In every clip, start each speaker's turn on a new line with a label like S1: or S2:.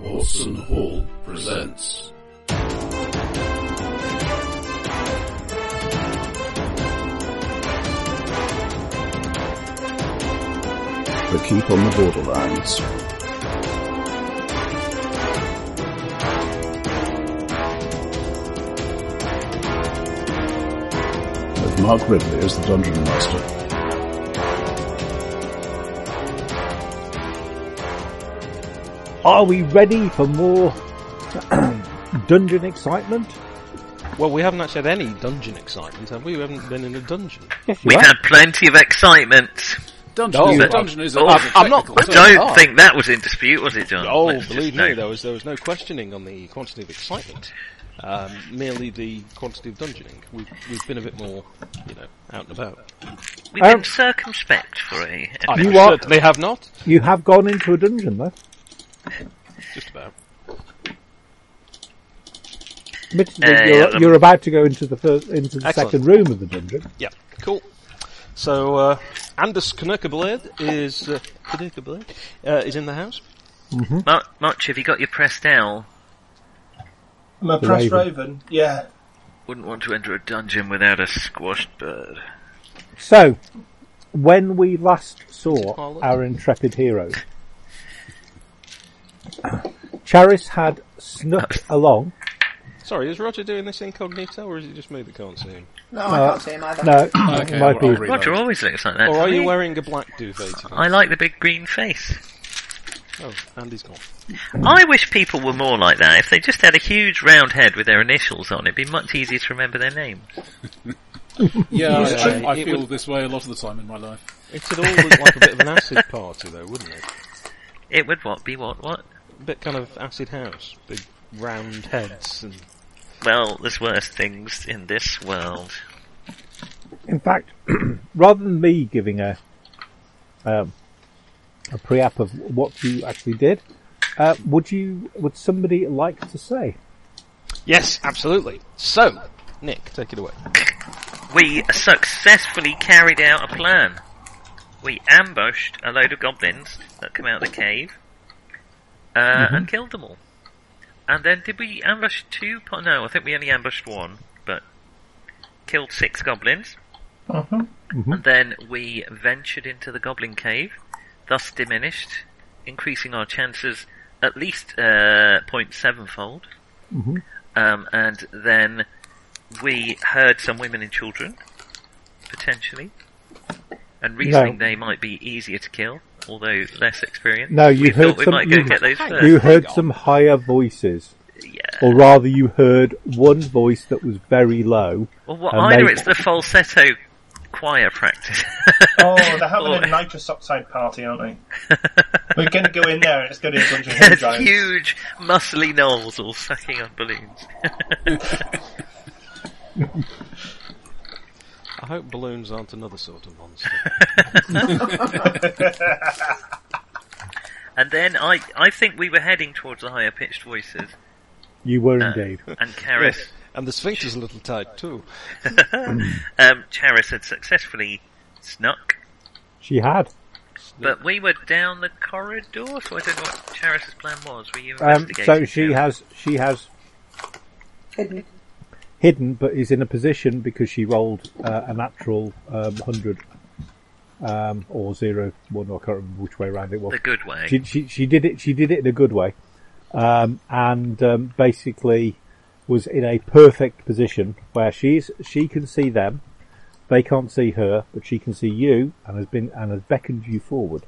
S1: Watson Hall presents.
S2: but keep on the borderlines. With Mark Ridley as the Dungeon Master.
S3: Are we ready for more dungeon excitement?
S4: Well, we haven't actually had any dungeon excitement, have we? We haven't been in a dungeon.
S5: We've had plenty of excitement.
S1: Dungeon,
S4: No,
S1: is,
S4: but-
S1: dungeon is a
S5: Oh,
S1: is a
S4: I'm not-
S1: technical
S5: I
S1: term.
S5: don't
S4: are.
S5: think that was in dispute, was it, John?
S4: Oh,
S5: Let's just
S4: believe
S5: note.
S4: me, there was there was no questioning on the quantity of excitement. Um, merely the quantity of dungeoning. We've we've been a bit more, you know, out and about.
S5: We've been
S3: Um,
S5: circumspect for a...
S3: You
S4: I
S3: are-
S4: certainly have not.
S3: You have gone into a dungeon though.
S4: Just about.
S3: Admittedly,
S5: Uh,
S3: you're,
S5: yeah, um,
S3: you're about to go into the first, into the
S4: Excellent.
S3: second room of the dungeon.
S4: Yeah. Cool. So uh, Anders Knurkeblad is uh, Knurkeblad, uh, is in the house.
S5: Mar- March, have you got your pressed L?
S6: My
S3: The
S6: pressed
S3: raven.
S6: raven. Yeah.
S5: Wouldn't want to enter a dungeon without a squashed bird.
S3: So, when we last saw
S4: Harlot.
S3: our intrepid hero, Charis had snuck along.
S4: Sorry, is Roger doing this incognito, or is it just me that can't see him?
S7: No, I can't see him either.
S3: No, it might
S1: I'll
S3: be.
S1: read
S5: Roger
S1: those.
S5: always looks like that.
S4: Or are you
S5: Hey,
S4: wearing a black duvet tonight?
S5: I like the big green face.
S4: Oh, Andy's gone.
S5: I wish people were more like that. If they just had a huge round head with their initials on, it'd be much easier to remember their name.
S1: Yeah, I- I, I
S4: It
S1: feel
S4: would-
S1: this way a lot of the time in my life.
S4: It'd all look like a bit of an acid party, though, wouldn't it?
S5: It would what be what what?
S4: bit kind of acid house, big round heads and
S5: Well, there's worse things in this world.
S3: In fact, rather than me giving a um, a pre-app of what you actually did, uh, would you would somebody like to say?
S4: yes, absolutely. So, Nick, take it away.
S5: We successfully carried out a plan. We ambushed a load of goblins that come out of the cave uh, and killed them all. And then did we ambush two? Po- no, I think we only ambushed one, but killed six goblins. And then we ventured into the goblin cave, thus diminished, increasing our chances at least uh, 0.7 fold. Um, and then we heard some women and children, potentially, and reasoning they might be easier to kill, although less experienced.
S3: No, you
S5: we
S3: heard
S5: thought we
S3: some-
S5: might go
S3: you-
S5: get those first.
S3: You heard some higher voices,
S5: yeah.
S3: or rather, you heard one voice that was very low.
S5: Well, what,
S3: and
S5: either
S3: they-
S5: it's the falsetto choir practice.
S6: Oh, they're having
S5: Or-
S6: a nitrous oxide party, aren't they? We're going to go in there and it's going to be a bunch of hill
S5: There's
S6: giants.
S5: huge, muscly gnolls all sucking on balloons.
S4: I hope balloons aren't another sort of monster.
S5: And then I, I think we were heading towards the higher pitched voices,
S3: You were indeed.
S5: and Karis,
S4: and the Sphinx is a little tight too.
S5: um, Charis had successfully snuck,
S3: She had.
S5: but we were down the corridor, so I don't know what Charis's plan was. Were you
S3: Um,
S5: investigating?
S3: so she
S5: Charis?
S3: has. She has
S7: Hidden.
S3: hidden, but is in a position because she rolled uh, a natural um, hundred um, or zero one. I can't remember which way round it was.
S5: the good way.
S3: she, she she did it she did it in a good way, um, and um, basically was in a perfect position where she's she can see them, they can't see her, but she can see you and has been and has beckoned you forward.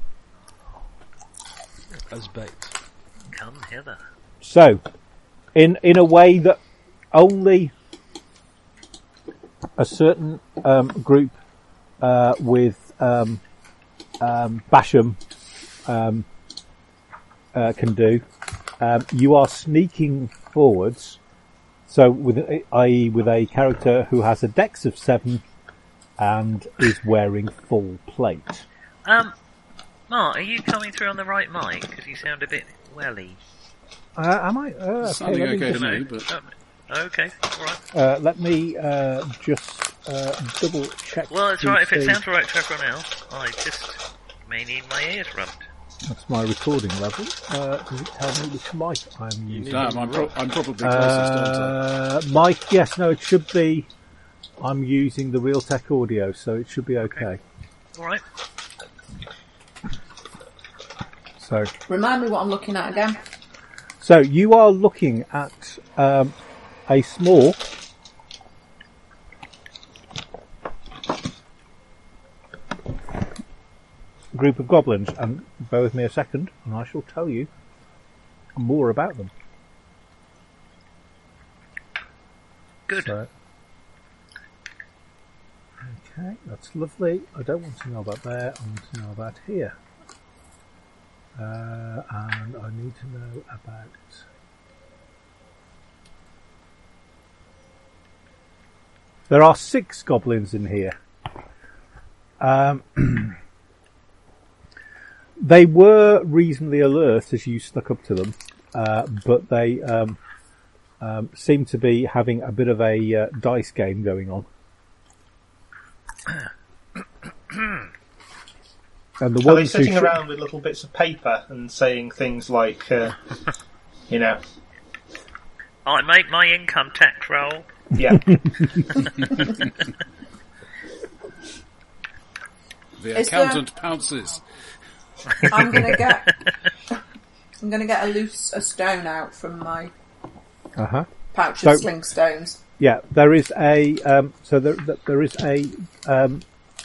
S4: As bait.
S5: Come hither.
S3: So, in in a way that only a certain um, group uh, with um, um, Basham um, uh, can do, um, you are sneaking forwards. So, with i.e., with a character who has a dex of seven and is wearing full plate.
S5: Um, Mark, are you coming through on the right mic? Because you sound a bit welly.
S3: Uh, am I? Uh,
S1: Sounding
S3: let me
S1: okay
S3: just-
S1: to me, but
S5: Um, okay, alright.
S3: Uh, let me uh, just uh, double check.
S5: Well, it's
S3: to
S5: right. If it
S3: see-
S5: sounds alright to everyone else, I just may need my ears rubbed.
S3: That's my recording level. Uh, does it tell me which mic I'm using?
S1: Damn, I'm, pro- I'm probably closest, aren't
S3: Uh, mic, yes, no, it should be. I'm using the Realtek audio, so it should be okay.
S5: Alright.
S3: So,
S7: Remind me what I'm looking at again.
S3: so you are looking at um, a small. Group of goblins, and bear with me a second, and I shall tell you more about them.
S5: Good.
S3: So. Okay, that's lovely. I don't want to know about there. I want to know about here. Uh, and I need to know about. There are six goblins in here. Um, they were reasonably alert as you snuck up to them, uh, but they um, seem to be having a bit of a uh, dice game going on. and the
S6: Are they
S3: ones who
S6: sitting
S3: sh-
S6: around with little bits of paper and saying things like, uh, you know,
S5: I make my income tax roll.
S6: yeah,
S1: they? The
S7: Is there-
S1: accountant pounces.
S7: I'm gonna get. I'm gonna get a loose a stone out from my
S3: Uh-huh.
S7: pouch
S3: So-
S7: of sling stones.
S3: Yeah, there is a um, so there there- there is a um,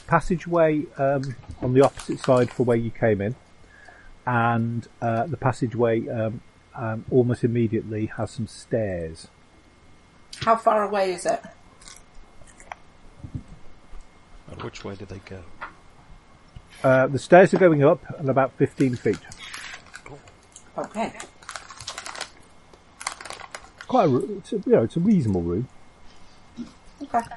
S3: passageway um, on the opposite side for where you came in, and uh, the passageway um, um, almost immediately has some stairs.
S7: How far away is it?
S4: And which way did they go?
S3: Uh, the stairs are going up and about fifteen feet.
S7: Okay.
S3: Quite, a, ru- it's a, you know, it's a reasonable room.
S7: Okay. Can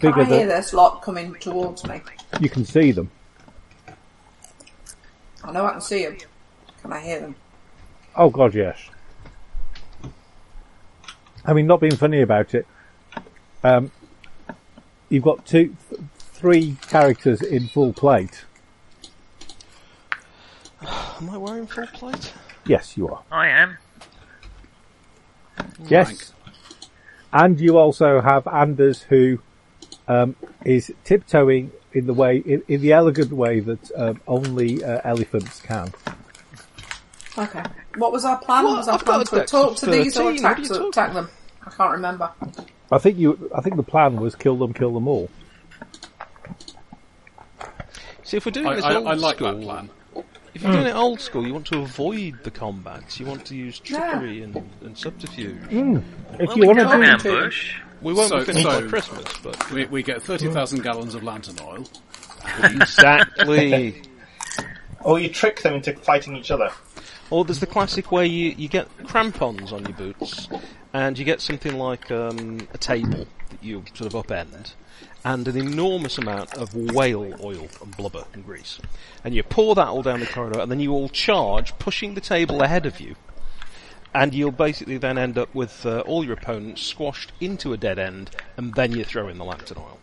S3: Bigger
S7: I hear
S3: than
S7: this lot coming towards me?
S3: you can see them.
S7: I know I can see them. Can I hear them?
S3: Oh God, yes. I mean, not being funny about it. Um, you've got two, th- three characters in full plate.
S4: Am I wearing full plate?
S3: Yes, you are.
S5: I am.
S3: Yes. And you also have Anders who um, is tiptoeing in the way, in, in the elegant way that um, only uh, elephants can.
S7: Okay. What was our plan?
S4: What?
S7: Was our
S4: I've
S7: plan
S4: got a
S7: to
S4: dex
S7: talk
S4: of
S7: to these
S4: 13.
S7: or
S4: What
S7: attack,
S4: are you
S7: to
S4: talking
S7: attack them? I can't remember.
S3: I think you, I think the plan was kill them, kill them all.
S4: See, if we're doing
S1: I,
S4: this
S1: I,
S4: old
S1: I like Hmm.
S4: school,
S1: that plan.
S4: if you're doing it old school, you want to avoid the combats. You want to use trickery and, and subterfuge.
S3: If
S5: Well,
S3: you
S5: we
S3: want to
S5: can
S3: do,
S5: ambush.
S4: We won't
S1: So-
S4: be finished
S1: so-
S4: by Christmas, but
S1: We, we get 30,000 gallons of lantern oil.
S4: exactly.
S6: or you trick them into fighting each other.
S4: Or there's the classic where you, you get crampons on your boots, and you get something like um, a table that you sort of upend, and an enormous amount of whale oil and blubber and grease. And you pour that all down the corridor, and then you all charge, pushing the table ahead of you. And you'll basically then end up with uh, all your opponents squashed into a dead end, and then you throw in the lantern oil.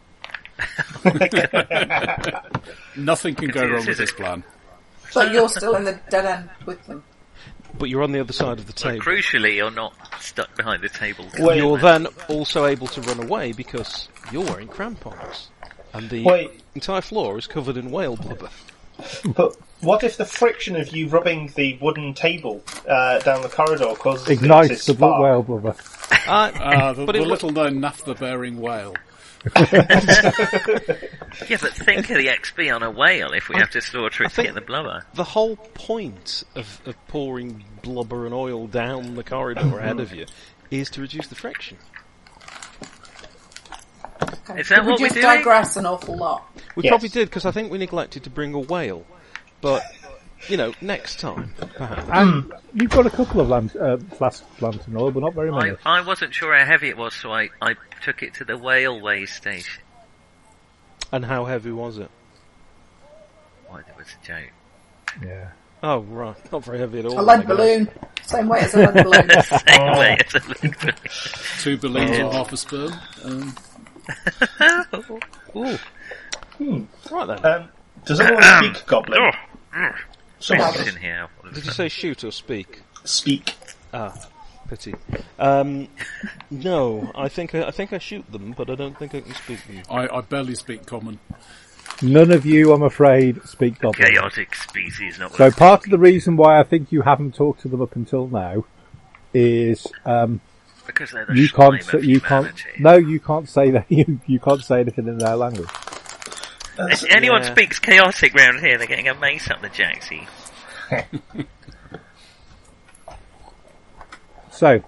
S1: Nothing can go
S5: This
S1: wrong
S5: is
S1: with
S5: it.
S1: this plan.
S7: But you're still in the dead end with them.
S4: But you're on the other side of the
S5: But
S4: table.
S5: crucially, you're not stuck behind the table.
S6: Wait.
S4: You're then also able to run away because you're wearing crampons. And the
S6: Wait.
S4: entire floor is covered in whale blubber.
S6: But what if the friction of you rubbing the wooden table uh, down the corridor causes it to
S3: ignites the
S6: spark?
S3: whale blubber.
S4: Uh,
S1: Ah, the,
S4: But
S1: the
S4: it
S1: little known naphtha bearing whale.
S5: Yeah, but think of the XP on a whale if we have to slaughter it to
S4: think-
S5: get the blubber.
S4: the whole point of, of pouring blubber and oil down the corridor ahead of you is to reduce the friction.
S7: Okay.
S5: Is that
S7: Did we
S5: what we're
S7: just
S5: doing?
S7: digress an awful lot?
S4: We
S6: Yes.
S4: probably did because I think we neglected to bring a whale. But, you know, next time, perhaps.
S3: And you've got a couple of lant, uh, flasks of lantern oil, but not very many.
S5: I, I wasn't sure how heavy it was, so I, I took it to the whale weigh station.
S4: And how heavy was it?
S5: Why, that was a joke.
S3: Yeah.
S4: Oh, right. Not very heavy at all. I
S7: A lead
S4: guess.
S7: balloon. Same way as a lead balloon.
S5: Same way as a lead
S3: Oh.
S1: Two balloons or half a sperm. Um,
S5: balloon.
S4: Ooh. Right then.
S6: Um, does anyone speak Goblin?
S5: Oh,
S6: Someone
S5: it's in here. What
S4: Did
S5: is
S4: you
S5: that?
S4: say shoot or speak?
S6: speak.
S4: Ah, pity. Um, no, I think I, I think I shoot them, but I don't think I can speak them.
S1: I, I barely speak common.
S3: None of you, I'm afraid, speak Goblin.
S5: Chaotic species, not
S3: So
S5: worth
S3: part of the reason why I think you haven't talked to them up until now is um,
S5: because they're the
S3: you
S5: slime
S3: can't
S5: of
S3: say- you can't
S5: humanity.
S3: no you can't say that you, you can't say anything in their language.
S5: If anyone
S4: yeah.
S5: speaks chaotic round here, they're getting a mace up the jacksie.
S3: So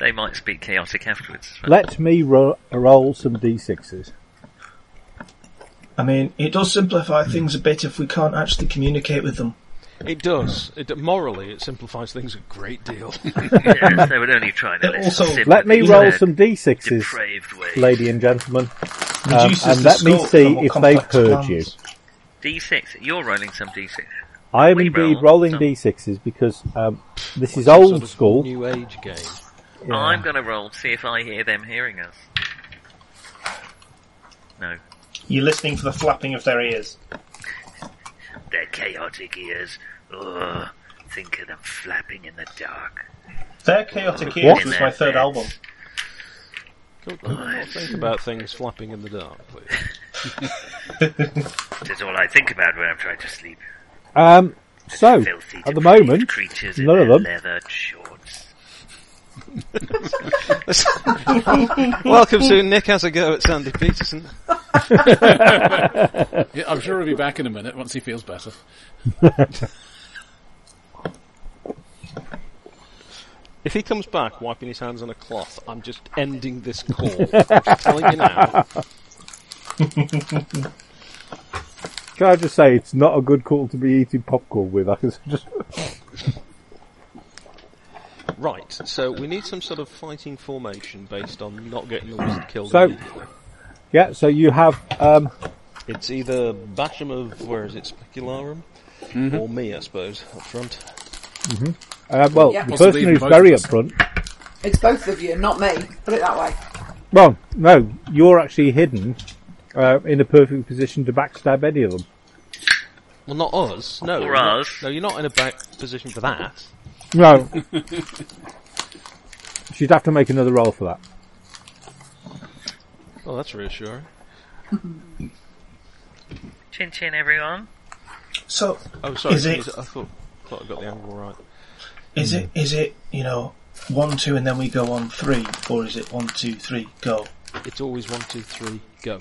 S5: They might speak chaotic afterwards. but-
S3: let me ro- roll some d6s.
S6: I mean, it does simplify things a bit if we can't actually communicate with them.
S4: It does. It, morally, it simplifies things a great deal.
S5: yes, they would only try to listen
S6: Also,
S5: sympathy
S3: Let me
S5: to
S3: roll
S5: their
S3: some d6s,
S5: depraved ways.
S3: lady and gentlemen, um,
S6: Reduces
S3: and
S6: the
S3: let me
S6: scope for
S3: see
S6: more
S3: if they've
S6: complex
S3: heard
S6: plans.
S3: you.
S5: D6. You're rolling some D6.
S3: I am
S5: We
S3: indeed
S5: roll
S3: rolling
S5: some.
S3: d6s because um, this is
S4: Some sort
S3: old
S4: of
S3: school.
S4: New Age game.
S3: Yeah.
S5: I'm going to roll to see if I hear them hearing us. No.
S6: You're listening for the flapping of their ears.
S5: Their chaotic ears. Ugh. Think of them flapping in the dark.
S6: Their chaotic
S3: What?
S6: ears was my third album.
S4: Can, can we not think about things flapping in the dark, please?
S5: That's all I think about when I'm trying to sleep.
S3: Um, so
S5: Filthy,
S3: at the
S5: depraved
S3: moment,
S5: creatures
S3: none
S5: in
S3: of
S5: their
S3: them.
S5: leather shorts.
S4: Welcome to Nick has a go at Sandy Peterson.
S1: Yeah, I'm sure he'll be back in a minute once he feels better.
S4: If he comes back wiping his hands on a cloth, I'm just ending this call. I'm just telling you now.
S3: Can I just say it's not a good call to be eating popcorn with? I can just
S4: Right, so we need some sort of fighting formation based on not getting the wizard killed.
S3: So-
S4: immediately.
S3: yeah. So you have um,
S4: it's either Basham of, where is it, Specularum? Or me, I suppose, up front.
S3: uh, well
S7: Yeah.
S3: the
S1: Possibly
S3: person who's
S1: both
S3: very
S1: of us.
S3: upfront.
S7: It's both of you, not me. Put it that way.
S3: Well, no, you're actually hidden uh, in a perfect position to backstab any of them.
S4: Well, not us. No,
S5: Or
S4: you're not-
S5: us.
S4: No, you're not in a back position for that.
S3: No, she'd have to make another roll for that.
S4: Well, that's reassuring.
S5: Chin chin, everyone.
S6: So,
S4: Oh, sorry.
S6: Is it-
S4: I thought, thought I got the angle right.
S6: is it
S3: Mm.
S6: is it you know one two and then we go on three, or is it one two three go?
S4: It's always one, two, three, go.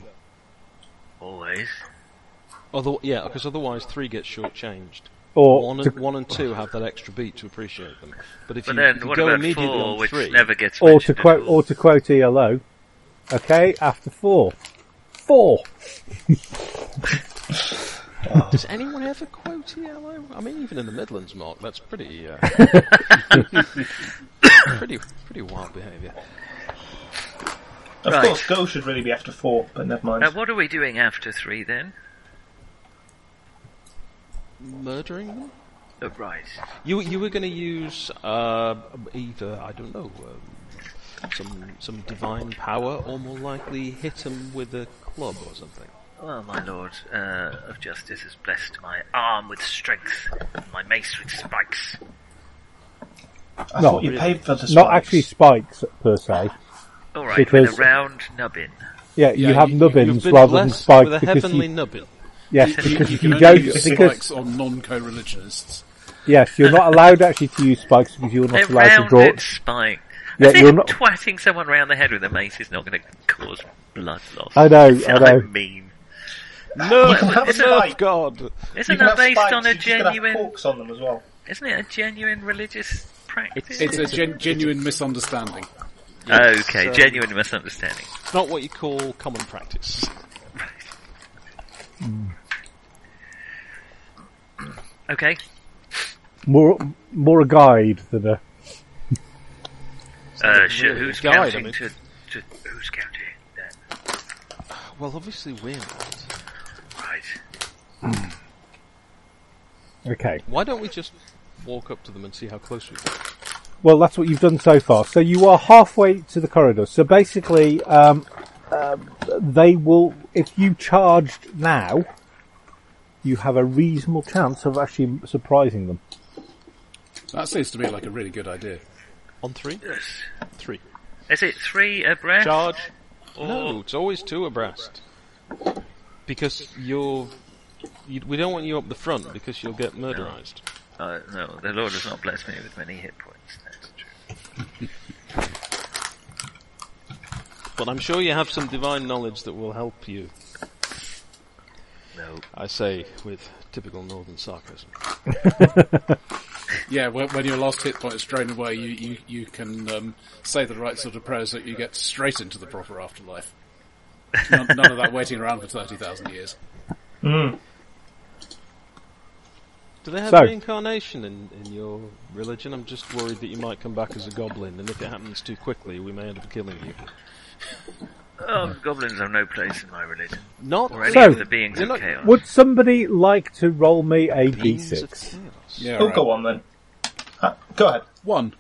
S5: Always.
S4: Other, yeah, because otherwise three gets shortchanged.
S3: Or
S4: One
S3: to,
S4: and, one and two have that extra beat to appreciate them. But if
S5: But
S4: you, if
S5: then,
S4: you
S5: what
S4: go
S5: about
S4: immediately
S5: four,
S4: on
S5: which
S4: three,
S5: never gets
S3: or to
S5: mentioned at
S3: quote
S5: all?
S3: or to quote ELO. Okay, after four, four.
S4: does anyone ever quote ELO? I mean, even in the Midlands, Mark, that's pretty, uh, pretty, pretty wild behaviour.
S6: Of
S5: Right.
S6: course, go should really be after four, but never mind.
S5: Now, Uh, what are we doing after three then?
S4: Murdering them?
S5: Oh, right.
S4: You you were going to use uh, either I don't know um, some some divine power, or more likely hit him with a club or something.
S5: Well, my lord uh, of justice has blessed my arm with strength, and my mace with spikes.
S6: I
S3: No,
S6: thought you paid for the
S3: Not
S6: spikes.
S3: actually spikes per se.
S5: All right,
S3: Because-
S5: with a round nubbin.
S3: Yeah, you
S1: Yeah,
S3: have
S1: you-
S3: nubbins
S4: You've been
S3: rather than
S4: blessed
S3: spikes
S4: with a
S3: because
S4: heavenly
S3: you,
S4: nubbin.
S3: yes,
S5: You-
S3: because
S1: You
S3: you,
S1: can only
S3: don't
S1: use
S3: because
S1: spikes on non-co-religionists.
S3: Yes, you're not allowed actually to use spikes because you're not
S5: A
S3: allowed to draw.
S5: rounded spike.
S3: Yeah,
S5: I think
S3: you're not-
S5: twatting someone round the head with a mace is not going to cause blood loss.
S3: I know,
S5: That's
S3: I
S5: what
S3: know.
S5: mean,
S4: No,
S6: You can have a spike.
S4: God.
S6: You
S5: isn't
S6: can
S5: that
S6: have
S5: based
S6: spikes,
S5: on a
S6: you just can have
S5: genuine?
S6: corks on them as well.
S5: Isn't it a genuine religious practice?
S1: It's a gen- genuine misunderstanding.
S5: okay,
S4: um,
S5: genuine misunderstanding.
S4: It's not what you call common practice.
S5: Okay,
S3: More, more a guide than a.
S5: uh,
S4: really
S5: sure, Uh, who's
S4: guide, I
S5: counting
S4: mean.
S5: to, to who's counting? That?
S4: Well, obviously we're not.
S5: Right.
S3: Okay,
S4: Why don't we just walk up to them and see how close we get?
S3: well that's what you've done so far. So you are halfway to the corridor. So basically, um, they will, if you charged now, you have a reasonable chance of actually surprising them.
S1: That seems to me like a really good idea.
S4: On three? Three.
S5: Is it three uh, abreast?
S4: Charge?
S5: or
S4: No, it's always two abreast. Because you're, you, we don't want you up the front because you'll get murderized.
S5: Uh, no, the Lord has not blessed me with many hit points. That's true.
S4: But I'm sure you have some divine knowledge that will help you.
S5: No.
S4: I say with typical northern sarcasm.
S1: Yeah, when, when your last hit point is drained away, you, you, you can um, say the right sort of prayers that you get straight into the proper afterlife. None, none of that waiting around for 30,000 years.
S4: Do they have
S3: So-
S4: reincarnation in, in your religion? I'm just worried that you might come back as a goblin, and if it happens too quickly, we may end up killing you.
S5: Oh, goblins have no place in my religion.
S4: Not
S5: Or any
S3: So,
S5: of the beings
S4: you're
S5: of
S4: not-
S5: chaos.
S3: Would somebody like to roll me a
S4: beings of
S3: d6?
S4: chaos.
S1: Yeah,
S6: Oh,
S1: right.
S6: go on then. Huh, Go ahead.
S1: One.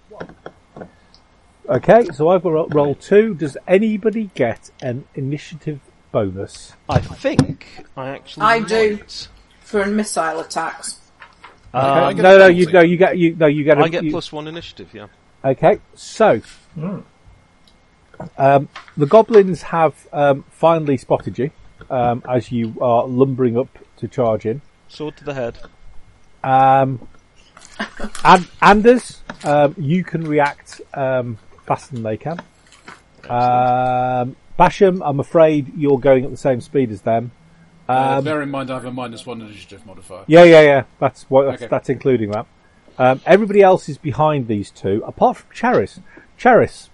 S3: Okay, so I've got roll two. Does anybody get an initiative bonus?
S4: I think I actually.
S7: I do.
S4: might.
S7: for missile attacks.
S1: I
S3: Uh,
S1: get
S3: no,
S1: a
S3: no, you
S1: penalty.
S3: no, you get you no, you get. A,
S4: I get
S3: you-
S4: plus one initiative. Yeah.
S3: Okay, so um, the goblins have um, finally spotted you um, as you are lumbering up to charge in.
S4: Sword to the head.
S3: Um, and Anders, um, you can react um, faster than they can. Um, Basham, I'm afraid you're going at the same speed as them.
S1: Uh, bear in mind I have a minus one initiative modifier.
S3: Um, Yeah, yeah, yeah. That's what that's,
S1: Okay.
S3: that's including that. Um, everybody else is behind these two, apart from Charis. Charis,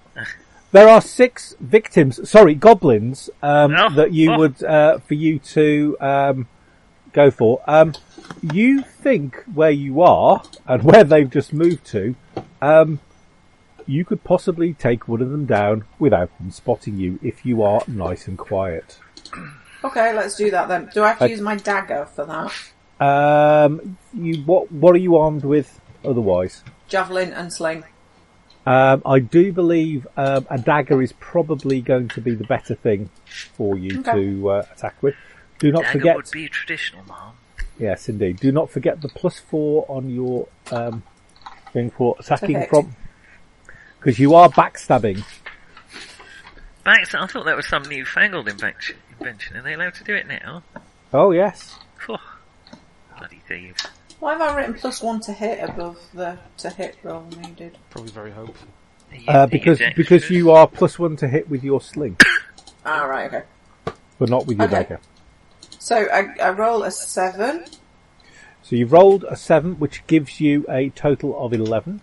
S3: there are six victims. Sorry, goblins um,
S5: Oh.
S3: that you
S5: Oh.
S3: would uh, for you to um, go for. Um, you think where you are and where they've just moved to, um, you could possibly take one of them down without them spotting you if you are nice and quiet.
S7: Okay, let's do that then. Do I have to
S3: I-
S7: use my dagger for that?
S3: Um, you what? What are you armed with? Otherwise.
S7: Javelin and sling.
S3: Um, I do believe um, a dagger is probably going to be the better thing for you
S7: Okay.
S3: to uh, attack with. Do not
S5: Dagger
S3: forget,
S5: would be traditional, Mom.
S3: yes, indeed. Do not forget the plus four on your um, thing for attacking
S7: hit.
S3: from, because you are backstabbing.
S5: Bax, I thought that was some newfangled invention. Invention. Are they allowed to do it now?
S3: Oh yes,
S5: Phew. Bloody thieves.
S7: Why have I written plus one to hit above the to hit roll needed?
S4: Probably very hopeful.
S5: Are you- are
S3: uh,
S5: you
S3: because
S5: dexterous?
S3: because you are plus one to hit with your sling,
S7: Ah, right, okay.
S3: but not with your
S7: Okay.
S3: dagger.
S7: So I, I roll a seven.
S3: So you've rolled a seven, which gives you a total of eleven.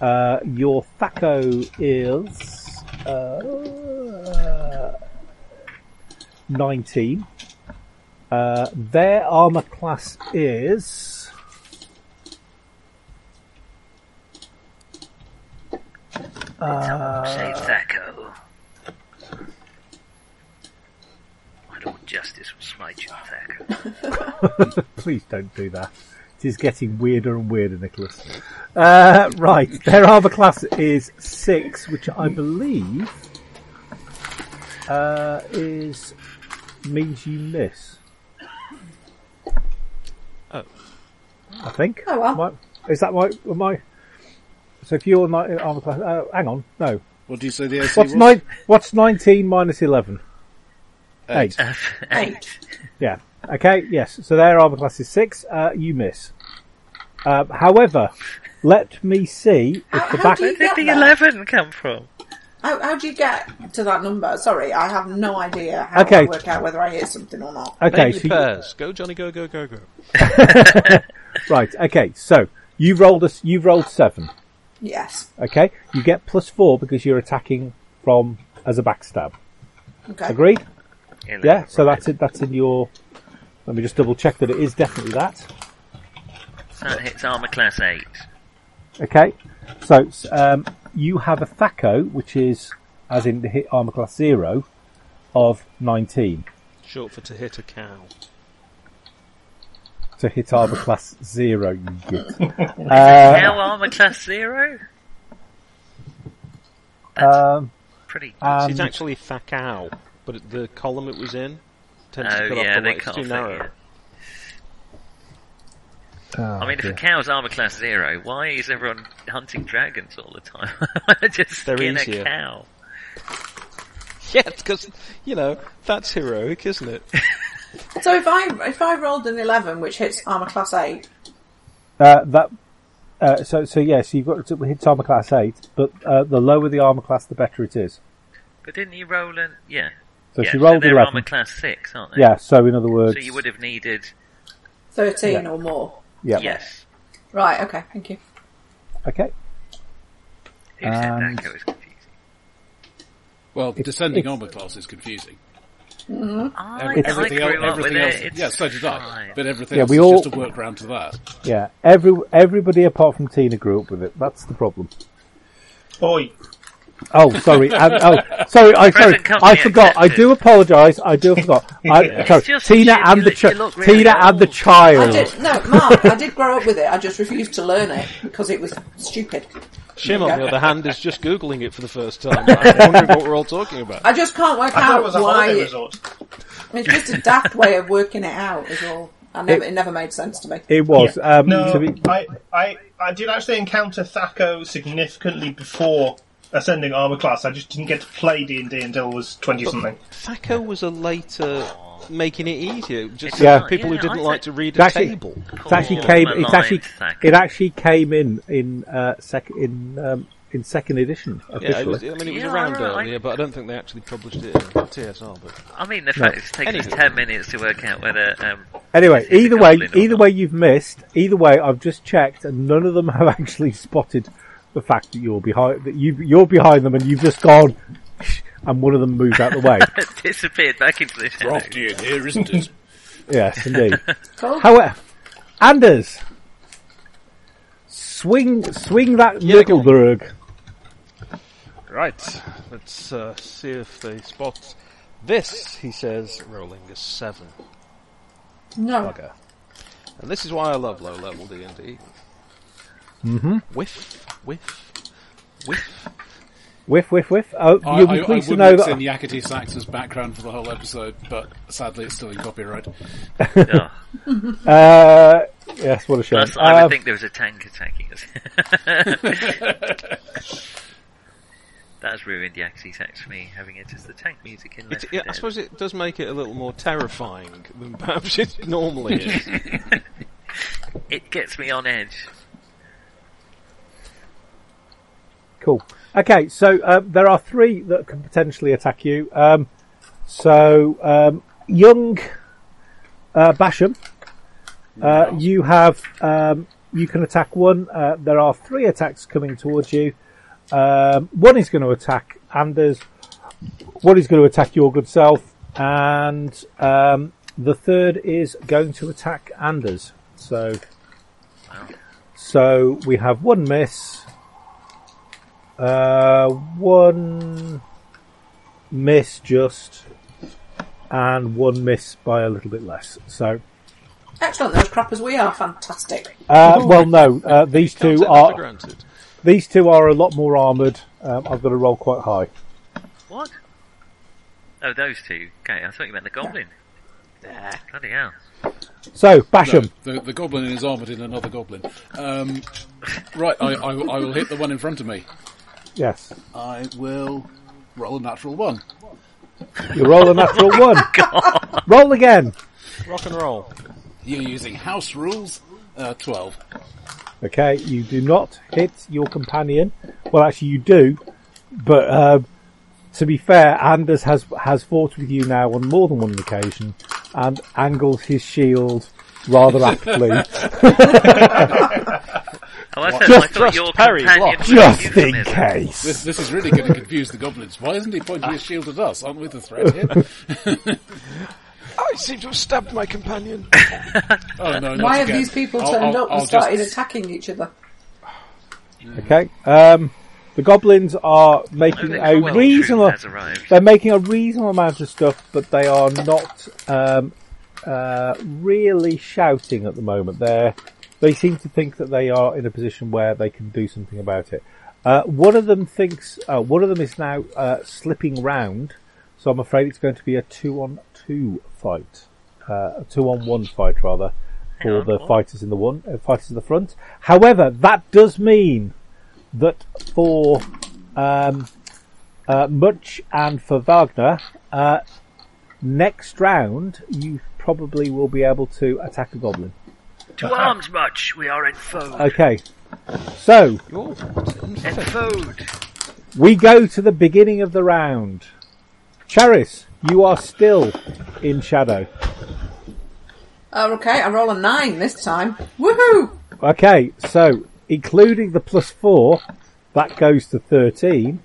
S3: Uh, your Thaco is uh, nineteen. Uh, their armor class is.
S5: Say Thacko. My Lord Justice will smite you, Thacko.
S3: Please don't do that. It is getting weirder and weirder, Nicholas. Uh, right, their armor class is six, which I believe uh, is means you miss.
S4: Oh.
S3: I think.
S7: Oh, well.
S3: Am I- is that my am I? So if you're ni- armor class, uh, hang on, no.
S1: What do you say the AC
S3: What's
S1: was?
S3: nine? What's nineteen minus eleven? Eight.
S7: Eight.
S3: Yeah. Okay. Yes. So their armor class is six. Uh, you miss. Um, however, let me see if the
S7: how
S3: back.
S7: do you-
S5: Where did the
S7: Yeah.
S5: 11 come from?
S7: How, how do you get to that number? Sorry, I have no idea how
S3: Okay.
S7: I work out whether I hit something or not.
S3: Okay.
S4: Baby
S3: So you-
S4: bears. Go, Johnny. Go, go, go, go.
S3: right. Okay. So you rolled us. You rolled seven.
S7: Yes.
S3: Okay. You get plus four because you're attacking from as a backstab.
S7: Okay.
S3: Agreed.
S5: 11,
S3: Yeah. So
S5: right.
S3: that's it. That's in your. Let me just double check that it is definitely that.
S5: So that hits armor class 8.
S3: Okay. So um, you have a Thaco, which is as in the hit armor class zero, of nineteen.
S4: Short for to hit a cow.
S3: to hit armor class zero, you git.
S4: Uh,
S5: now armor class 0?
S3: Um,
S5: Pretty.
S3: and
S4: um, uh, She's actually Thakao. but it- the column it was in tends
S5: Oh,
S4: to cut
S5: yeah,
S4: off the
S5: they
S4: way.
S5: cut
S4: it's too
S5: off that,
S4: narrow. Oh,
S5: yeah. I mean, if a cow's armor class zero, why is everyone hunting dragons all the time? Just
S4: They're
S5: skin
S4: easier.
S5: a cow.
S4: Yeah, because you know that's heroic, isn't it?
S7: So if I if I rolled an eleven, which hits armor class eight,
S3: Uh, that uh, so so yes, you've got to hit armor class eight, but uh, the lower the armor class, the better it is.
S5: But didn't you roll an... Yeah.
S3: So
S5: yeah,
S3: she rolled
S5: they're armor
S3: eleven.
S5: class six, aren't they?
S3: Yeah. So in other words,
S5: So you would have needed...
S7: thirteen
S3: Yeah.
S7: or more.
S3: yeah.
S5: Yes.
S7: Right. Okay. Thank you.
S3: Okay.
S5: Who said
S3: And-
S5: that? That was confusing.
S1: Well, descending
S3: it's-
S1: armor class is confusing.
S5: I,
S3: It's-
S5: I
S1: everything
S5: grew
S1: el-
S5: up with
S1: everything
S5: it.
S1: else,
S5: It's
S1: yeah, so did I.
S5: fine.
S1: But everything
S3: Yeah,
S1: else
S3: we
S1: is
S3: all-
S1: just a workaround to that.
S3: Yeah. Every everybody apart from Tina grew up with it. That's the problem.
S6: Oi.
S3: Oh, sorry. Um, oh, sorry. I sorry.
S5: Present company
S3: I forgot. I
S5: accepted.
S3: do apologise. I do forgot. I, sorry.
S5: just
S3: Tina
S5: you-
S3: and
S5: you
S3: the
S5: look-
S3: chi-
S5: you look really
S3: Tina and the
S5: old.
S7: I
S3: child.
S7: did, no, Mark, I did grow up with it. I just refused to learn it because it was stupid.
S4: Shim, on the other hand, is just googling it for the first time, I'm wondering what we're all talking about.
S7: I just can't work
S6: I thought it
S7: out
S6: was a
S7: why.
S6: holiday
S7: It,
S6: resort.
S7: it's just a daft way of working it out. Is all. I never, it, never made sense to me.
S3: It was.
S6: Yeah.
S3: Um,
S6: no,
S3: to be,
S6: I, I, I did actually encounter Thaco significantly before ascending armor class. I just didn't get to play D and D until I was twenty something.
S4: Thaco was a later making it easier, just
S3: Yeah.
S4: for people
S5: Yeah,
S4: who didn't
S5: I
S4: like
S5: think-
S4: to read
S3: It's
S4: a
S3: actually-
S4: table.
S3: It actually
S5: Paul
S3: came.
S5: Malone
S3: It's actually
S5: Thacker.
S3: it actually came in in uh, sec in um, in second edition
S4: Yeah, it was,
S3: officially.
S4: I mean, it was
S5: Yeah,
S4: around
S5: I know, I-
S4: earlier, but I don't think they actually published it in TSR. But
S5: I mean, the fact it's taken us
S4: Anyway.
S5: ten minutes to work out whether um,
S3: Anyway,
S5: It's a
S3: either way,
S5: goblin or
S3: either
S5: not.
S3: way you've missed. Either way, I've just checked, and none of them have actually spotted the fact that you're behind that you you're behind them, and you've just gone, and one of them moved out the way.
S5: it disappeared back into the shadow.
S1: Crafty in here, isn't it?
S3: yes, indeed.
S7: Cool.
S3: However, Anders, swing swing that
S4: Yeah, go
S3: little
S4: on.
S3: drug.
S4: Right, let's uh, see if they spot this. He says, rolling a seven.
S7: No.
S4: Bugger. And this is why I love low level D and D. Mm-hmm. Whiff, whiff, whiff.
S3: Whiff whiff whiff. Oh,
S1: I,
S3: you'll
S1: I,
S3: be
S1: I
S3: pleased to
S1: would
S3: know
S1: mix
S3: that
S1: in Yakety Sax's background for the whole episode, but sadly it's still in copyright.
S5: Oh,
S3: Uh, yes, what a shame.
S5: plus, I
S3: Um,
S5: would think there was a tank attacking us. That's ruined Yaxie's act for me, having it as the tank music in
S4: It,
S5: Left
S4: yeah, I
S5: 4 Dead.
S4: suppose it does make it a little more terrifying than perhaps it normally is.
S5: It gets me on edge.
S3: Cool. Okay, so um, there are three that can potentially attack you. Um, so um, young uh, Basham, uh, you have um, you can attack one. Uh, there are three attacks coming towards you. Um, one is going to attack Anders. One is going to attack your good self, and um, the third is going to attack Anders. So, so we have one miss. Uh, one miss just, and one miss by a little bit less. So,
S7: Excellent. Those crap as we are. Fantastic.
S3: uh, well, no, uh, these two
S4: Can't take that for
S3: are
S4: granted.
S3: these two are a lot more armored. Um, I've got to roll quite high.
S5: What? Oh, those two. Okay, I thought you meant the goblin. Bloody hell.
S3: So, Basham,
S1: The, the goblin is armoured in another goblin. Um, right, I, I, I will hit the one in front of me.
S3: yes,
S1: I will roll a natural one.
S3: you roll a natural one. roll again.
S4: Rock and roll.
S1: You're using house rules. Uh, Twelve.
S3: Okay, you do not hit your companion. Well, actually, you do, but um, to be fair, Anders has has fought with you now on more than one occasion and angles his shield rather aptly.
S5: Oh, I thought, I
S3: Just-
S5: thought
S4: just
S5: your
S4: parry,
S5: companion
S4: block.
S5: was
S3: just in
S5: euphemism.
S1: This,
S3: case.
S1: this is really going to confuse the goblins. Why isn't he pointing his shield at us? Aren't we the threat here?
S4: I seem to have stabbed my companion.
S1: Oh no! not
S7: Why have
S1: again.
S7: these people
S1: I'll-
S7: turned
S1: I'll-
S7: up and
S1: I'll
S7: started
S1: just-
S7: attacking each other?
S3: Okay, um, the goblins are
S5: Oh,
S3: making
S5: the
S3: a
S5: Cromwell
S3: reasonable.
S5: troop has arrived.
S3: They're making a reasonable amount of stuff, but they are not um, uh, really shouting at the moment. They they seem to think that they are in a position where they can do something about it. Uh, one of them thinks uh, one of them is now uh, slipping round, So I'm afraid it's going to be a two on two fight, uh, a two on one fight rather,
S5: Hang
S3: for
S5: on,
S3: the
S5: what?
S3: fighters in the one, uh, fighters in the front. However, that does mean that for um, uh, Much and for Wagner, uh, next round you probably will be able to attack a goblin.
S5: To arms, much. We are enfoed.
S3: Okay, so
S4: Oh,
S5: Enfoed.
S3: We go to the beginning of the round. Charis, you are still in shadow.
S7: Oh, okay, I roll a nine this time. Woohoo!
S3: Okay, so including the plus four, that goes to thirteen,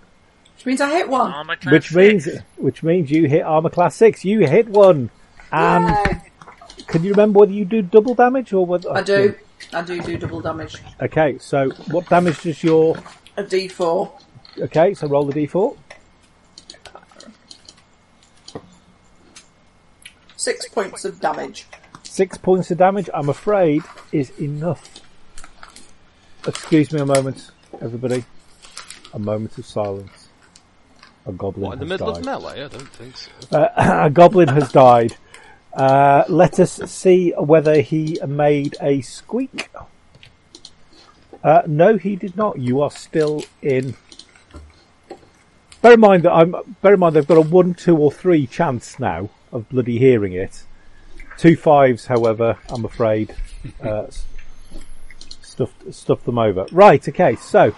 S7: Which means I hit one.
S5: Armor class
S3: which means
S5: six.
S3: which means you hit armor class six. You hit one.
S7: Um,
S3: And
S7: Yay.
S3: can you remember whether you do double damage or whether
S7: I do. I do do double damage.
S3: Okay, so what damage does your
S7: A D4.
S3: Okay, so roll the D four.
S7: Six points of damage.
S3: Six points of damage, I'm afraid, is enough. Excuse me a moment, everybody. A moment of silence. A goblin
S4: what, in the
S3: has
S4: middle of
S3: died. Uh,
S4: melee? I don't think so.
S3: a goblin has died. Uh, let us see whether he made a squeak. Uh, no, he did not. You are still in. Bear in mind that I'm. Bear in mind they've got a one, two, or three chance now of bloody hearing it. Two fives, however, I'm afraid, uh, s- stuffed stuffed them over. Right. Okay. So,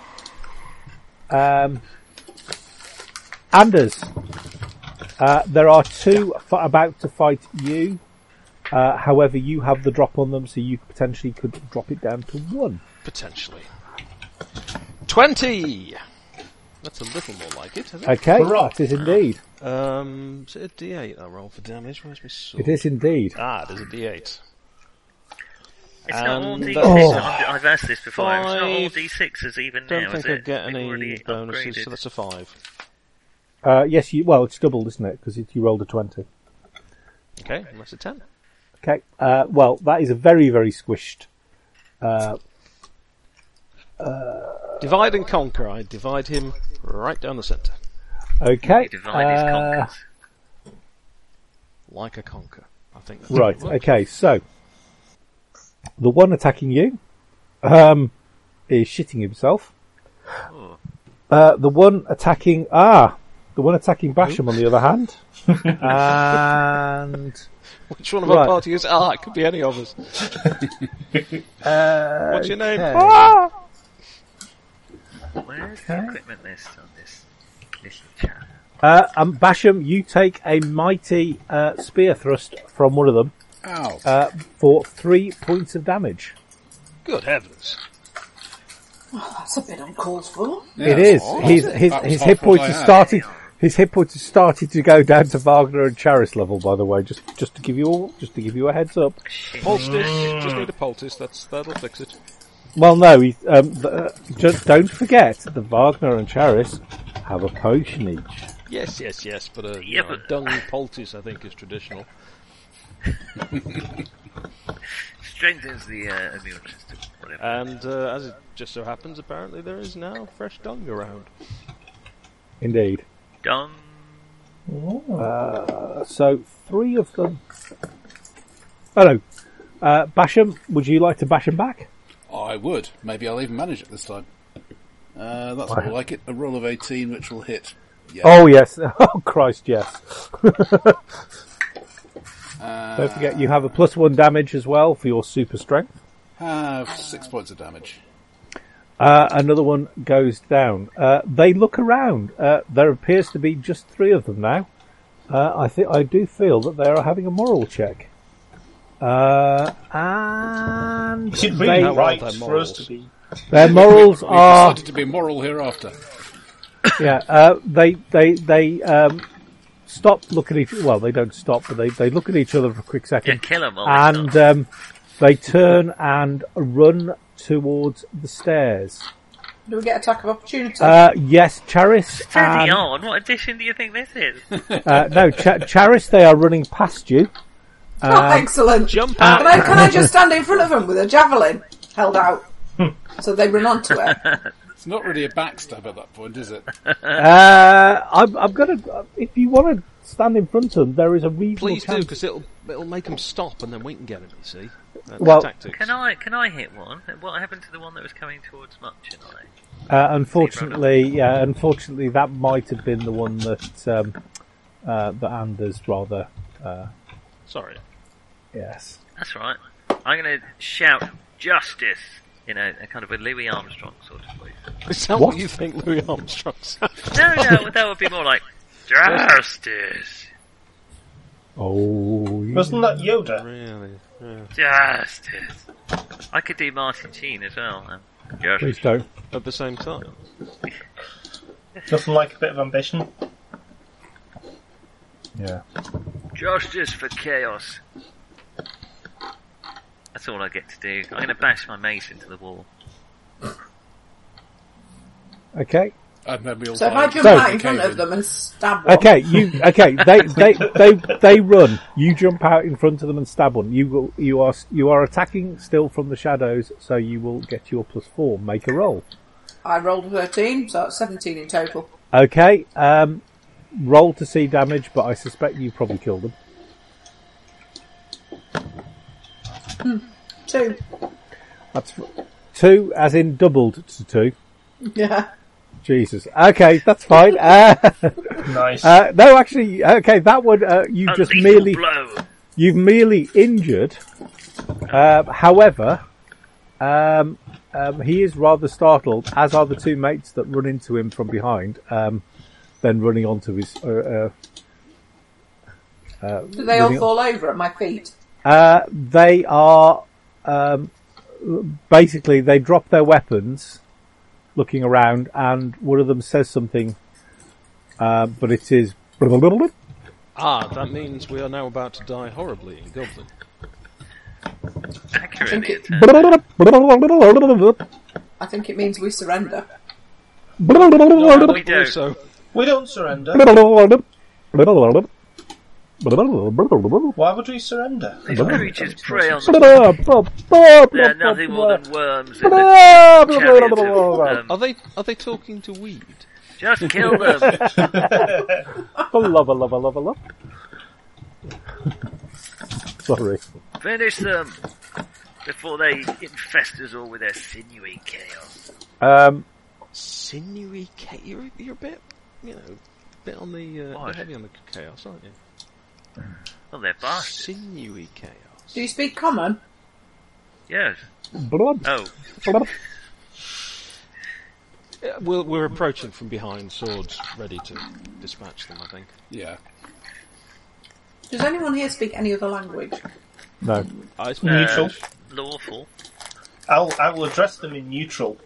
S3: um, Anders, uh, there are two f- about to fight you. Uh, however, you have the drop on them, so you potentially could drop it down to one.
S4: Potentially. 20! That's a little more like it, isn't it?
S3: Okay,
S6: Hurrah.
S3: that is indeed.
S4: Um, is it a d8 I roll for damage? Where's my sword?
S3: It is indeed.
S4: Ah, there's a d8.
S5: It's not all
S4: And
S5: D6.
S4: that's-
S3: Oh.
S5: I'm- I've asked this before. It's not all
S4: Five.
S5: D6s even
S4: Don't
S5: now, is
S4: think
S5: it?
S4: I get
S5: We've
S4: any
S5: already
S4: bonuses,
S5: upgraded.
S4: so that's a 5.
S3: Uh, yes, you, well, it's doubled, isn't it? Because you rolled a 20.
S4: Okay, and that's a 10.
S3: Okay, uh, well, that is a very, very squished.
S4: Divide and conquer. I divide him right down the centre.
S3: Okay.
S5: Divide his
S3: uh,
S5: conquers.
S4: Like a conquer. I think that's
S3: Right.
S4: how it works.
S3: Okay. So the one attacking you um, is shitting himself. Uh, the one attacking ah, the one attacking Basham on the other hand, and
S4: Which one of
S3: Right.
S4: our party is? Ah, it could be any of us.
S6: Uh,
S4: What's your name?
S3: okay.
S4: Ah!
S5: Where's the equipment list on this little chat?
S3: uh, and Basham, you take a mighty uh, spear thrust from one of them
S1: Ow.
S3: uh, for three points of damage.
S4: Good heavens.
S7: That's a bit uncalled for.
S3: It is. His his,
S1: That was
S3: his
S1: half
S3: hit
S1: what
S3: points
S1: I
S3: have
S1: had.
S3: started. His hit points have started to go down to Wagner and Charis level. By the way, just just to give you all, just to give you a heads up.
S4: Poultice. Just need a poultice. That's, that'll fix it.
S3: Well, no, he, um, th- uh, just don't forget that Wagner and Charis have a potion each.
S4: Yes, yes, yes, but a, you
S5: Yeah,
S4: know,
S5: but-
S4: a dung poultice, I think, is traditional.
S5: Strengthens the uh, immune system. Whatever.
S4: And uh, as it just so happens, apparently there is now fresh dung around.
S3: Indeed.
S5: Dong.
S3: So three of them. Oh no, uh, Basham, would you like to bash him back?
S1: I would. Maybe I'll even manage it this time. Uh, that's more like it. A roll of 18, which will hit. Yeah.
S3: Oh yes. Oh Christ, yes. Don't forget, you have a plus one damage as well for your super strength.
S1: Have six points of damage.
S3: Uh, another one goes down. Uh, they look around. Uh, there appears to be just three of them now. Uh, I think I do feel that they are having a moral check. Uh, and
S6: Is it
S3: They-
S6: really
S3: How
S4: are
S6: right
S4: their
S6: for
S4: morals?
S6: us to be?
S3: their morals
S1: We've
S3: are
S1: decided to be moral hereafter.
S3: yeah. Uh, they they they um, stop looking at each. Well, they don't stop, but they, they look at each other for a quick
S5: Yeah,
S3: second.
S5: kill them all.
S3: and um, they turn and run towards the stairs.
S7: Do we get attack of opportunity?
S3: Uh, yes, Charis
S5: Steady
S3: and
S5: on. What edition do you think this is?
S3: uh, no Ch- Charis. They are running past you.
S7: oh, excellent.
S4: Jump
S7: Can
S4: out!
S7: I, can I just stand in front of them with a javelin held out? so they run onto it.
S1: It's not really a backstab at that point, is it?
S3: Uh, I'm, I'm gonna. If you want to stand in front of them, there is a reasonable
S4: Please do,
S3: chance.
S4: because it'll it'll make them stop, and then we can get them. You see, That's the
S3: Well-
S4: tactics.
S5: Can I can I hit one? What happened to the one that was coming towards Much and I?
S3: Uh, unfortunately, yeah, unfortunately, that might have been the one that um, uh, that Anders rather.
S4: Sorry.
S3: Yes.
S5: That's right. I'm going to shout justice in a, a kind of a Louis Armstrong sort of voice.
S4: Is that what, you think Louis Armstrong sounds?
S5: No, no, that would be more like justice,
S3: Oh, yeah.
S6: Wasn't that Yoda?
S4: really? Yeah.
S5: justice. I could do Martin Sheen as well. Um,
S3: please
S5: justice.
S3: don't.
S4: At the same time.
S6: Nothing like a bit of ambition.
S3: Yeah.
S5: justice for chaos. That's all I get to do. I'm going to bash my mace into the wall.
S3: Okay.
S1: And then we all
S7: So if
S1: die
S7: I
S1: and
S7: jump
S3: So-
S7: out in
S1: cave
S7: front
S1: in.
S7: of them and stab one,
S3: Okay. You. Okay. They. They. they. They run. You jump out in front of them and stab one. You. will- You are. You are attacking still from the shadows, so you will get your plus four. Make a roll.
S7: I rolled a 13, so that's 17 in total.
S3: Okay. Um, roll to see damage, but I suspect you probably killed them.
S7: Two.
S3: That's f- two, as in doubled to two.
S7: Yeah.
S3: Jesus. Okay, that's fine. Uh,
S6: Nice.
S3: uh, no, actually, okay, that one uh, you
S5: A
S3: just
S5: lethal
S3: merely
S5: blow.
S3: you've merely injured. Uh, however, um, um, he is rather startled, as are the two mates that run into him from behind, um, then running onto his. Uh,
S7: Do they all
S3: Moving
S7: fall over at my feet?
S3: uh, uh, they are um, basically they drop their weapons, looking around, and one of them says something, uh, but it is.
S4: Ah, that means we are now about to die horribly in Goblin.
S5: Accurately attacked.
S7: I think it means we surrender.
S5: We do.
S4: So,
S6: we don't surrender.
S3: Why
S6: Why would we surrender?
S5: These creatures prey on the They're nothing more than worms in the chariots of, um,
S4: are they are they talking to weed?
S5: Just kill them.
S3: Sorry.
S5: Finish them. Before they infest us all with their sinewy chaos.
S3: Um,
S4: Sinewy chaos. You're, you're a bit, you know, a bit on the uh,
S5: Why?
S4: bit heavy on the chaos, aren't you?
S5: Oh, they're bastards.
S4: Sinewy chaos.
S7: Do you speak common?
S5: Yes. Oh,
S4: Yeah, we're, we're approaching from behind, swords ready to dispatch them. I think.
S1: Yeah.
S7: Does anyone here speak any other language?
S3: no.
S4: I
S6: Neutral.
S5: lawful.
S6: I'll, I will address them in neutral.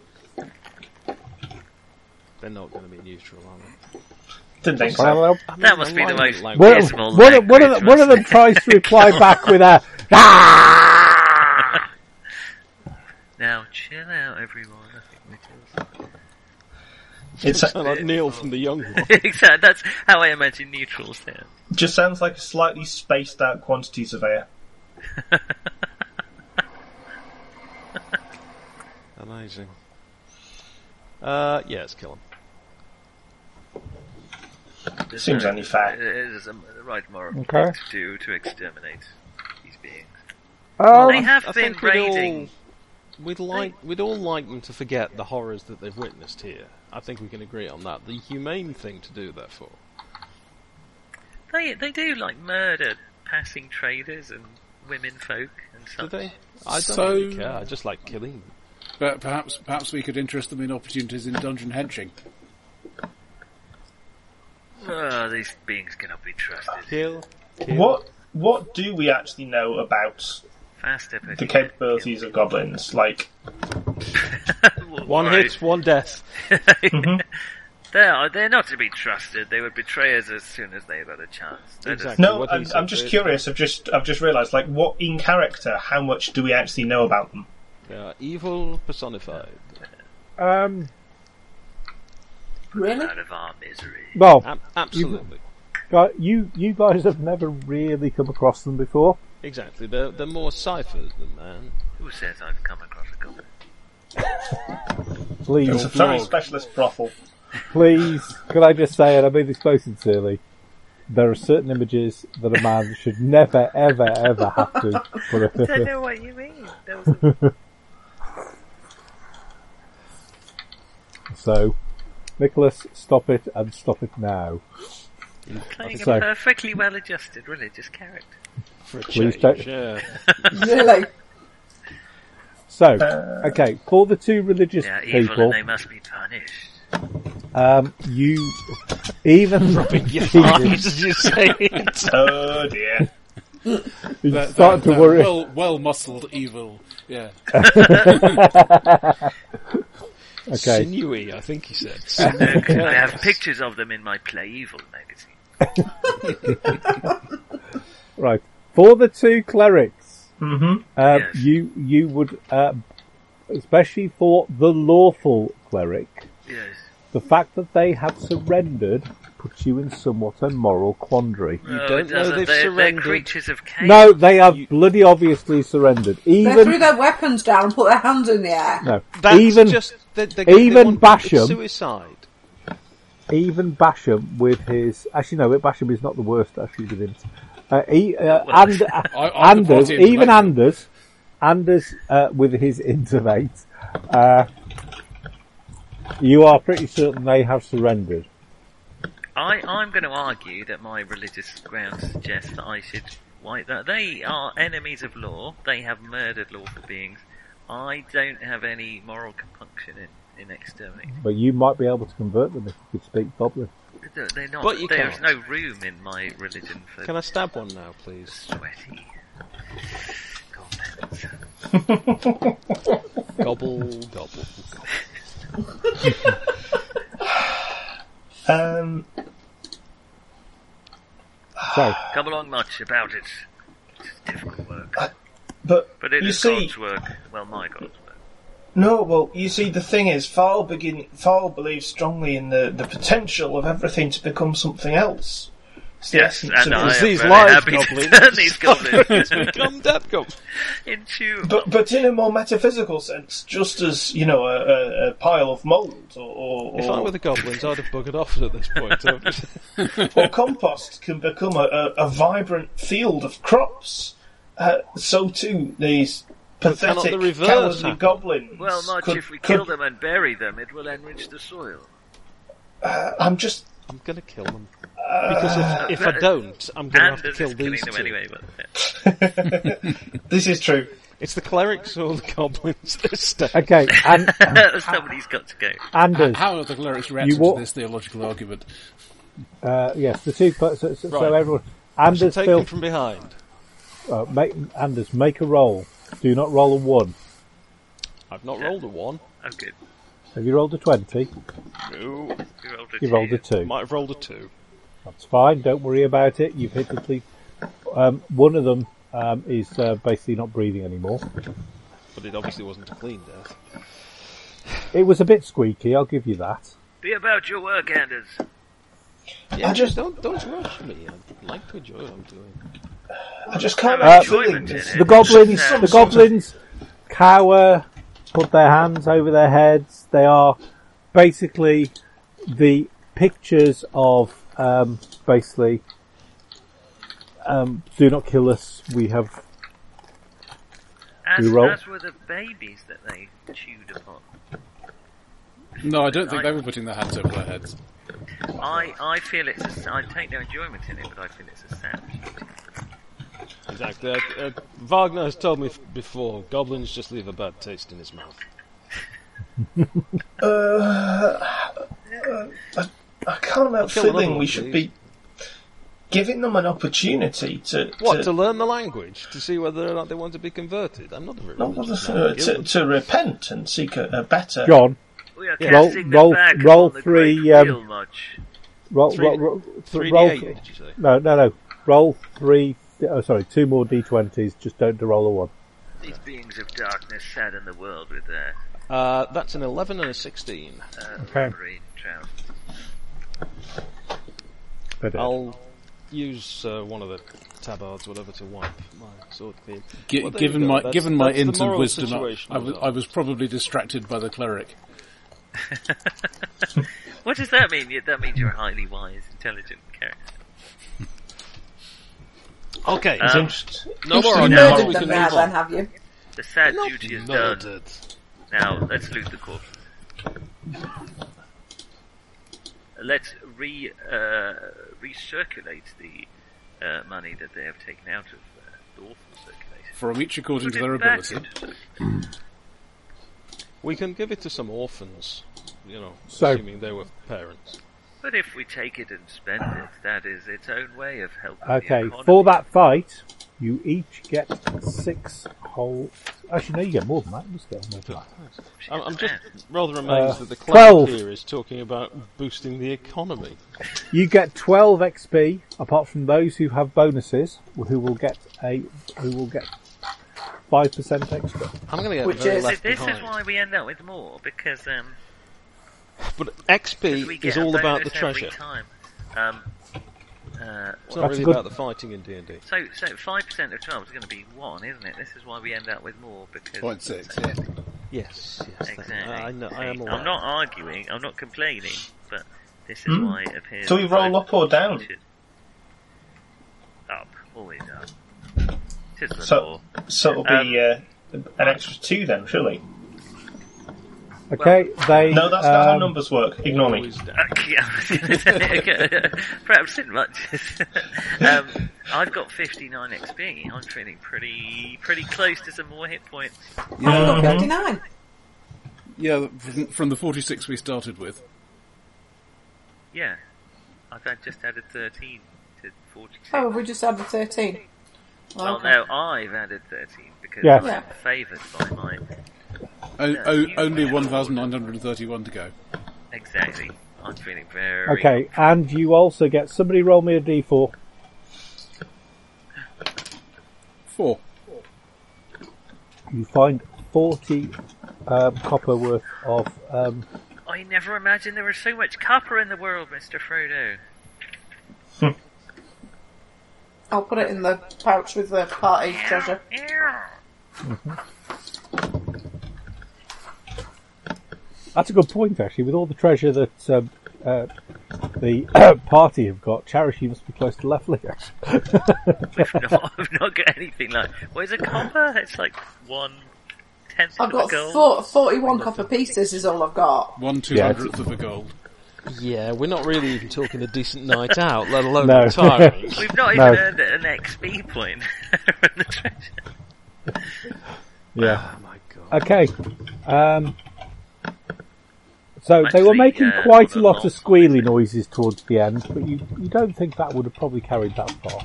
S4: They're not going to be neutral, are they?
S6: Didn't think so.
S3: Well,
S4: I mean,
S5: That must be the
S3: One,
S4: alignment
S5: most-
S4: language.
S5: Yes, well,
S3: one, of- one, of,
S5: language,
S3: the- one of them
S5: wasn't it?
S3: tries to reply back with Ah! a
S5: Now, chill out, everyone. I think we're
S6: It sa-
S4: Sound like Neil from the Young One.
S5: just... exactly. That's how I imagine neutrals sound.
S6: just sounds like a slightly spaced out quantity surveyor.
S4: Amazing. Uh, yeah, let's kill him.
S5: There's
S6: Seems
S5: no-
S6: only fair.
S5: There's a the right moral
S3: Okay.
S5: thing to do to exterminate these beings.
S3: Oh,
S5: they have
S4: I
S5: been
S4: think we'd all-
S5: raiding.
S4: We'd like, we'd all like them to forget the horrors that they've witnessed here. I think we can agree on that. The humane thing to do, therefore.
S5: They they do like murder passing traders and women folk and
S4: Do
S5: such.
S4: they? I don't
S1: So-
S4: really care. I just like killing them.
S1: But perhaps perhaps we could interest them in opportunities in dungeon henching.
S5: Oh, these beings cannot be trusted.
S4: Kill. kill.
S6: What what do we actually know about
S5: Faster,
S6: the capabilities of goblins? Like,
S4: One hit, one death.
S6: Mm-hmm.
S5: They're they're not to be trusted. They would betray us as soon as they've had a chance. They're just-
S4: Exactly.
S6: no,
S4: what he
S6: I'm,
S4: said
S6: I'm just
S4: is-
S6: curious. I've just I've just realised. Like, what in character? How much do we actually know about them?
S4: They are uh, evil personified.
S3: um,
S7: Really?
S5: out of our misery.
S3: well,
S4: Ab- absolutely.
S3: gu- you you guys have never really come across them before.
S4: Exactly. They're, they're more ciphers than man.
S5: Who says I've come across a goblin?
S6: It's
S3: Please,
S6: a very specialist brothel.
S3: please, could I just say it? I mean this so sincerely. there are certain images that a man should never, ever, ever have to put a
S5: I don't know what you mean. There was a-
S3: So, Nicholas, stop it and stop it now.
S5: playing
S3: So-
S5: a perfectly well-adjusted religious character.
S4: For a
S3: Please
S4: change,
S3: don't-
S4: yeah.
S7: Really?
S3: So, okay, for the two religious
S5: They are evil
S3: people,
S5: and they must be punished.
S3: um, you even
S4: Yes,
S3: Jesus,
S4: you say it.
S6: Oh dear.
S3: you
S1: That-
S3: start
S1: that-
S3: to
S1: that
S3: worry.
S1: Well, well muscled evil. Yeah.
S3: Okay,
S4: Sinewy, E, I think he said.
S5: Look, I have pictures of them in my Play Evil magazine.
S3: right. For the two clerics,
S6: Mm-hmm.
S3: um,
S5: Yes.
S3: you you would, uh, especially for the lawful cleric,
S5: Yes.
S3: the fact that they have surrendered puts you in somewhat a moral quandary.
S5: No,
S4: don't
S5: Oh,
S4: know
S5: it doesn't.
S4: they've
S5: they're, they're
S4: surrendered.
S5: creatures of chaos.
S3: No, they have bloody obviously surrendered.
S7: They threw
S3: Even
S7: their weapons down and put their hands in the air.
S3: no,
S4: That's
S3: even
S4: just they, they,
S3: even
S4: they want
S3: Basham-
S4: suicide.
S3: even Basham with his actually no, Basham is not the worst actually with him. Uh, he, uh,
S5: Well,
S3: and,
S1: I- I could
S3: Anders,
S1: party in the
S3: even
S1: back.
S3: Anders, Anders uh, with his intimate, uh, you are pretty certain they have surrendered.
S5: I, I'm going to argue that my religious grounds suggest that I should wipe that. They are enemies of law. They have murdered lawful beings. I don't have any moral compunction in, in exterminating.
S3: But you might be able to convert them if you could speak Goblin.
S5: They're- They're not.
S4: But you
S5: there's
S4: can't.
S5: no room in my religion for
S4: Can I stab one now, please?
S5: sweaty comments.
S4: Gobble, gobble, gobble.
S6: Um,
S3: So,
S5: Come along, much about it. It's difficult work,
S4: Uh,
S6: but
S5: but it is
S6: you see,
S5: God's work. Well, my God's work.
S6: no. Well, you see, the thing is, Val begin. Val believes strongly in the, the potential of everything to become something else. It's the
S5: Yes,
S6: essence
S5: and
S6: of
S5: I
S6: his-
S5: am
S4: these
S5: very
S4: live
S5: happy
S4: goblins.
S5: to turn these goblins
S4: Become dead gobble.
S5: into
S6: But but in a more metaphysical sense, just as you know, a, a, a pile of mould or or,
S4: If I were
S6: or,
S4: the goblins, I'd have buggered off at this point. I would-
S6: or compost can become a, a, a vibrant field of crops, uh, so too these
S4: cannot
S6: pathetic
S4: the reverse
S6: cowardly
S4: happen?
S6: goblins.
S5: Well, much
S6: could-
S5: if we kill
S6: could-
S5: them and bury them, it will enrich the soil.
S6: I'm just
S4: I'm going to kill them. Because if, if I don't, I'm going to have to
S5: Uh, Anders
S4: kill
S5: is killing
S4: these
S5: them
S4: two.
S5: anyway. But
S6: this is true.
S4: It's the clerics or the goblins this stage.
S3: okay, and,
S5: yeah. somebody's got to go.
S3: Anders,
S1: How are the clerics reacting
S3: walk-
S1: to this theological argument?
S3: uh, yes, the two, so, so, so
S4: Right.
S3: everyone, Anders,
S4: Take them
S3: Phil,
S4: from behind.
S3: uh, make, Anders, make a roll. Do not roll a one.
S4: I've not rolled a one.
S5: I'm good.
S3: Have you rolled a 20?
S4: No.
S5: You rolled a
S3: You rolled
S5: two.
S3: a 2.
S4: Might have rolled a two.
S3: That's fine. Don't worry about it. You've hit the sleep. Um, one of them um, is uh, basically not breathing anymore.
S4: But it obviously wasn't a clean death.
S3: It was a bit squeaky. I'll give you that.
S5: Be about your work, Anders.
S3: Uh,
S4: Yeah,
S6: I just-
S4: don't don't rush me. I'd like to enjoy what I'm doing.
S6: I just can't
S5: Uh,
S6: help feeling
S5: enjoyment in
S6: this.
S5: it.
S3: The goblins.
S5: Yeah.
S3: The goblins cower, put their hands over their heads. They are basically the pictures of um, basically. Um, do not kill us. We have
S5: As,
S3: You roll.
S5: as were the babies that they chewed upon.
S1: No, I don't think they were putting their hands over their heads.
S5: I, I feel it's. A, I take no enjoyment in it, but I feel it's a sad.
S4: Exactly. Uh, uh, Wagner has told me f- before, goblins just leave a bad taste in his mouth.
S6: I can't help
S4: kill another
S6: feeling
S4: one,
S6: we should
S4: please.
S6: be giving them an opportunity to
S4: What,
S6: to,
S4: to learn the language? To see whether or not they want to be converted? I'm not a very
S6: not
S4: religious
S6: to,
S4: man.
S6: to, to repent and seek a, a better.
S3: John.
S5: We are
S4: Yeah.
S3: Roll-
S5: casting
S3: roll-
S5: them back
S3: roll
S5: upon the
S3: three,
S5: great
S3: um,
S5: wheel, much.
S3: Roll,
S4: Three-
S3: roll, roll,
S4: Three
S3: roll-
S4: D8, did you say?
S3: No, no, no. Roll three. Oh, sorry, two more d20s. Just don't roll a one.
S5: These beings of darkness sadden the world with their
S4: Uh, that's an 11 and a 16.
S5: uh,
S3: Okay.
S5: rubbery trousers.
S3: But, uh,
S4: I'll use uh, one of the tabards, whatever, to wipe my sword clean.
S1: Gi-
S4: Well, there you
S1: given
S4: go.
S1: my
S4: That's-
S1: given my
S4: that's the
S1: int and
S4: moral
S1: wisdom, I,
S4: situation
S1: I, was,
S4: of
S1: I
S4: it.
S1: was probably distracted by the cleric.
S5: What does that mean? That means you're a highly wise, intelligent character.
S4: Okay,
S5: Um,
S6: Interesting.
S4: no more
S7: You
S4: on
S6: now
S7: murdered
S4: we
S7: them
S4: can
S7: now
S4: move
S7: then,
S4: on.
S7: have you?
S5: The sad duty is done.
S4: Murdered.
S5: Now let's loot the corpse. Let's re uh, recirculate the uh, money that they have taken out of uh, the orphan circulation.
S1: From each according
S5: Put
S1: to their
S5: it back
S1: ability.
S5: into circulation.
S4: We can give it to some orphans, you know,
S3: So-
S4: assuming they were parents.
S5: But if we take it and spend it, that is its own way of helping. the
S3: Okay,
S5: economy.
S3: for that fight, you each get six whole. Actually, no, you get more than that. You just get more than that.
S4: I'm, I'm just rather amazed
S3: Uh,
S4: that the
S3: twelve.
S4: cloud here is talking about boosting the economy.
S3: You get 12 XP, apart from those who have bonuses, who will get a who will get 5% extra.
S4: I'm going to get
S7: Which
S4: very
S5: Th-
S7: is-
S4: left
S5: This
S4: behind.
S5: is why we end up with more because um,
S4: But
S5: we
S4: XP
S5: get
S4: is
S5: a
S4: all about the
S5: bonus
S4: treasure.
S5: Every time. Um, uh,
S4: It's
S3: That's
S4: not really
S3: a good-
S4: about the fighting in D&D.
S5: so so five percent of twelve is going to be one, isn't it? This is why we end up with more because
S1: Point six, yeah.
S4: Yes, yes. thank you.
S5: Exactly.
S4: I, I know, I am
S5: See,
S4: aware.
S5: I'm not arguing. I'm not complaining. But this is
S6: Hmm.
S5: why it appears.
S6: Do we
S5: that
S6: roll
S5: both
S6: up or down?
S5: should- Up, always up. Tis the
S6: So-
S5: law.
S6: So it'll be uh, an extra two then, surely.
S3: Okay, they.
S6: No, that's not how
S3: um,
S6: numbers work. Ignore me.
S4: Always down.
S5: Okay, I was gonna say, okay, Perhaps in much. um, I've got 59 XP. I'm feeling pretty pretty close to some more hit points.
S3: Mm-hmm.
S7: I've got
S6: Mhm.
S7: 59.
S1: Yeah, from, from the 46 we started with.
S5: Yeah, I've had, just added 13 to 46.
S7: Oh, we just added 13.
S5: well,
S7: okay.
S5: no, I've added 13 because
S3: Yes.
S5: I'm favoured by my
S1: O-
S5: Yeah,
S1: o-
S5: you-
S1: only 1,931 to go.
S5: exactly. I'm feeling very
S3: Okay, and you also get. Somebody roll me a d4.
S1: Four.
S3: You find 40 um, copper worth of. Um,
S5: I never imagined there was so much copper in the world, Mister Frodo.
S7: I'll put it in the pouch with the party treasure.
S3: That's a good point, actually. With all the treasure that um, uh, the party have got, charity must be close to leveling. actually.
S5: We've not, I've not got anything like. What is a copper? It's like one tenth
S7: I've
S5: of a
S7: got
S5: gold.
S7: four, 41 copper pieces is all I've got.
S1: One two
S3: Yeah,
S1: hundredth of a gold.
S4: Yeah, we're not really even talking a decent night out, let alone
S3: No.
S4: retiring.
S5: We've not
S3: No.
S5: even earned an XP point from the treasure.
S3: Yeah.
S4: oh my god.
S3: Okay. Um, so they were
S5: Actually,
S3: making
S5: uh,
S3: quite a
S5: the
S3: lot of
S5: last
S3: squealy noises towards the end, but you, you don't think that would have probably carried that far.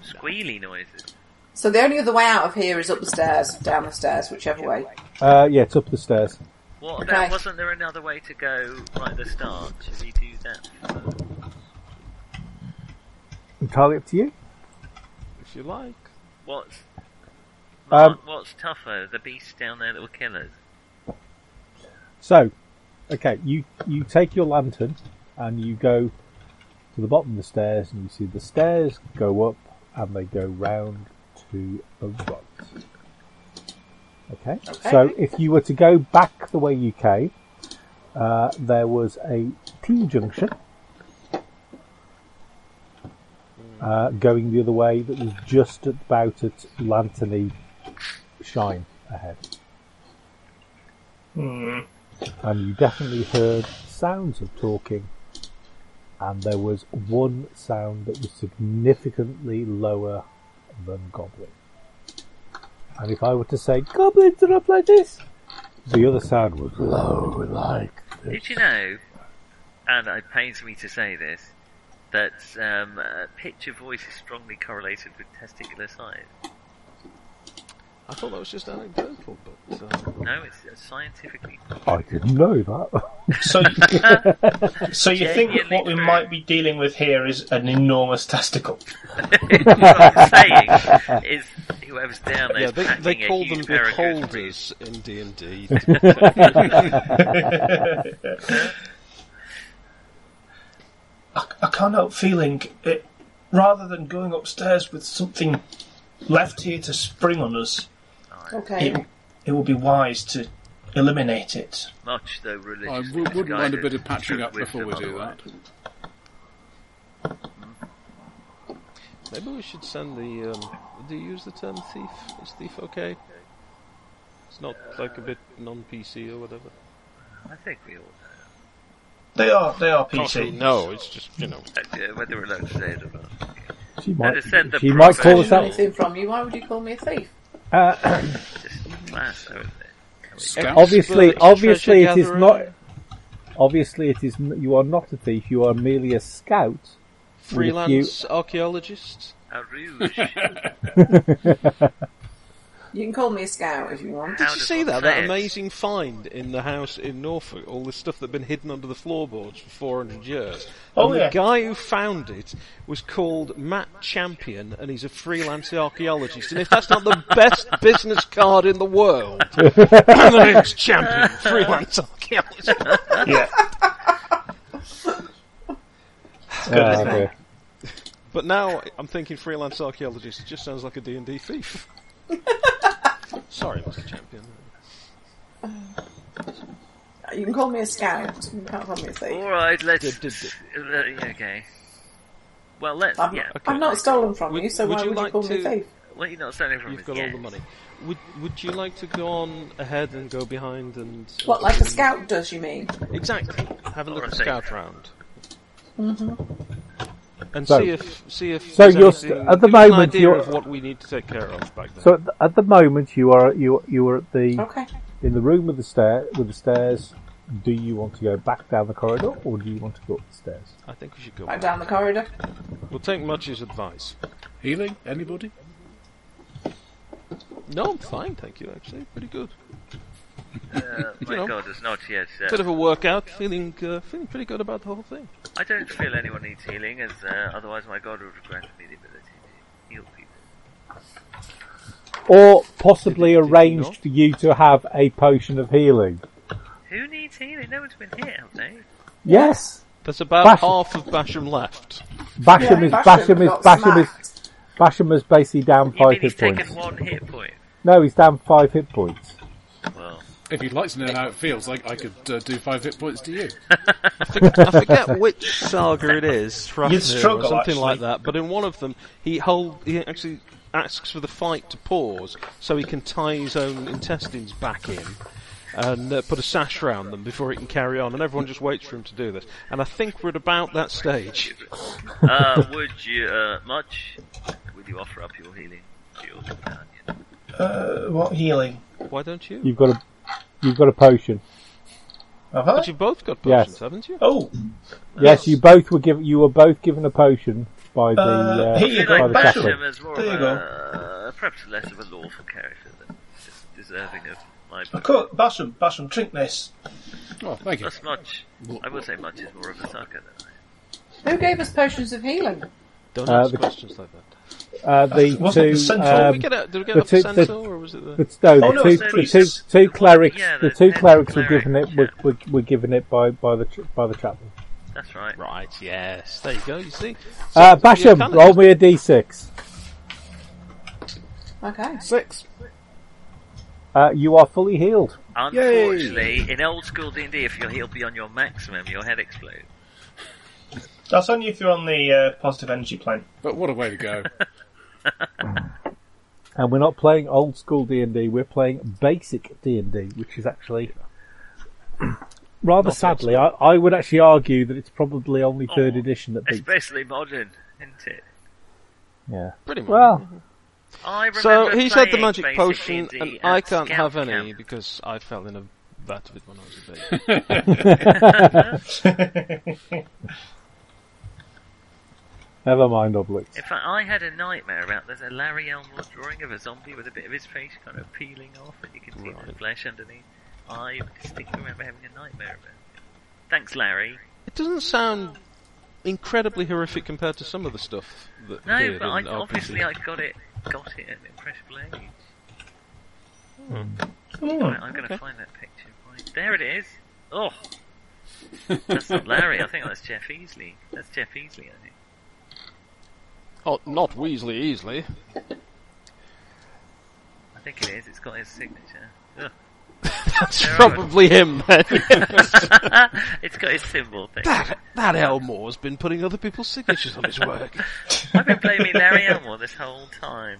S5: Squealy noises.
S7: So the only other way out of here is up the stairs, down the stairs, whichever way.
S3: Uh, yeah, it's up the stairs.
S5: What about?
S7: Okay.
S5: Wasn't there another way to go right at the start? Should we do that?
S3: Entirely up to you.
S4: If you like.
S5: What's
S3: Um,
S5: what's tougher, the beasts down there that will kill us?
S3: So, okay, you, you take your lantern and you go to the bottom of the stairs and you see the stairs go up and they go round to the right. Okay.
S7: Okay.
S3: So if you were to go back the way you came, uh, there was a T junction uh, going the other way that was just about at lanterny shine ahead
S6: Hmm.
S3: and you definitely heard sounds of talking. And there was one sound that was significantly lower than goblin. And if I were to say goblins are up like this, the other sound was low like this.
S5: Did you know? And it pains me to say this. That um, uh, pitch of voice is strongly correlated with testicular size.
S4: I thought that was just anecdotal, but uh,
S5: No, it's uh, scientifically.
S3: I didn't know that.
S6: So, so you think that
S5: Genuinely
S6: what we
S5: true.
S6: might be dealing with here is an enormous testicle?
S5: what I'm saying is, whoever's down there
S4: yeah,
S5: is
S4: they, they
S5: packing a
S4: call them
S5: huge barracuda.
S4: beholders in D&D.
S6: I, I can't help feeling it. Rather than going upstairs with something left here to spring on us,
S7: Okay.
S6: it, it will be wise to eliminate it.
S5: Much though religious.
S1: I w- wouldn't mind a bit of patching up before we do that.
S4: Maybe we should send the. Um, do you use the term thief? Is thief okay? It's not like a bit non-PC or whatever.
S5: I think we all
S6: They are they are
S4: Actually,
S6: PC.
S4: no, it's just you know.
S5: know uh, whether we're allowed to say it or not.
S3: She
S5: they
S3: might,
S5: said the
S3: she might call us
S7: Didn't
S3: out.
S7: anything from you. Why would you call me a thief?
S3: Uh,
S5: Just class, haven't they?
S1: Scout.
S3: obviously,
S4: Expert,
S3: obviously it is
S4: treasure
S3: not.
S4: gatherer.
S3: Obviously, it is. n- You are not a thief. You are merely a scout.
S4: Freelance archaeologist.
S5: A rouge.
S7: You can call me a scout if you want.
S5: How
S4: Did you
S5: does
S4: see
S5: one
S4: that?
S5: say
S4: That
S5: it?
S4: amazing find in the house in Norfolk. All this stuff that had been hidden under the floorboards for 400 years.
S6: Oh,
S4: and
S6: yeah.
S4: the guy who found it was called Matt Champion and he's a freelance archaeologist. And if that's not the best business card in the world, the name's Champion, freelance archaeologist.
S6: Yeah.
S3: Ah, dear.
S4: But now I'm thinking freelance archaeologist. It just sounds like a D&D thief. Sorry, Mr. Champion.
S7: You can call me a scout. You can't call me a thief.
S5: All right, let's.
S4: Did- did- did-
S5: Uh, yeah, okay. Well, let's.
S7: I've,
S5: yeah.
S7: I've not stolen from
S4: Would-
S7: you, so
S4: would
S7: why
S4: you
S7: would you
S4: like
S7: call me a
S4: to-
S7: thief?
S5: Well, you're not standing from
S4: You've
S5: it
S4: got
S5: yet.
S4: all the money. Would Would you like to go on ahead and go behind and
S7: What, like a scout does, you mean?
S4: Exactly. Have a look
S5: Or a
S4: at
S5: thief.
S4: scout round.
S7: Mm-hmm.
S4: And
S3: So-
S4: see if see if
S3: so
S4: there's
S3: you're st-
S4: anything-
S3: at the
S4: give us an
S3: moment
S4: idea
S3: you're-
S4: of what we need to take care of back there.
S3: So at the, at the moment, you are you you are at the
S7: Okay.
S3: in the room with the stair with the stairs. Do you want to go back down the corridor, or do you want to go up the stairs?
S4: I think we should go.
S7: Right down the corridor.
S4: We'll take Mudge's advice.
S1: Healing? Anybody?
S4: No, I'm fine, thank you. Actually, pretty good.
S5: Uh, my
S4: know.
S5: god, it's not yet.
S4: Bit
S5: Uh,
S4: of a workout. Feeling uh, feeling pretty good about the whole thing.
S5: I don't feel anyone needs healing, as uh, otherwise my god would have granted me the ability to heal people.
S3: Or possibly
S4: Did- did you
S3: arranged
S4: not?
S3: for you to have a potion of healing.
S5: Who needs healing? No one's been hit, have they?
S3: Yes,
S4: There's about
S3: Basham.
S4: half of Basham left.
S3: Basham is Basham is
S7: got
S3: Basham is
S7: smacked.
S3: Basham is basically down
S5: You
S3: five
S5: mean he's
S3: hit points.
S5: taken one hit point?
S3: No, he's down five hit points.
S5: Well,
S1: If you'd like to know how it feels, I, I could uh, do five hit points to you.
S4: I forget which saga it is, Thrafnir
S6: struggle,
S4: or something
S6: actually.
S4: like that. But in one of them, he hold he actually asks for the fight to pause so he can tie his own intestines back in and uh, put a sash round them before he can carry on. And everyone just waits for him to do this. And I think we're at about that stage.
S5: uh, would you uh, much? Would you offer up your healing to your companion?
S6: Uh, what healing?
S4: Why don't you?
S3: You've got a you've got a potion.
S6: Have I?
S4: But you've both got
S3: Yes.
S4: potions, haven't you?
S6: Oh,
S3: Yes, you both were given you were both given a potion by the
S6: Uh,
S3: uh,
S6: here you
S5: You
S6: go,
S3: by
S5: like
S3: the
S6: Basham.
S3: chaplain.
S5: Basham as more
S6: There you
S5: of
S6: go.
S5: a, uh, perhaps less of a lawful character than just deserving of my
S6: of
S5: book.
S6: course, Basham, Basham, drink this.
S1: Oh, thank you.
S5: Plus much. I would say much is more of a sucker than
S7: Who gave us potions of healing?
S4: Don't
S3: Uh,
S4: ask
S3: the-
S4: questions like that.
S3: Uh, the
S6: Wasn't it the
S3: two
S6: central?
S4: Did
S3: um,
S4: we get a, did we get
S3: the
S4: a
S3: two- the-
S4: percentile, or was it the...
S3: the, no, the
S6: Oh, no,
S3: two
S6: it's the
S3: the
S6: priests.
S3: two two clerics
S5: Yeah,
S3: the
S5: the
S3: two
S5: head
S3: clerics were
S5: cleric,
S3: given it were, were, were given it by by the ch- by the chaplain.
S5: I. That's right.
S4: Right, yes. There you go, you see.
S3: Uh,
S4: So you're
S3: Basham,
S4: kinda
S3: roll
S4: just-
S3: me a d6.
S7: Okay.
S3: Six. Uh, you are fully healed.
S5: Unfortunately, in old school D&D, if you're healed beyond your maximum, your head explodes.
S6: That's only if you're on the uh, positive energy plane.
S1: But what a way to go.
S3: And we're not playing old school D&D, we're playing basic D&D, which is actually, rather sadly, I, I would actually argue that it's probably only third
S5: Oh,
S3: edition that beats.
S5: Especially modern, isn't it?
S3: Yeah.
S4: Pretty much.
S3: Well,
S5: I
S4: So
S5: remember
S4: he's had the
S5: playing
S4: magic
S5: basic
S4: potion,
S5: D&D
S4: and
S5: at
S4: I can't
S5: scout
S4: have any
S5: camp.
S4: because I fell in a vat of it when I was a baby.
S3: never mind Obelix.
S5: In fact, I had a nightmare about there's a Larry Elmore drawing of a zombie with a bit of his face kind of peeling off, and you can see the
S4: Right.
S5: flesh underneath. I distinctly remember having a nightmare about it. Thanks, Larry.
S4: it doesn't sound incredibly horrific compared to some of the stuff that we
S5: No,
S4: did
S5: but
S4: in
S5: I,
S4: RPG.
S5: obviously I got it, got it at an impressive age.
S3: Hmm.
S5: Right, I'm going to find that picture. Right, there it is. Oh, that's not Larry. I think that's Jeff Easley. That's Jeff Easley. I think.
S4: Oh, not Weasley easily.
S5: I think it is. It's got his signature. Ugh.
S4: That's probably him then.
S5: it's got his symbol thing.
S4: that, that Elmore's been putting other people's signatures on his work.
S5: I've been blaming Larry Elmore this whole time.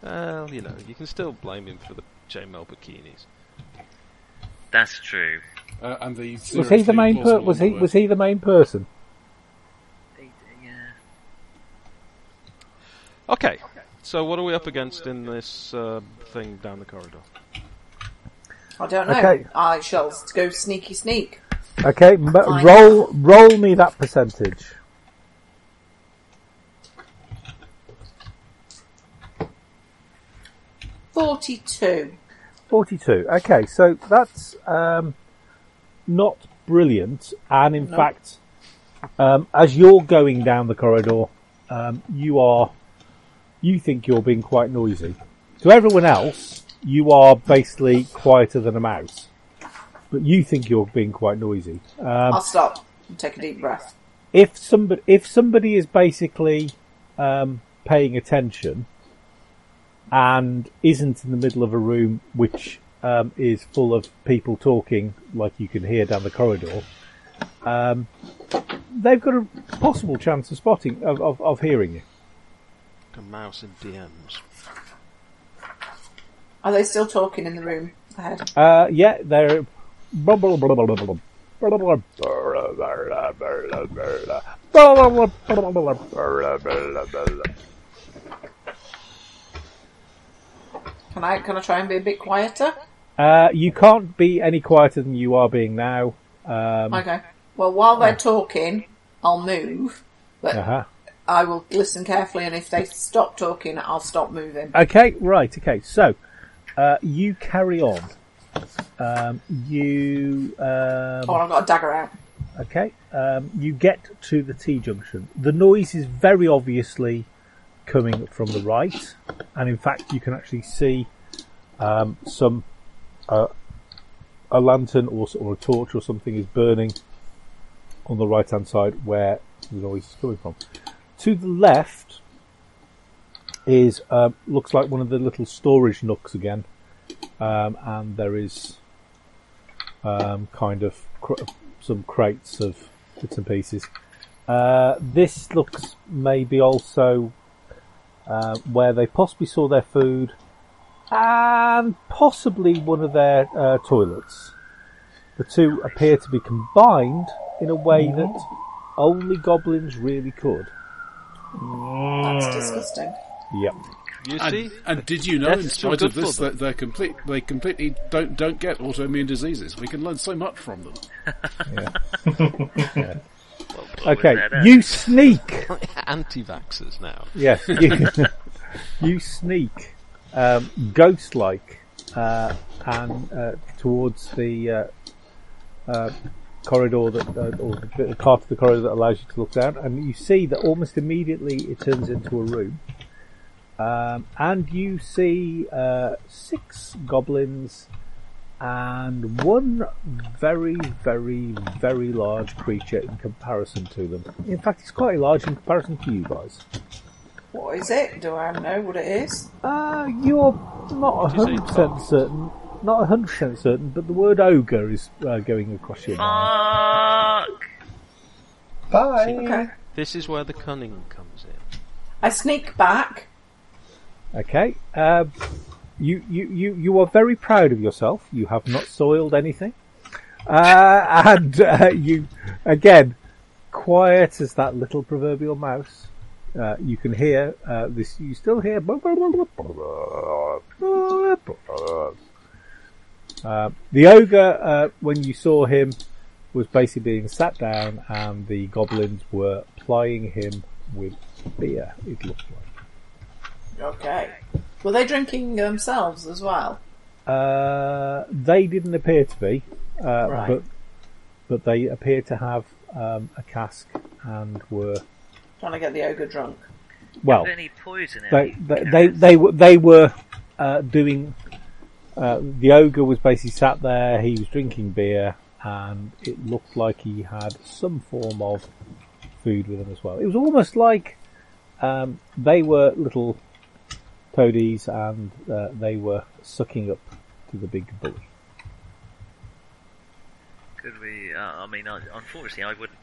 S4: Well, you know, you can still blame him for the JML bikinis.
S5: That's true.
S1: Uh, and the
S3: Was he the main? Per- was he? Was he the main person?
S5: They- Yeah.
S4: Okay, so what are we up against in this uh, thing down the corridor?
S7: I don't know.
S3: Okay.
S7: I shall go sneaky sneak.
S3: Okay, m-
S7: Fine.
S3: roll roll me that percentage.
S7: Forty-two.
S3: 42. Okay, so that's um, not brilliant. And in fact, um, as you're going down the corridor, um, you are, you think you're being quite noisy. To everyone else, you are basically quieter than a mouse. But you think you're being quite noisy.
S7: I'll stop and take a deep breath.
S3: If somebody, if somebody is basically um, paying attention and isn't in the middle of a room which um, is full of people talking, like you can hear down the corridor, um, they've got a possible chance of spotting of, of, of hearing you.
S4: A mouse in DMs.
S7: Are they still talking in the room ahead?
S3: Uh, yeah, they're. blah, blah, blah, blah, blah, blah, blah, blah, blah, blah, blah, blah, blah, blah, blah, blah, blah.
S7: Can I? Can I try and be a bit quieter?
S3: Uh, you can't be any quieter than you are being now. Um,
S7: Okay. Well, while they're talking, I'll move, but
S3: uh-huh.
S7: I will listen carefully, and if they stop talking, I'll stop moving.
S3: Okay, right, okay. So, uh, you carry on. Um, you,
S7: Oh,
S3: um,
S7: I've got a dagger out.
S3: okay, um, you get to the T junction. The noise is very obviously coming from the right, and in fact, you can actually see um, some uh, a lantern or, s- or a torch or something is burning on the right hand side where the noise is coming from. To the left is um, looks like one of the little storage nooks again, um, and there is um, kind of cr- some crates of bits and pieces. Uh, this looks maybe also uh, where they possibly saw their food and possibly one of their uh, toilets. The two appear to be combined in a way that only goblins really could.
S7: That's disgusting.
S3: Yep.
S4: You see?
S1: And, and did you know,
S4: That's
S1: in
S4: still
S1: spite of
S4: good for
S1: this,
S4: them.
S1: that they're complete, they completely don't don't get autoimmune diseases. We can learn so much from them.
S5: Well, what was
S3: Okay,
S5: that, uh,
S3: you sneak.
S4: Anti-vaxxers now.
S3: Yes, you, you sneak, um, ghost-like, uh, and uh, towards the uh, uh, corridor that, uh, or the bit- the part of the corridor that allows you to look down, and you see that almost immediately it turns into a room, um, and you see uh, six goblins and one very, very, very large creature in comparison to them. In fact, it's quite large in comparison to you guys.
S7: What is it? Do I know what it is?
S3: Uh, you're not
S4: It is a
S3: hundred percent certain. Not hundred percent certain, but the word ogre is uh, going across your mind.
S5: Fuck!
S6: Bye.
S7: Okay.
S4: This is where the cunning comes in.
S7: I sneak back.
S3: Okay. Uh, you, you, you, you are very proud of yourself. You have not soiled anything. Uh, and uh, you, again, quiet as that little proverbial mouse. Uh, you can hear uh, this. You still hear. Uh, the ogre, uh, when you saw him, was basically being sat down, and the goblins were plying him with beer. It looked like.
S7: Okay. Were they drinking themselves as well?
S3: Uh, they didn't appear to be, uh,
S7: Right.
S3: but but they appear to have um, a cask and were
S7: Trying to get the ogre drunk.
S3: well.
S5: Is there any poison in
S3: They
S5: it?
S3: they they, they were they were uh, doing. Uh, the ogre was basically sat there. He was drinking beer, and it looked like he had some form of food with him as well. It was almost like um, they were little toadies, and uh, they were sucking up to the big bully.
S5: Could we? Uh, I mean, I, unfortunately, I wouldn't.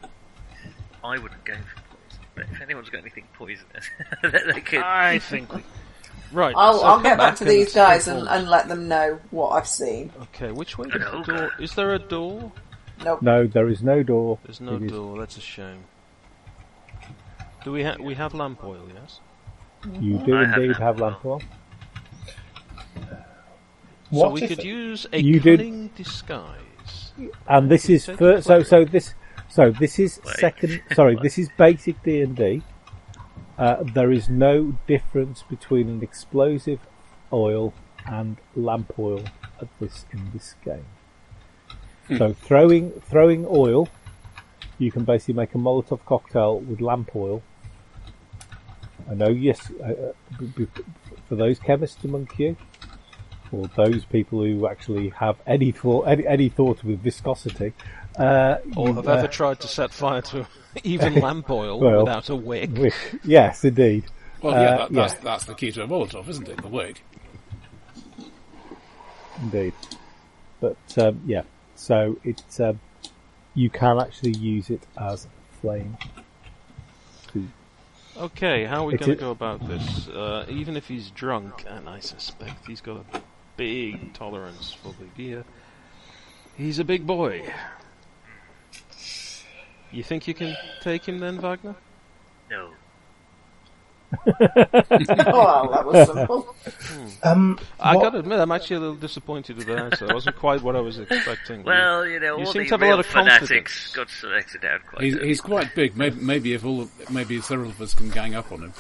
S5: I wouldn't go for poison. But if anyone's got anything poisonous, that they could.
S4: I think. we- Right.
S7: I'll,
S4: so
S7: I'll
S4: come
S7: get back to
S4: and
S7: these guys and,
S4: forward.
S7: and let them know what I've seen.
S4: Okay, which way? Is, the door? is there a door?
S7: Nope.
S3: No, there is no door.
S4: There's no
S3: It is-
S4: door. That's a shame. Do we have we have lamp oil? Yes.
S3: You do
S5: I have
S3: indeed
S5: lamp
S3: have
S5: oil.
S3: lamp oil.
S6: What
S4: so we
S6: if
S4: could
S6: it-
S4: use a
S3: You did-
S4: cunning disguise.
S3: And this is
S4: Take
S3: fir-
S4: it
S3: so
S4: away.
S3: so this so this is
S5: Wait.
S3: second. Sorry, this is basic D and D. Uh, There is no difference between an explosive oil and lamp oil at this in this game.
S5: Hmm.
S3: So throwing throwing oil, you can basically make a Molotov cocktail with lamp oil. I know, yes, uh, uh, b- b- for those chemists among you, or those people who actually have any thought any, any thought with viscosity, uh,
S4: Or
S3: you,
S4: have
S3: uh,
S4: ever tried to set fire to even lamp oil
S3: Well,
S4: without a wick?
S3: wish- yes, indeed.
S1: Well, yeah,
S3: Uh,
S1: that, that's, that's the key to a Molotov, isn't it? The wig.
S3: indeed. But um, yeah, so it um, you can actually use it as flame.
S4: Okay, how are we
S3: It's
S4: going
S3: a-
S4: to go about this? Uh, even if he's drunk, and I suspect he's got a big tolerance for the gear, he's a big boy. You think you can take him then, Wagner?
S5: No.
S7: Oh, that was simple.
S6: Um,
S4: I
S6: what-
S4: gotta admit, I'm actually a little disappointed with the answer. It wasn't quite what I was expecting.
S5: Well, you know,
S4: You
S5: all
S4: seem
S5: the
S4: to have a
S5: real
S4: lot of
S5: fanatics
S4: confidence.
S5: got selected out quite.
S1: He's,
S5: early.
S1: he's quite big. Maybe, maybe if all, maybe several of us can gang up on him.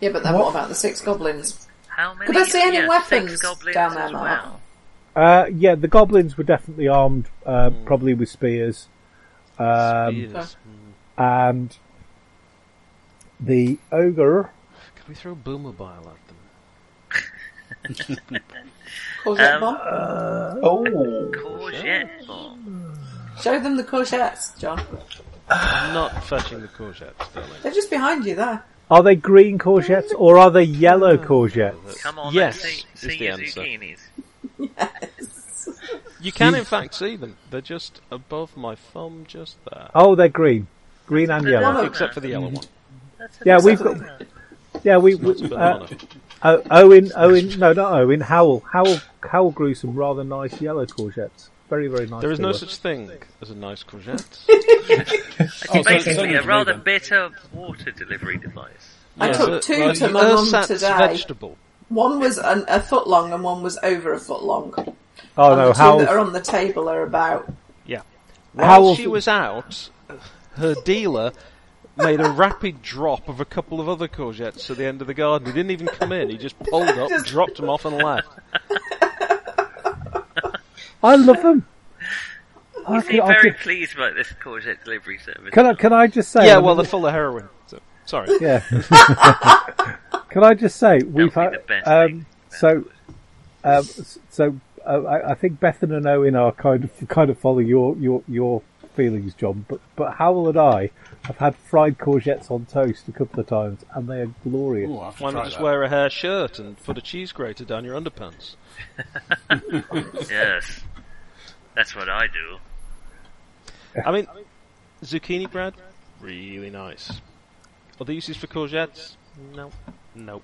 S7: Yeah, but then what about the six goblins?
S5: How many?
S7: Could I see any
S5: yeah,
S7: weapons
S5: six goblins
S7: down there,
S5: as
S7: Mark?
S5: well.
S3: Uh, yeah, the goblins were definitely armed, uh, probably with spears, um,
S4: Spears.
S3: and the ogre.
S4: Could we throw a boomer bile at them?
S7: Courgette
S5: Um,
S7: bomb?
S6: Oh,
S5: Courgette bomb.
S7: Show them the courgettes, John.
S4: I'm not fetching the courgettes, darling.
S7: They're just behind you there.
S3: Are they green courgettes or are they yellow
S4: Ah.
S3: courgettes?
S5: Come on,
S4: Yes,
S5: let's see,
S4: is
S5: see
S4: the
S5: your
S4: answer.
S5: zucchinis.
S4: You can, in fact, see them. They're just above my thumb, just there.
S3: Oh, they're green, green and yellow.
S7: Banana.
S4: Except for the yellow one.
S3: Yeah, we've got. Yeah, we.
S4: It's a
S3: we uh,
S4: banana.
S3: O- Owen, Owen, no, not Owen. Howell, Howell, Howell grew some rather nice yellow courgettes. Very, very nice.
S4: There is
S3: they
S4: no
S3: were.
S4: such thing as a nice courgette.
S1: Oh, so- so
S5: Basically,
S1: you
S5: a
S1: can
S5: rather
S1: move
S5: bitter water delivery device.
S7: I
S1: Yeah,
S7: took
S1: but-
S7: two
S1: well,
S7: to
S1: you-
S7: my mum
S4: Ersatz
S7: today.
S4: vegetable.
S7: One was an, a foot long and one was over a foot long.
S3: Oh
S7: and the
S3: no,
S7: two that are
S3: Howell.
S7: on the table are about.
S4: Yeah.
S3: How
S4: While she
S3: often-
S4: was out, her dealer made a rapid drop of a couple of other courgettes to the end of the garden. He didn't even come in. He just pulled up,
S7: Just-
S4: dropped them off, and left.
S3: I love them. I
S5: You
S3: could-
S5: seem
S3: I
S5: very
S3: could-
S5: pleased about this courgette delivery service.
S3: can I? Can I just say?
S4: Yeah,
S3: I
S4: well, they're
S3: mean,
S4: full of heroin. So, sorry.
S3: yeah. can I just say we've
S5: be
S3: had
S5: the best
S3: um,
S5: thing.
S3: so um, s- so uh, I, I think Bethan and Owen are kind of kind of follow your your your feelings, John. But but Howell and I have had fried courgettes on toast a couple of times, and they are glorious.
S1: Ooh, I have to
S4: Why
S1: try
S4: not just
S1: that.
S4: wear a hair shirt and put a cheese grater down your underpants?
S5: Yes, that's what I do.
S4: I mean, zucchini bread, really nice. Other uses for courgettes? No, no.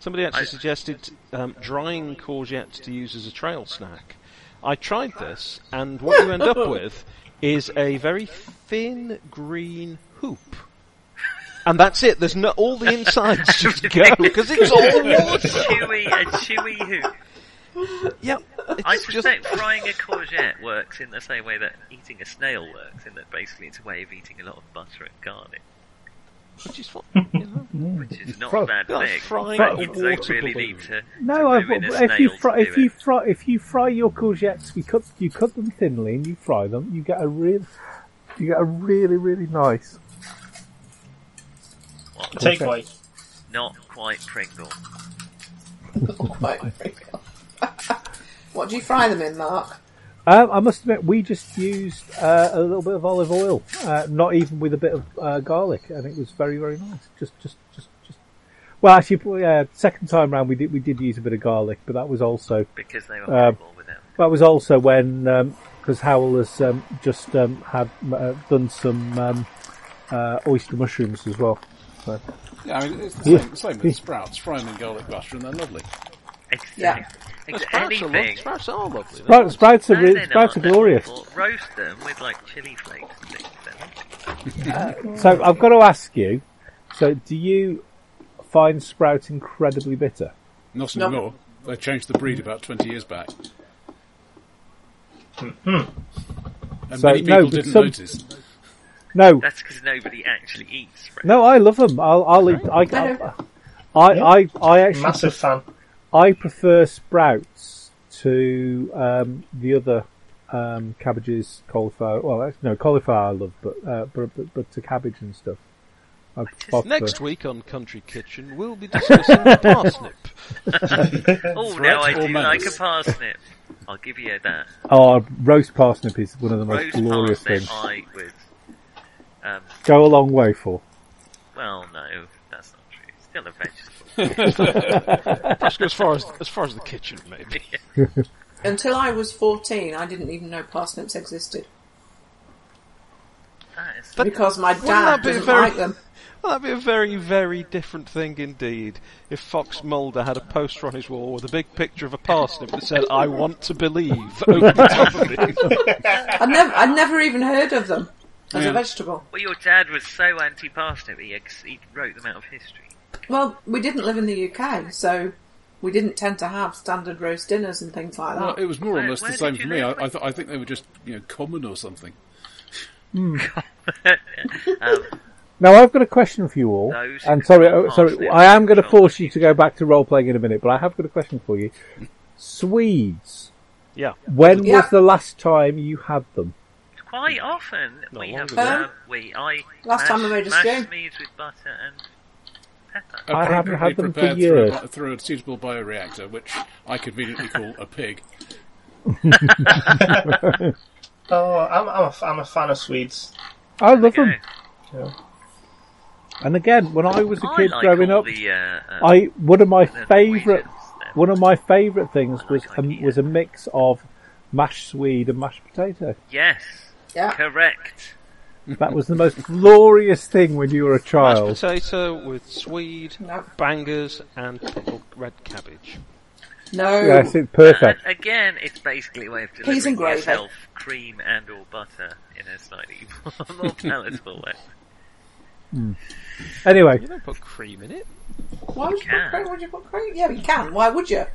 S4: Somebody actually
S5: I-
S4: suggested um, drying courgettes to use as a trail snack. I tried this, and what you end up with is a very thin green hoop. And that's it. There's no all the insides just go because it's all water.
S5: chewy, a chewy hoop.
S4: Yep,
S5: I
S4: it's just
S5: suspect frying a courgette works in the same way that eating a snail works, in that basically it's a way of eating a lot of butter and garlic,
S4: which is fun. You know?
S3: Mm,
S5: which is not
S3: Fro-
S5: a bad
S4: That's
S5: thing.
S4: frying
S5: but
S4: a
S5: you don't
S4: water
S5: really
S4: balloon.
S5: need to. to
S3: No, I,
S5: ruin a
S3: if you
S5: snail
S3: fry,
S5: to
S3: if
S5: do
S3: you
S5: it.
S3: fry if you fry your courgettes, you cut you cut them thinly and you fry them. You get a real you get a really really nice.
S5: Well,
S6: takeaway.
S5: not quite Pringle.
S7: what do you fry them in, Mark?
S3: Um, I must admit, we just used uh, a little bit of olive oil, uh, not even with a bit of uh, garlic, and it was very very nice. Just just just just. Well, actually, uh, second time round we did we did use a bit of garlic, but that was also
S5: Because they were
S3: Uh,
S5: horrible without.
S3: that was also when um, because Howell has um, just um, had uh, done some um, uh, oyster mushrooms as well. So,
S1: Yeah, I mean, it's the same, same with sprouts. Fry them in garlic butter and they're lovely.
S5: Exactly.
S7: Yeah.
S5: Ex-
S4: Sprouts are lovely.
S5: anything.
S4: Sprouts are lovely. They're
S3: Sprout, sprouts are,
S5: No,
S3: re-
S5: they're
S3: sprouts are
S5: not. They're
S3: glorious.
S5: awful. Roast them with like chili flakes and things. don't they?
S3: So I've got to ask you. So do you find sprout incredibly bitter?
S1: Not
S7: No.
S1: anymore. They changed the breed about 20 years back. And
S7: Hmm.
S3: So,
S1: many
S3: no,
S1: people
S3: but
S1: didn't
S3: some-
S1: notice.
S3: No,
S5: That's because nobody actually eats sprouts.
S3: no, I love them. I'll, I'll eat. I, I, I, I, I actually
S6: Massive fan.
S3: I prefer sprouts to um, the other um, cabbages, cauliflower. Well, that's- no, cauliflower I love, but uh, but, but but to cabbage and stuff. I prefer-
S4: Next week on Country Kitchen, we'll be discussing the parsnip.
S5: Oh, now
S1: Threat
S5: I
S1: or
S5: do
S1: menace?
S5: like a parsnip. I'll give you that.
S3: Oh, roast parsnip is one of the most
S5: Roast
S3: glorious
S5: parsnip
S3: things.
S5: I would. Um,
S3: Go a long way for.
S5: well, no, that's not true. It's Still a vegetable.
S4: Perhaps go as far as as far as the kitchen, maybe.
S7: Until I was 14, I didn't even know parsnips existed.
S5: That is
S4: But
S7: Because my
S4: wouldn't
S7: dad
S4: that be
S7: doesn't
S4: very-
S7: like them.
S4: Well, that'd be a very, very different thing indeed if Fox Mulder had a poster on his wall with a big picture of a parsnip that said, I want to believe, over the top of it.
S7: I've never, I've never even heard of them as
S1: Yeah.
S7: a vegetable.
S5: well, your dad was so anti-parsnip he, ex- he wrote them out of history.
S7: Well, we didn't live in the UK, so we didn't tend to have standard roast dinners and things like
S1: Well,
S7: that.
S1: it was more
S5: Where-
S1: or less
S5: where
S1: the same
S5: did
S1: for
S5: you
S1: me. I,
S5: learn
S1: I, th- I think they were just you know common or something.
S3: Now I've got a question for you all.
S5: Those
S3: And
S5: who
S3: sorry,
S5: can't
S3: oh, sorry,
S5: parsnip
S3: I am going to
S5: can't
S3: force you to go back to role playing in a minute, but I have got a question for you. Swedes.
S4: Yeah.
S3: When
S7: Yeah.
S3: was the last time you had them?
S5: Quite often we
S4: long
S5: have
S4: ago.
S5: um, we I
S7: Last
S5: mash,
S7: time I made a
S5: mash
S7: stew.
S5: meats with butter and pepper.
S3: I haven't had them for
S1: Appropriately prepared
S3: years.
S1: Through a, through a suitable bioreactor, which I conveniently call a pig.
S6: Oh, I'm, I'm, a, f- I'm a fan of Swedes.
S3: I love
S5: There
S3: them.
S5: you go.
S3: And again, when I was a
S5: I
S3: kid
S5: like
S3: growing
S5: all
S3: up,
S5: the, uh, uh,
S3: I one of my
S5: the
S3: favourite
S5: Norwegians, they're
S3: one of my favourite things was
S5: like
S3: um,
S5: idea.
S3: was a mix of mashed swede and mashed potato.
S5: Yes,
S7: Yeah.
S5: correct.
S3: That was the most glorious thing when you were a
S4: Mashed
S3: child.
S4: potato with swede,
S7: No.
S4: bangers, and pickled red cabbage.
S7: No.
S3: Yes, it's perfect.
S5: And again, it's basically a way of delivering
S7: Peas and gravy.
S5: yourself cream and or butter in a slightly more palatable way.
S3: Anyway,
S4: You don't put cream in it.
S7: Why would you
S5: can.
S7: put cream? Would you put cream? Yeah, you can. Why would you?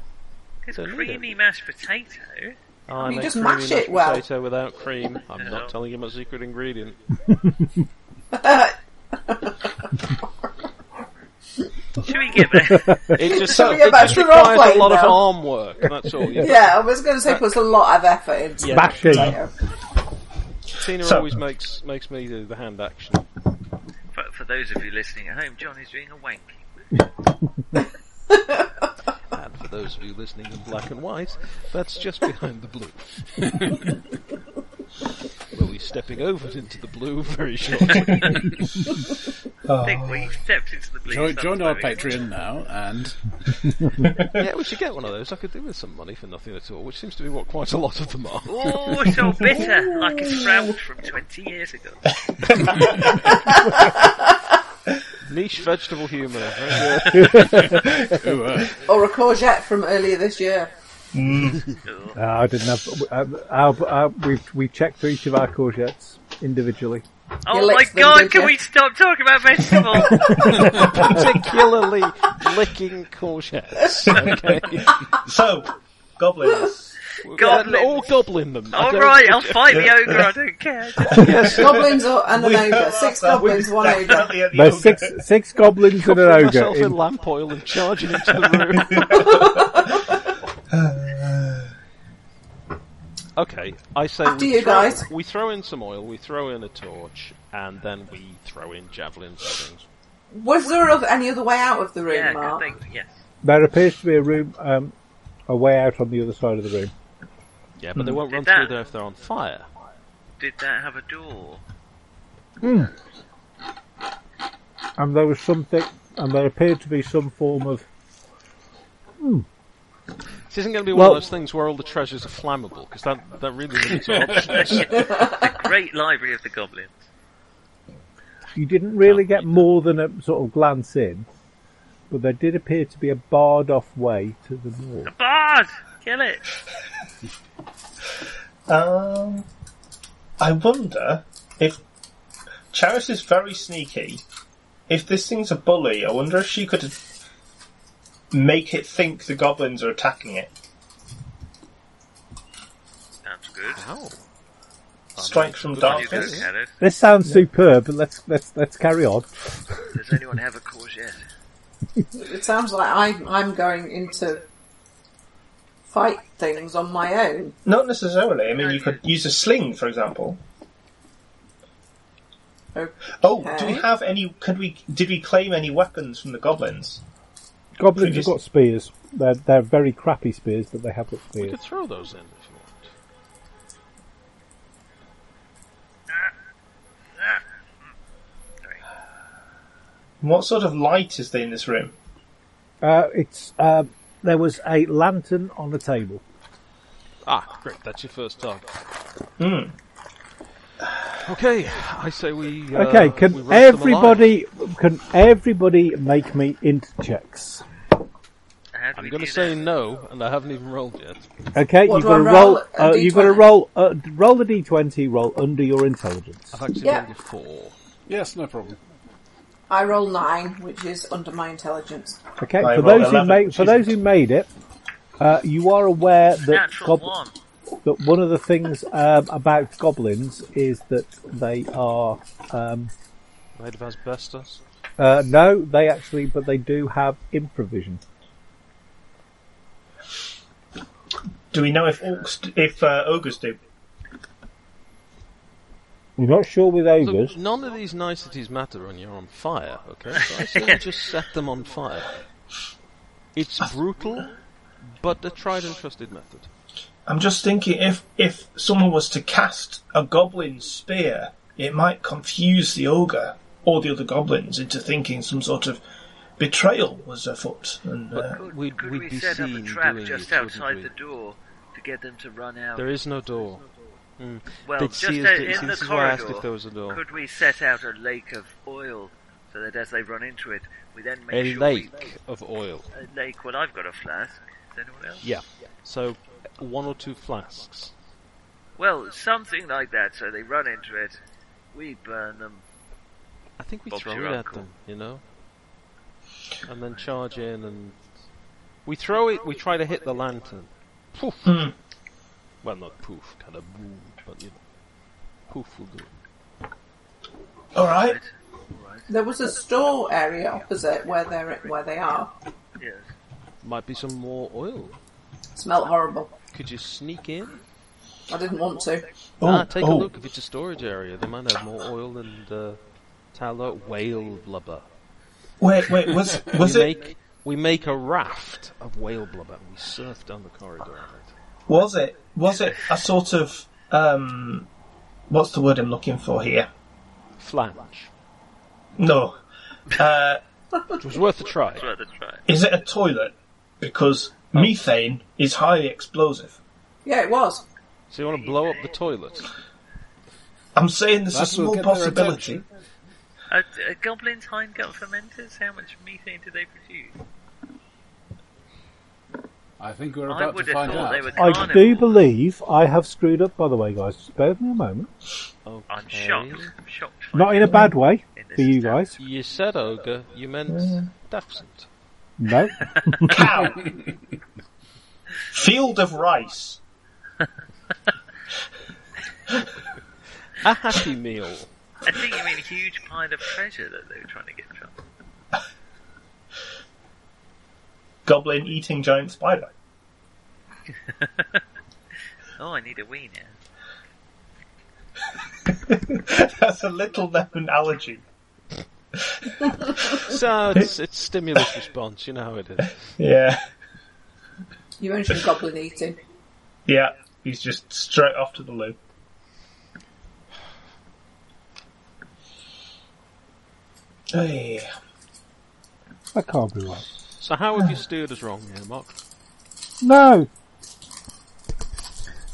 S5: Because
S4: Don't need
S5: creamy mashed potato.
S4: I
S7: You
S4: make
S7: just
S4: creamy
S7: mash it
S4: mashed
S7: well.
S4: potato without cream. I'm
S5: No.
S4: not telling you my secret ingredient.
S5: Should we get back?
S4: It just,
S7: Sorry
S4: it
S7: about
S4: just
S7: the
S4: requires a
S7: role-playing
S4: lot of
S7: now.
S4: arm work, that's all. Yeah.
S7: Yeah, I was going to say puts a lot of effort into
S4: Yeah.
S3: bashing.
S7: potato.
S4: Tina
S6: So-
S4: always makes makes me do the hand action.
S5: for, for those of you listening at home, John is doing a wank.
S4: And for those of you listening in black and white, that's just behind the blue. we'll be stepping over into the blue very shortly.
S5: I think we stepped into the blue.
S1: Oh. Join, join our
S5: sometime.
S1: Patreon now, and
S4: yeah, we should get one of those. I could do with some money for nothing at all, which seems to be what quite a lot of them are.
S5: Oh, so bitter, like a sprout from 20 years ago.
S4: Niche vegetable humour. Very good.
S1: ooh, uh,
S7: Or a courgette from earlier this year.
S5: Oh,
S3: Uh, I didn't have. Um, our, our, we've we checked for each of our courgettes individually.
S5: Oh my
S7: licked them,
S5: god,
S7: didn't
S5: can
S7: you?
S5: we stop talking about vegetables?
S4: Particularly licking courgettes. Okay.
S6: So, goblins.
S5: Goblin.
S4: All goblin them. I don't-
S5: Alright, I'll fight the ogre, I don't care. Just
S7: Goblins or, and an ogre.
S6: have
S7: Six
S6: that. We
S7: goblins, one ogre.
S6: definitely at the
S3: There's
S6: ogre.
S3: six six goblins and an
S4: Put
S3: ogre.
S4: myself in
S3: In,
S4: lamp oil and charging into the room. okay, I say
S7: After
S4: we
S7: you
S4: throw,
S7: guys.
S4: we throw in some oil, we throw in a torch, and then we throw in javelins and things.
S7: Was there other, any other way out of the room,
S5: yeah, good
S7: Mark?
S5: thing. Yes.
S3: there appears to be a room, um, a way out on the other side of the room.
S4: Yeah, but they won't
S5: Did
S4: run
S5: that-
S4: through there if they're on fire.
S5: Did that have a door?
S3: and there was something, and there appeared to be some form of
S4: This isn't going to be
S3: Well-
S4: one of those things where all the treasures are flammable, because that, that really limits our options.
S5: Great library of the goblins.
S3: You didn't really get more than a sort of glance in, but there did appear to be a barred off way to the north.
S5: Bard! Kill it!
S6: Um, I wonder if Charis is very sneaky. If this thing's a bully, I wonder if she could make it think the goblins are attacking it.
S5: That's good.
S4: Wow.
S6: Strike from
S5: You do it,
S6: darkness.
S5: Kenneth.
S3: This sounds superb, but let's let's let's carry on.
S5: Does anyone have a courgette?
S7: It sounds like I'm, I'm going into fight things on my own.
S6: Not necessarily. I mean, you could use a sling, for example.
S7: Oh,
S6: Oh, do we
S7: Okay.
S6: have any? Could we? Did we claim any weapons from the goblins?
S3: Goblins have
S6: Just-
S3: got spears. They're they're very crappy spears, but they have got
S4: We
S3: spears.
S4: could throw those in if you want.
S6: What sort of light is there in this room?
S3: Uh, it's uh, there was a lantern on the table.
S4: Ah, great, that's your first target.
S5: Hmm.
S4: Okay, I say we. Uh,
S3: Okay,
S4: we roast
S3: can
S4: them alive.
S3: everybody can everybody make me int checks?
S5: How do
S4: I'm
S5: we
S4: going
S5: do
S4: to say
S5: that?
S4: no, and I haven't even rolled yet.
S3: Okay,
S7: What
S3: you've
S7: do
S3: got
S7: I
S3: to
S7: roll?
S3: roll.
S7: A
S3: uh, you've got to
S7: D20?
S3: roll. Uh, roll a d20. Roll under your intelligence.
S4: I've actually
S7: Yeah.
S4: rolled a four.
S1: Yes, no problem.
S7: I roll nine, which is under my intelligence.
S3: Okay,
S6: I
S3: for
S6: rolled
S3: those who
S6: 11,
S3: made for
S6: Jesus.
S3: those who made it, uh, you are aware that
S5: Natural
S3: gob-
S5: one.
S3: that one of the things um, about goblins is that they are um,
S4: Made of asbestos.
S3: uh, no, they actually, but they do have improvision.
S6: Do we know if orcs, d- if uh, ogres do?
S3: We're not sure with ogres.
S4: Look, none of these niceties matter when you're on fire, okay? So I say we just set them on fire. It's brutal, but a tried and trusted method.
S6: I'm just thinking if if someone was to cast a goblin spear, it might confuse the ogre or the other goblins into thinking some sort of betrayal was afoot. And uh,
S5: Could,
S4: We'd-
S5: could
S4: we'd
S5: we
S4: be
S5: set up a
S4: seen
S5: trap
S4: doing it,
S5: just
S4: wouldn't
S5: outside
S4: we?
S5: the door to get them to run out?
S4: There is no door. Mm.
S5: well,
S4: They'd
S5: just
S4: see us
S5: out
S4: do-
S5: in
S4: see,
S5: the
S4: this is why I
S5: corridor.
S4: asked if there was a door.
S5: Could we set out a lake of oil so that as they run into it, we then make
S4: A
S5: sure We,
S4: lake of oil.
S5: a lake. Well, I've got a flask. Does anyone else?
S4: Yeah. So one or two flasks.
S5: Well, something like that. So they run into it. We burn them.
S4: I think we
S5: Bob's
S4: throw
S5: your
S4: it at
S5: uncle.
S4: them, you know, and then charge in and we throw it. We try to hit the lantern. Poof.
S6: Hmm.
S4: Well, not poof, kind of boom, but you know, poof will do. it.
S6: all right,
S7: There was a store area opposite where they're where they are.
S5: Yes.
S4: Might be some more oil.
S7: Smelt horrible.
S4: Could you sneak in?
S7: I didn't want to.
S4: ah, take a
S6: oh.
S4: look if it's a storage area. They might have more oil and uh, tallow whale blubber.
S6: wait, wait, was was
S4: we
S6: it
S4: make we make a raft of whale blubber. and We surf down the corridor. of it.
S6: was it was it a sort of um, what's the word I'm looking for here?
S4: Flange.
S6: No, uh,
S4: It was worth a try.
S5: Well, that's right.
S6: is it a toilet? Because
S1: Oh.
S6: methane is highly explosive.
S7: Yeah, it was.
S4: So you want to blow up the toilet?
S6: I'm saying there's a
S1: That
S6: small
S1: will get their
S6: possibility.
S1: attention.
S5: Uh, uh, goblins hindgut fermenters. How much methane do they produce?
S1: I think we're
S5: I
S1: about
S5: would
S1: to
S5: have
S1: find
S5: thought
S1: out.
S5: they were
S3: I do
S5: carnivores.
S3: believe I have screwed up, by the way, guys. Just bear with me a moment.
S4: Okay.
S5: I'm shocked. I'm shocked. by
S3: Not in a
S5: that.
S3: bad way
S5: In this
S3: for you
S5: town.
S3: guys.
S4: You said ogre, you meant deficient.
S3: No.
S6: Cow. Field of rice.
S4: A happy meal.
S5: I think you mean huge pile of treasure that they were trying to get from.
S6: Goblin eating giant spider.
S5: Oh, I need a wee now.
S6: That's a little known allergy.
S4: So it's it's stimulus response, you know how it is.
S6: Yeah.
S7: You mentioned goblin eating.
S6: Yeah. He's just straight off to the loo. Hey.
S3: I can't be right.
S4: So how have you steered us wrong here, Mark?
S3: No!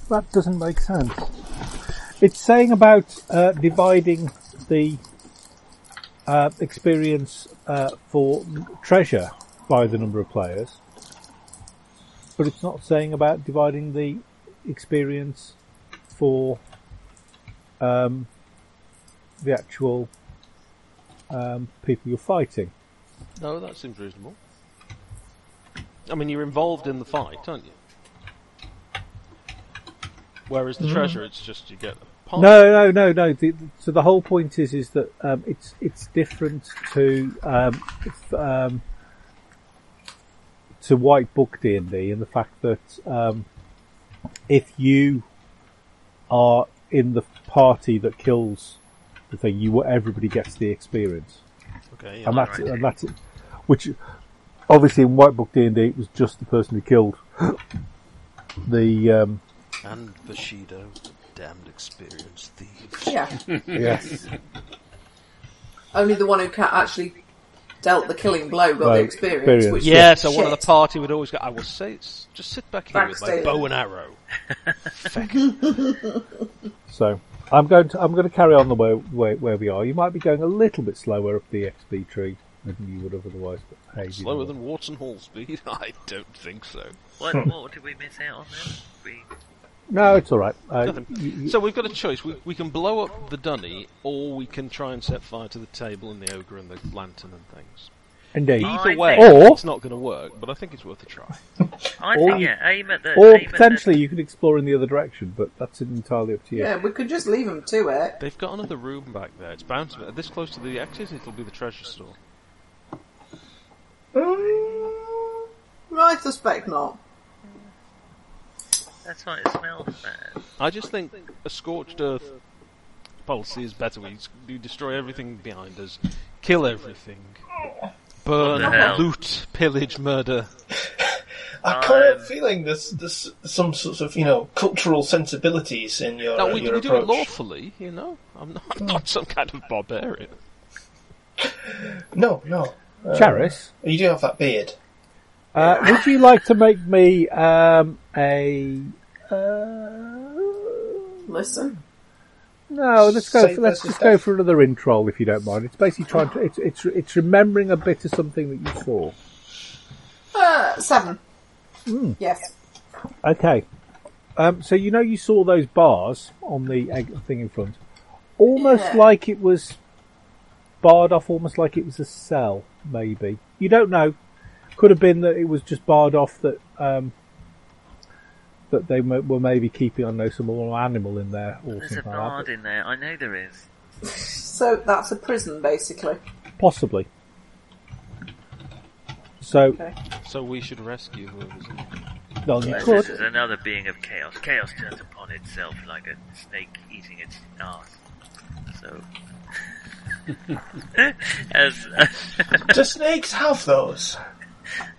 S3: That doesn't make sense. It's saying about uh, dividing the uh, experience uh, for treasure by the number of players, but it's not saying about dividing the experience for um, the actual um, people you're fighting.
S4: No, that seems reasonable. I mean, you're involved in the fight, aren't you? Whereas the treasure, it's just you get a part.
S3: No, no, no, no. The, so the whole point is, is that um, it's it's different to um, f- um, to White Book D and D, and the fact that um, if you are in the party that kills the thing, you everybody gets the experience,
S4: Okay,
S3: and
S4: yeah.
S3: that's and that's it. Which obviously in White Book D and D, it was just the person who killed the. Um,
S4: And Bushido, damned experienced thieves.
S7: Yeah.
S3: yes.
S7: Only the one who ca- actually dealt the killing blow got
S3: Right,
S7: the experience.
S3: experience.
S7: Which
S4: Yeah,
S7: was
S4: so one of
S7: shit.
S4: the party would always go, I will say, it's, just sit back here with my
S7: Backstage.
S4: bow and arrow.
S3: So I'm going to I'm going to carry on the way, way where we are. You might be going a little bit slower up the XP tree than you would have otherwise. But hey, you
S4: Slower
S3: know
S4: than Wharton Hall speed? I don't think so.
S5: What,
S3: Hmm.
S5: what did we miss out on then? We,
S3: what. no, it's all right. Uh, you- you-
S4: So we've got a choice. We, we can blow up the dunny, or we can try and set fire to the table and the ogre and the lantern and things.
S3: indeed,
S4: Either
S5: I
S4: way,
S5: think-
S3: Or-
S4: it's not going to work, but I think it's worth a try.
S5: I
S3: Or-
S5: think, yeah, aim at the.
S3: or
S5: aim at the-
S3: potentially you could explore in the other direction, but that's entirely up to you.
S7: Yeah, we could just leave them to it.
S4: They've got another room back there. It's bound to be this close to the exit. It'll be the treasure store.
S7: I suspect not.
S5: That's why it smells bad.
S4: I just think a scorched earth policy is better. We, s- we destroy everything behind us, kill everything, burn,
S5: What the hell?
S4: loot, pillage, murder.
S6: I
S5: Um,
S6: can't feeling there's there's some sorts of you know cultural sensibilities in your
S4: Now we,
S6: your
S4: we do it
S6: approach.
S4: lawfully, you know. I'm not, I'm not some kind of barbarian.
S6: no, no.
S3: Charis,
S6: You do have that beard.
S3: uh, would you like to make me um, a? Uh,
S7: Listen.
S3: No, let's go.
S6: Save
S3: For, let's
S6: versus
S3: just go
S6: death.
S3: for another intro if you don't mind. It's basically trying to. It's it's it's remembering a bit of something that you saw.
S7: Uh, seven.
S3: Hmm.
S7: Yes.
S3: Okay. Um, so you know you saw those bars on the egg thing in front, almost
S7: Yeah.
S3: like it was barred off, almost like it was a cell. Maybe you don't know. Could have been that it was just barred off that um, that they m- were maybe keeping I don't know some little animal in there or
S5: There's a
S3: something like
S5: bard
S3: that.
S5: in there. I know there is.
S7: So that's a prison, basically.
S3: Possibly. So
S7: Okay.
S4: So we should rescue whoever's in there.
S3: well, you
S5: This
S3: could.
S5: is another being of chaos. Chaos turns upon itself like a snake eating its ass. So, as
S6: Do snakes have those?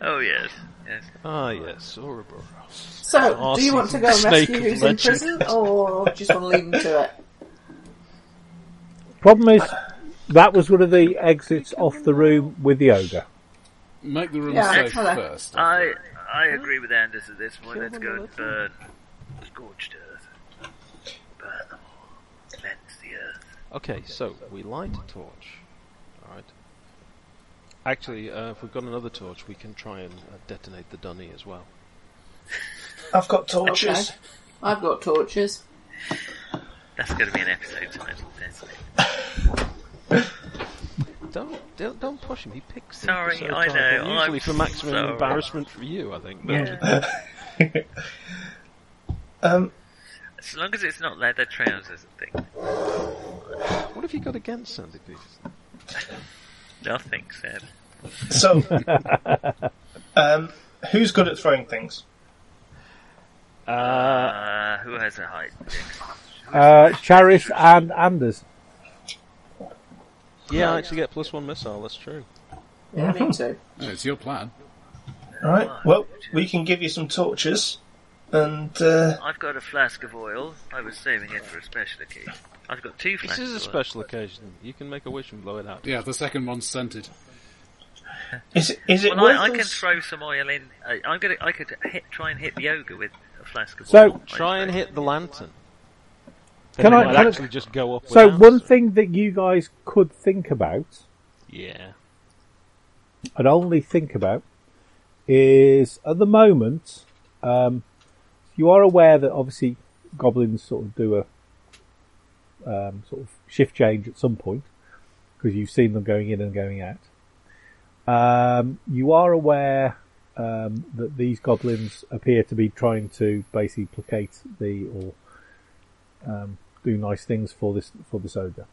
S5: oh yes, yes.
S4: Ah, yes, Ouroboros.
S7: So, do you
S4: Awesome.
S7: want to go
S4: Oh,
S7: and
S4: Snake
S7: rescue
S4: of
S7: who's in
S4: legend.
S7: prison, or do you just want to leave them to it?
S3: Problem is, that was one of the exits off the room with the ogre.
S1: Make the room
S7: Yeah,
S1: safe
S7: hello.
S1: first.
S5: I I agree with Anders at this point. Let's go and burn scorched earth. Burn them all. Cleanse the earth.
S4: Okay, so we light a torch. Alright. Actually, uh, if we've got another torch, we can try and uh, detonate the dunny as well.
S6: I've got torches.
S7: Okay. I've got torches.
S5: That's going to be an episode title. That's it.
S4: Don't don't, don't push him. He picks. the
S5: Sorry,
S4: episode
S5: I
S4: title,
S5: know,
S4: Usually
S5: I'm
S4: for maximum
S5: sorry.
S4: embarrassment for you, I think. But
S6: Um,
S5: As long as it's not leather trousers and things.
S4: What have you got against Sandy Peterson?
S5: Nothing said.
S6: so, um, who's good at throwing things?
S4: Uh,
S5: Uh, who has a height?
S3: Uh, Charis and Anders.
S4: yeah, I actually get plus one missile. That's true.
S7: Yeah, me too.
S1: No, it's your plan.
S6: All right. Well, we can give you some torches, and uh,
S5: I've got a flask of oil. I was saving it for a special occasion. I've got two
S4: This
S5: flasks.
S4: is a
S5: of oil.
S4: special occasion. You can make a wish and blow it out.
S1: Yeah, the second one's scented.
S6: Is it, is it
S5: Well, I, I
S6: worth
S5: can
S6: us-
S5: throw some oil in. I, I'm gonna. I could hit, try and hit the ogre with a flask of
S3: So-
S5: oil. I
S4: Try and
S5: suppose.
S4: hit the lantern. Then
S3: Can
S4: it
S3: I-
S4: might
S3: can I-
S4: actually just go up?
S3: So
S4: without
S3: one
S4: us.
S3: thing that you guys could think about,
S4: Yeah.
S3: and only think about, is at the moment, um, you are aware that obviously goblins sort of do a um, sort of shift change at some point because you've seen them going in and going out. Um, you are aware um, that these goblins appear to be trying to basically placate the or um, do nice things for this for this ogre.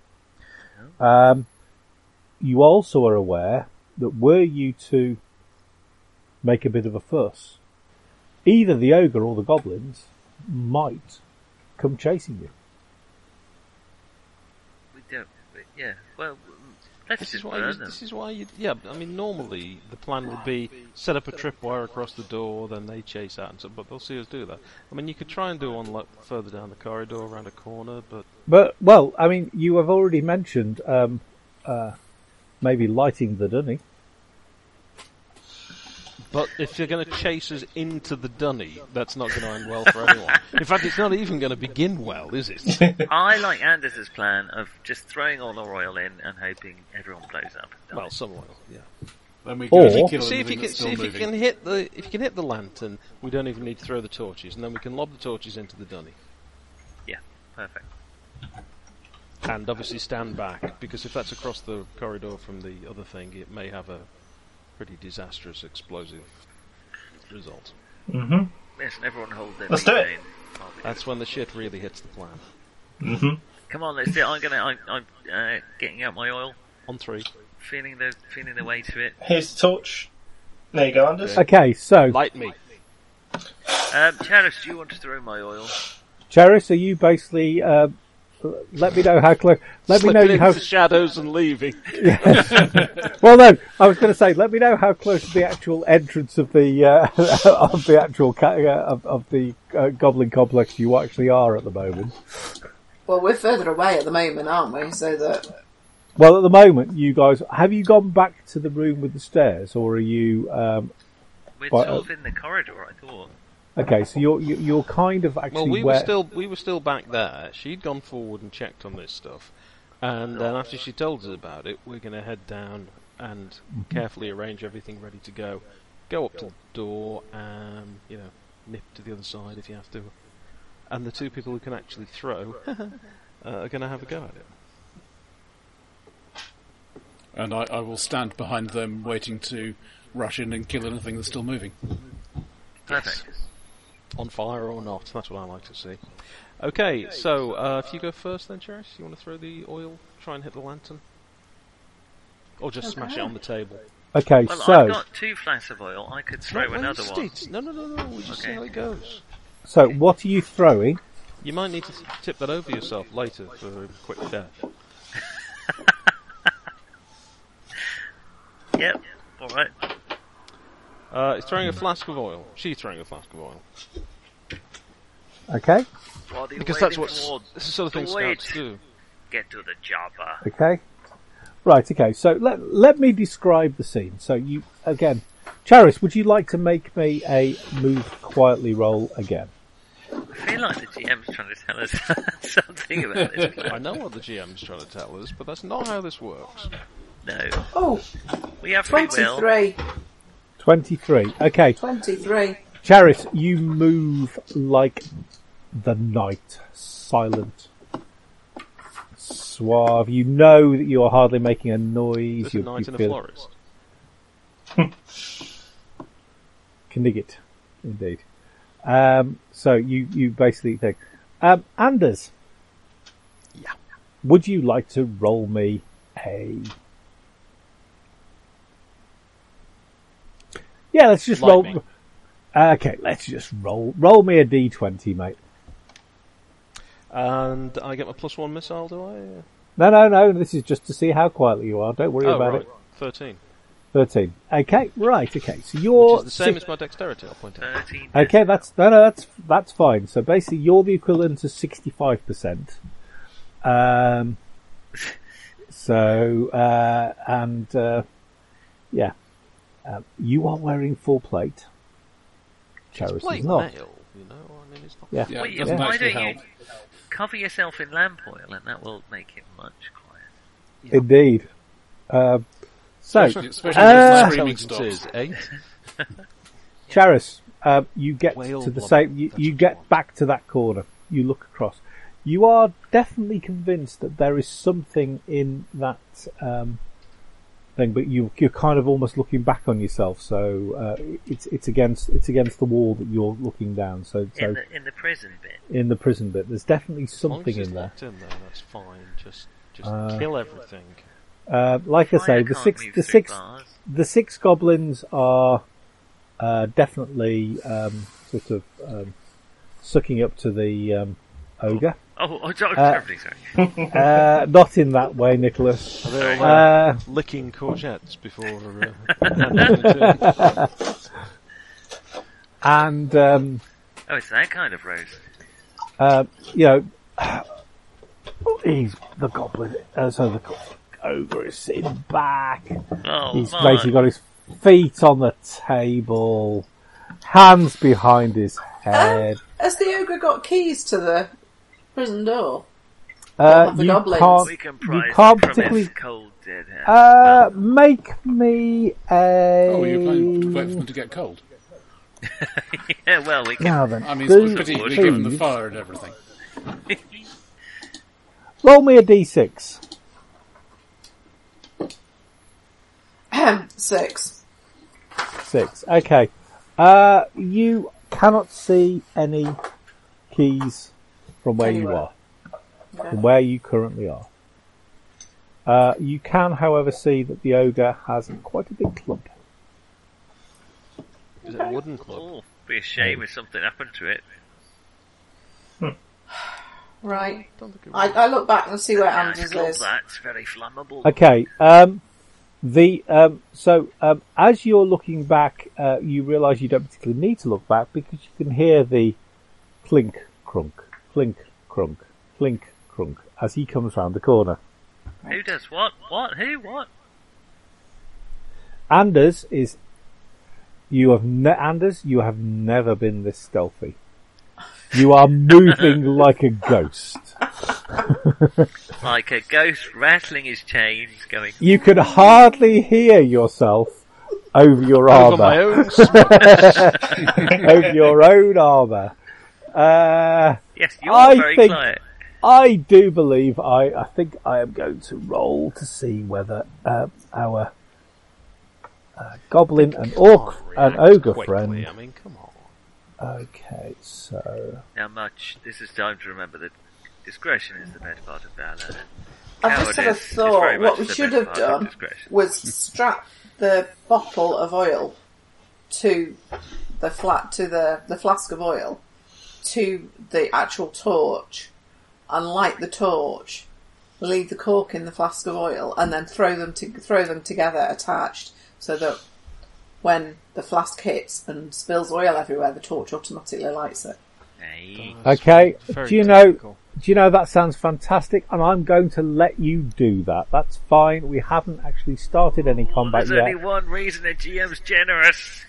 S3: Um, you also are aware that were you to make a bit of a fuss, either the ogre or the goblins might come chasing you.
S5: We don't. we- Yeah. Well, let's
S4: This is
S5: just
S4: why.
S5: burn
S4: You,
S5: them.
S4: this is why. You, yeah, I mean, normally the plan would be set up a tripwire across the door, then they chase out and stuff. But they'll see us do that. I mean, you could try and do one like further down the corridor, around a corner, but
S3: But well, I mean, you have already mentioned um, uh, maybe lighting the dunny.
S4: but if they're going to chase us into the dunny, that's not going to end well for anyone. In fact, it's not even going to begin well, is it?
S5: I like Anders's plan of just throwing all our oil in and hoping everyone blows up.
S4: well, someone. will, Yeah.
S1: Then we go
S3: Or-
S1: and kill
S4: See if you
S1: anything
S4: can
S1: that's
S4: see
S1: still
S4: if you can
S1: moving.
S4: hit the if you can hit the lantern. We don't even need to throw the torches, and then we can lob the torches into the dunny.
S5: Yeah. Perfect.
S4: and obviously stand back because if that's across the corridor from the other thing, it may have a pretty disastrous explosive result.
S5: Yes, and everyone hold their
S6: Let's do it.
S5: methane while we do
S4: That's when the shit really hits the plan.
S5: it. Come on, let's do it. I'm gonna. I'm, I'm uh, getting out my oil,
S4: On three,
S5: feeling the feeling the way to it.
S6: Here's the torch. There you go, Anders.
S3: Okay, so
S4: light me.
S5: Um, Charis, do you want to throw my oil?
S3: Charis, are you basically? Uh, let me know how close. Let me know
S4: Slipping
S3: you
S4: into
S3: have.
S4: the shadows and leaving.
S3: Well, no, I was going to say, let me know how close to the actual entrance of the uh, of the actual ca- uh, of, of the uh, goblin complex you actually are at the moment.
S7: Well, we're further away at the moment, aren't we? So that
S3: Well, at the moment, you guys have you gone back to the room with the stairs, or are you um,
S5: We're
S3: Well,
S5: sort
S3: uh,
S5: of in the corridor, I thought.
S3: okay? So you're you- you're kind of actually
S4: Well, we
S3: where
S4: were still we were still back there. She'd gone forward and checked on this stuff, and then after she told us about it, we're going to head down and carefully arrange everything ready to go. Go up to the door and you know nip to the other side if you have to. And the two people who can actually throw uh, are going to have a go at it.
S1: And I, I will stand behind them, waiting to rush in and kill anything that's still moving.
S5: Perfect.
S4: On fire or not, that's what I like to see. Okay, so uh, if you go first then, Cherish, you want to throw the oil, try and hit the lantern? Or just smash it on the table?
S3: okay.
S5: Well, I've
S3: so
S5: got two flasks of oil. I could throw
S4: Well, well,
S5: another
S4: you
S5: one.
S4: state- No, no, no, no. We just see
S5: Okay.
S4: how it goes.
S3: so what are you throwing?
S4: You might need to tip that over yourself later for a quick death.
S5: Yep. All right.
S4: Uh, it's throwing a flask of oil. She's throwing a flask of oil
S3: Okay,
S5: What are you
S4: because that's
S5: waiting
S4: what
S5: for?
S4: this is the sort of thing
S5: Do it.
S4: scouts do.
S5: Get to the java.
S3: okay, right. Okay, so let let me describe the scene. So you again, Charis, would you like to make me a move quietly roll again?
S5: I feel like the GM's trying to tell us something about this. plan.
S4: I know what the GM's trying to tell us, but that's not how this works.
S5: No,
S7: oh,
S5: we have free will.
S7: 23,
S3: Twenty three. Okay,
S7: 23.
S3: Charis, you move like the night, silent, suave. You know that you are hardly making a noise.
S4: There's a
S3: you, you
S4: knight in a
S3: feel-
S4: florist.
S3: Knigget, indeed. Um, so you, you basically think, um, Anders.
S4: Yeah.
S3: Would you like to roll me a? Yeah, let's just
S4: Lightning.
S3: roll. Uh, Okay, let's just roll. Roll me a d twenty, mate.
S4: And I get my plus one missile, do I?
S3: No, no, no. This is just to see how quietly you are. Don't worry
S4: Oh,
S3: about
S4: right.
S3: it.
S4: 13.
S3: Thirteen. Okay, right. Okay, so
S4: Which
S3: you're
S4: is the same
S3: si-
S4: as my dexterity, I'll point out.
S5: 13.
S3: Okay, that's no, no, that's that's fine. So basically, you're the equivalent to sixty-five percent. Um, so uh, and uh, yeah, Um, you are wearing full plate. Charis
S4: Plate
S3: is not.
S4: mail, you know. I mean, it's not.
S3: Yeah.
S1: Yeah,
S5: Well,
S1: it doesn't
S5: you- why
S1: actually
S5: don't you
S1: help.
S5: cover yourself in lamp oil, and that will make it much quieter.
S3: Indeed. Um, so,
S1: Especially- especially if
S3: Uh,
S1: it's
S4: That's
S1: screaming
S4: how it
S1: stops.
S4: is, eh?
S3: Charis, uh, you get
S4: Whale
S3: to the
S4: one.
S3: same. You,
S4: That's
S3: you
S4: the one.
S3: get back to that corner. You look across. You are definitely convinced that there is something in that um, thing, but you, you're kind of almost looking back on yourself. So uh, it's it's against it's against the wall that you're looking down. So so
S5: In the in the prison bit,
S3: in the prison bit, there's definitely
S4: As long as
S3: something
S4: it's
S3: in there.
S4: locked in there, that's fine. Just, just
S3: Uh,
S4: kill everything.
S3: Uh, like I say,
S5: Fire
S3: the
S5: can't
S3: six
S5: move
S3: the
S5: through
S3: six
S5: bars.
S3: the six goblins are uh, definitely um, sort of um, sucking up to the um, ogre.
S5: Oh, oh, sorry,
S3: Uh,
S5: sorry, sorry.
S3: Uh, not in that way, Nicholas.
S4: Are they all uh,
S3: Uh,
S4: licking courgettes before? Uh,
S3: and um,
S5: Oh, it's that kind of roast.
S3: uh, you know, he's the goblin. Uh, so the ogre is sitting back.
S5: Oh,
S3: He's
S5: Mark.
S3: basically got his feet on the table, hands behind his head.
S7: Has the ogre got keys to the prison door?
S3: Uh,
S7: of the
S3: you
S7: goblins.
S3: can't.
S5: we can
S3: You
S5: prize
S3: can't
S5: from
S3: particularly.
S5: his cold dead hand.
S3: Uh, make me a.
S1: Oh, you're playing, waiting for them to get cold.
S5: yeah, well, we can.
S3: Now then,
S1: I mean,
S3: do
S1: particularly given the
S3: please
S1: fire and everything.
S3: roll me a d6.
S7: Ahem, Six.
S3: Six. Okay. Uh, you cannot see any keys from where you
S7: Anywhere.
S3: are, from where you currently are. Uh, you can, however, see that the ogre has quite a big club.
S4: Is it a wooden club?
S5: Oh, be a shame if something happened to it.
S7: Right. I, I look back and see where
S5: Yeah,
S7: Anders
S5: it's called
S7: is.
S5: that. It's very flammable.
S3: Okay. Um, the um, so um, as you're looking back, uh, you realise you don't particularly need to look back because you can hear the clink crunk, clink crunk, clink crunk as he comes round the corner.
S5: Who does what? What? Who? What?
S3: Anders is. You have ne- Anders. You have never been this stealthy. You are moving like a ghost.
S5: Like a ghost rattling his chains, going.
S3: You can hardly hear yourself over your
S4: Over
S3: armor.
S4: my own
S3: over your own armor. Uh,
S5: Yes, you're
S3: I
S5: very
S3: think-
S5: quiet.
S3: I do believe I, I think I am going to roll to see whether uh, our uh, goblin and orc and
S4: React
S3: ogre
S4: quickly,
S3: friend.
S4: I mean, come on.
S3: Okay, so
S5: Now, much. This is time to remember that discretion is the best part of valor.
S7: I've just had a
S5: Cowardice is very
S7: thought.
S5: much
S7: What we
S5: the
S7: should
S5: best
S7: have
S5: part of
S7: done
S5: discretion.
S7: was strap the bottle of oil to the flat to the the flask of oil to the actual torch and light the torch, leave the cork in the flask of oil, and then throw them to throw them together attached so that when the flask hits and spills oil everywhere, the torch automatically lights it.
S5: Hey.
S3: okay.
S4: Very
S3: Do you know?
S4: technical.
S3: Do you know that sounds fantastic? And I'm going to let you do that. That's fine. We haven't actually started any combat
S5: There's
S3: yet.
S5: only one reason a GM's generous.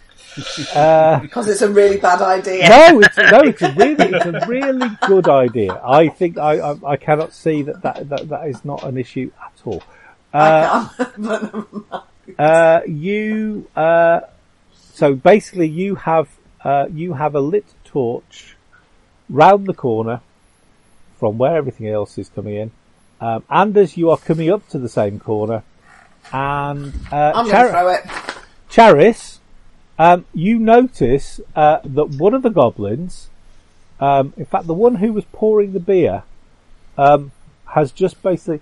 S7: Because it's a really bad idea.
S3: No, it's, no, it's a really, it's a really good idea. I think I, I, I cannot see that that, that that is not an issue at all.
S7: I can't. but-
S3: Uh, you, uh, so basically you have, uh, you have a lit torch round the corner from where everything else is coming in. Um, and as you are coming up to the same corner, and uh,
S7: I'm going to
S3: Char-
S7: throw it.
S3: Charis, um, you notice uh, that one of the goblins, um, in fact, the one who was pouring the beer, um, has just basically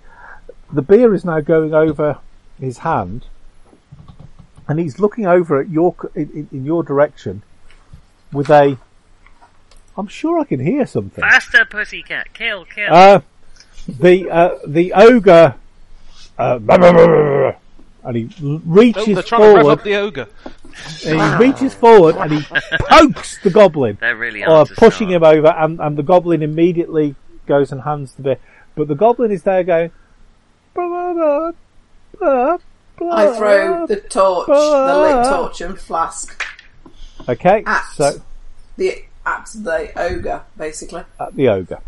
S3: the beer is now going over his hand, and he's looking over at your c- in, in- in your direction with a. I'm sure I can hear something.
S5: Faster, pussycat. Kill, kill.
S3: Uh, the uh, the ogre, uh, and he l-
S4: Oh,
S3: reaches
S4: they're trying to rev
S3: forward.
S4: up the ogre.
S3: And he reaches forward and he pokes the goblin,
S5: They're really
S3: uh,
S5: hard to
S3: pushing him
S5: start.
S3: over, and, and the goblin immediately goes and hands the beer. But the goblin is there going, "Blah, blah, blah, blah,
S7: I throw the torch, the lit torch and flask
S3: Okay,
S7: at
S3: so
S7: the at the ogre, basically.
S3: at the ogre.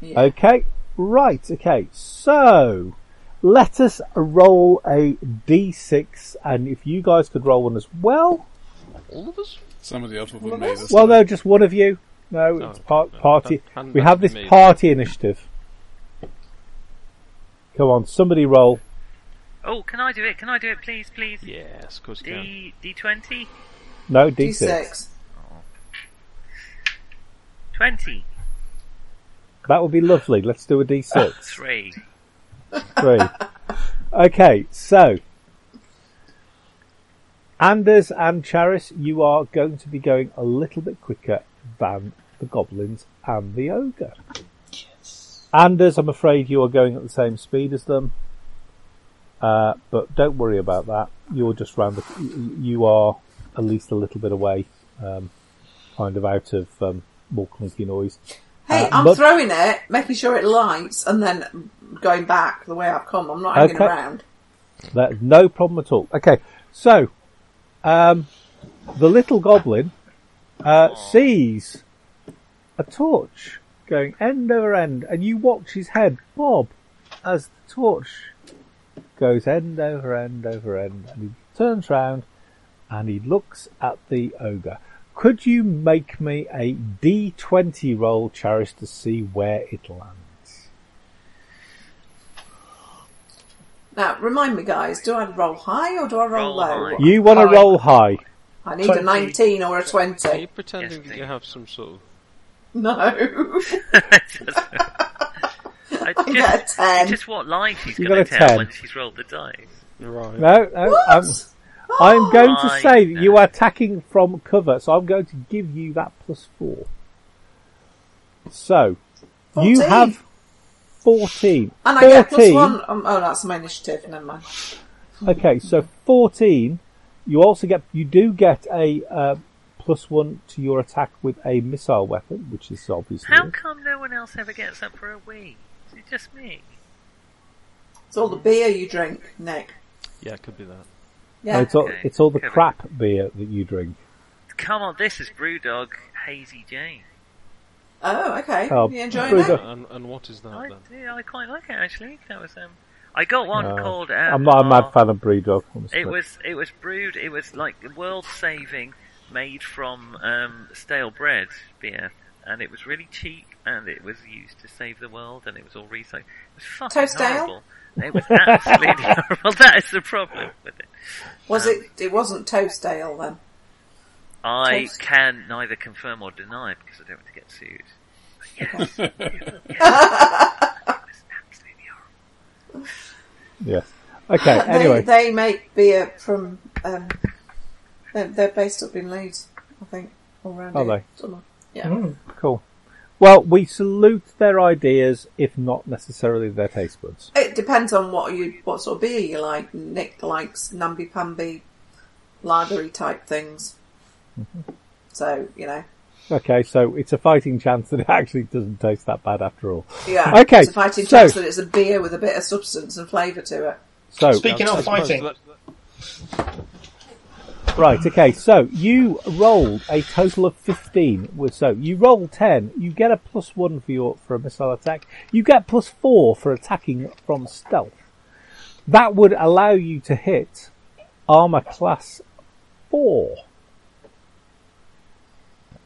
S7: Yeah.
S3: Okay, right, okay, so let us roll a d6, and if you guys could roll one as well.
S4: All of us?
S1: Some of the odd women made this.
S3: Well, no, just one of you. No, it's par-
S4: Oh, no,
S3: party.
S4: hand- hand
S3: we
S4: back
S3: have
S4: to
S3: this
S4: me.
S3: party initiative. Come on, somebody roll.
S5: Oh, can I do it? Can I do it, please, please?
S4: Yes, of course you can.
S5: D D twenty.
S3: No,
S7: D
S3: d6.
S7: six.
S5: Twenty.
S3: That would be lovely. Let's do a d6.
S5: Three.
S3: Three. Okay, so. Anders and Charis, you are going to be going a little bit quicker than the goblins and the ogre. Anders, I'm afraid you are going at the same speed as them. Uh, but don't worry about that. You're just round the, you are at least a little bit away, um, kind of out of, um, more clunky noise.
S7: Hey,
S3: Uh,
S7: I'm
S3: look-
S7: throwing it, making sure it lights, and then going back the way I've come. I'm not hanging
S3: Okay.
S7: around.
S3: That no problem at all. Okay, so um, the little goblin uh, sees a torch going end over end, and you watch his head bob as the torch goes end over end over end, and he turns round and he looks at the ogre. Could you make me a D20 roll, Charis, to see where it lands?
S7: Now, remind me, guys, do I roll high or do I roll,
S5: Roll
S7: low?
S5: high.
S3: You want to
S7: High.
S3: roll high.
S7: I need
S6: 20.
S7: a 19 or a
S4: Are you
S7: 20.
S4: pretending
S5: Yes,
S4: that you
S5: please.
S4: have some sort of...
S7: No.
S5: I
S7: I get a 10.
S5: Just what lie she's
S3: You
S5: going
S3: got
S5: to
S3: a
S5: tell
S3: 10.
S5: when she's rolled the dice.
S4: Right.
S3: No, no, I'm, I'm going to
S5: Oh, My
S3: say that you
S5: God.
S3: are attacking from cover, so I'm going to give you that plus four. So, you
S7: 14.
S3: have 14.
S7: And I get plus
S3: 14
S7: one. Um, oh, that's my initiative. Never mind.
S3: Okay, so 14, you also get, you do get a uh, plus one to your attack with a missile weapon, which is obviously.
S5: How come no one else ever gets up for a wee? Is it just me?
S7: It's all the beer you drink, Nick.
S4: Yeah, it could be that.
S7: Yeah.
S3: No, it's, all,
S5: Okay,
S3: it's all the
S5: cover.
S3: crap beer that you drink.
S5: Come on, this is Brewdog Hazy Jane.
S7: Oh, okay.
S3: Oh,
S7: you enjoying
S3: Bruce,
S7: that?
S3: uh,
S4: And, and what is that
S5: I
S4: then?
S5: do. I quite like it actually. That was um. I got one
S3: Uh,
S5: called. Uh,
S3: I'm not a
S5: uh,
S3: mad fan of Brewdog. honestly.
S5: It was it was brewed. It was like world saving, made from um, stale bread beer, and it was really cheap. And it was used to save the world, and it was all recycled. It was fucking
S7: Toast ale?
S5: horrible. It was absolutely horrible. That is the problem with it.
S7: Was it? It wasn't toast ale then.
S5: I
S7: Toast.
S5: can neither confirm or deny because I don't want to get sued. But yes, yes, it was absolutely horrible.
S3: Yes. Okay, anyway.
S7: They, they make beer from. Um, they're, they're based up in Leeds, I think, all round
S3: Are
S7: here.
S3: they?
S7: Don't know. Yeah.
S3: Cool. Well, we salute their ideas, if not necessarily their taste buds.
S7: It depends on what you what sort of beer you like. Nick likes namby pamby, lagery type things.
S3: Mm-hmm.
S7: So you know,
S3: Okay, so it's a fighting chance that it actually doesn't taste that bad after all.
S7: yeah.
S3: Okay,
S7: it's a fighting
S3: so-
S7: chance that it's a beer with a bit of substance and flavour to it.
S3: So,
S6: Speaking of fighting,
S4: That- that-
S3: right, okay, so you rolled a total of 15. with- So you roll 10, you get a plus 1 for your, for a missile attack. You get plus 4 for attacking from stealth. That would allow you to hit armor class 4.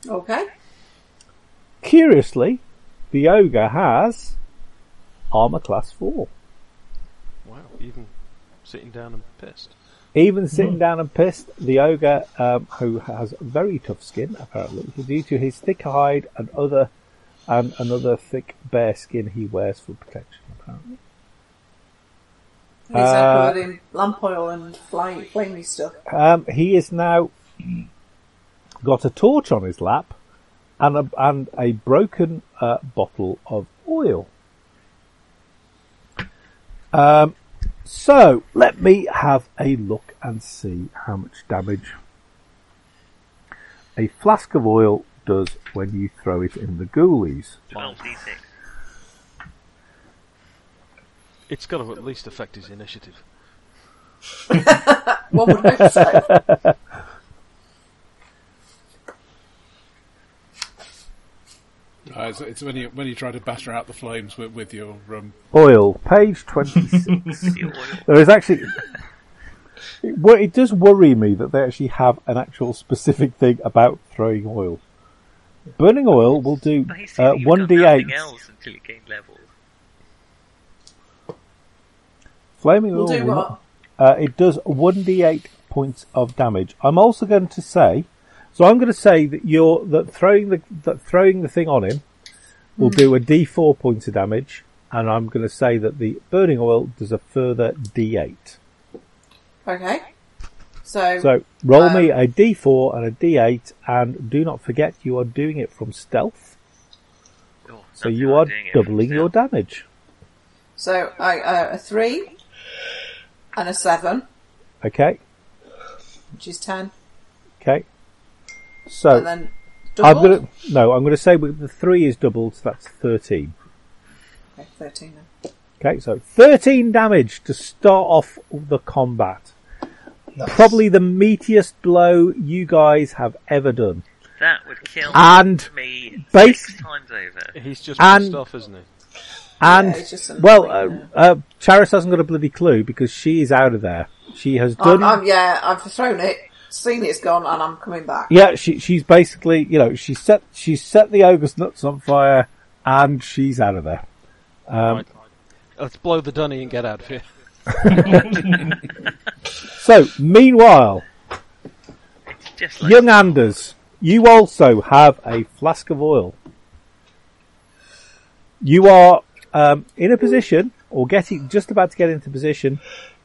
S7: Okay.
S3: Curiously, the ogre has armor class 4.
S4: wow, even sitting down and pissed.
S3: Even sitting down and pissed, the ogre, um, who has very tough skin apparently, due to his thick hide and other and another thick bear skin he wears for protection. Apparently,
S7: He's
S3: Uh,
S7: covered in lamp oil and fly, flamey stuff.
S3: um, he is now got a torch on his lap and a, and a broken uh, bottle of oil. Um, so let me have a look and see how much damage a flask of oil does when you throw it in the ghoulies.
S5: Twelve d six.
S4: It's got to at least affect his initiative.
S7: One would hope so.
S1: Uh, it's, it's when you when you try to batter out the flames with, with your um,
S3: Oil, page 26.
S5: The oil.
S3: there is actually. It, wor- it does worry me that they actually have an actual specific thing about throwing oil. Burning oil will do
S5: I see
S3: uh,
S5: that you've done nothing
S3: 1d8.
S5: else until you gain level.
S3: Flaming
S7: We'll
S3: oil
S7: do
S3: will not
S7: what?
S3: Uh, it does 1d8 points of damage. I'm also going to say, so I'm going to say that you're, that throwing the, that throwing the thing on him will do a d4 points of damage, and I'm going to say that the burning oil does a further d8.
S7: Okay. So,
S3: So roll me
S5: Um,
S3: a d4 and a d8, and do not forget you are doing it from stealth,
S5: Oh,
S3: so
S5: nothing,
S3: you
S5: I'm
S3: are
S5: doing it
S3: doubling your
S5: myself.
S3: damage.
S7: so I, uh, a three and a seven,
S3: Okay,
S7: which is ten,
S3: okay. So
S7: and then
S3: I'm
S7: double.
S3: going to no, I'm going to say with the three is doubled, so that's thirteen.
S7: Okay, thirteen. Now.
S3: Okay, so 13 damage to start off the combat.
S6: Nice.
S3: Probably the meatiest blow you guys have ever done.
S5: That would kill
S3: And
S5: me
S3: base-
S5: six times over.
S4: He's just
S3: And-
S4: pissed off, isn't he?
S3: And,
S7: Yeah, it's just
S3: well, uh,
S7: annoying,
S3: uh, Charis hasn't got a bloody clue because she is out of there. She has
S7: I'm,
S3: done.
S7: I'm, yeah, I've thrown it, seen it's gone, and I'm coming back.
S3: yeah, she, she's basically, you know, she set, she set the ogre's nuts on fire and she's out of there.
S4: Right. Let's blow the dunny and get out of here.
S3: So, meanwhile,
S5: It's just like
S3: young Anders, you also have a flask of oil. You are um, in a position, or getting just about to get into position,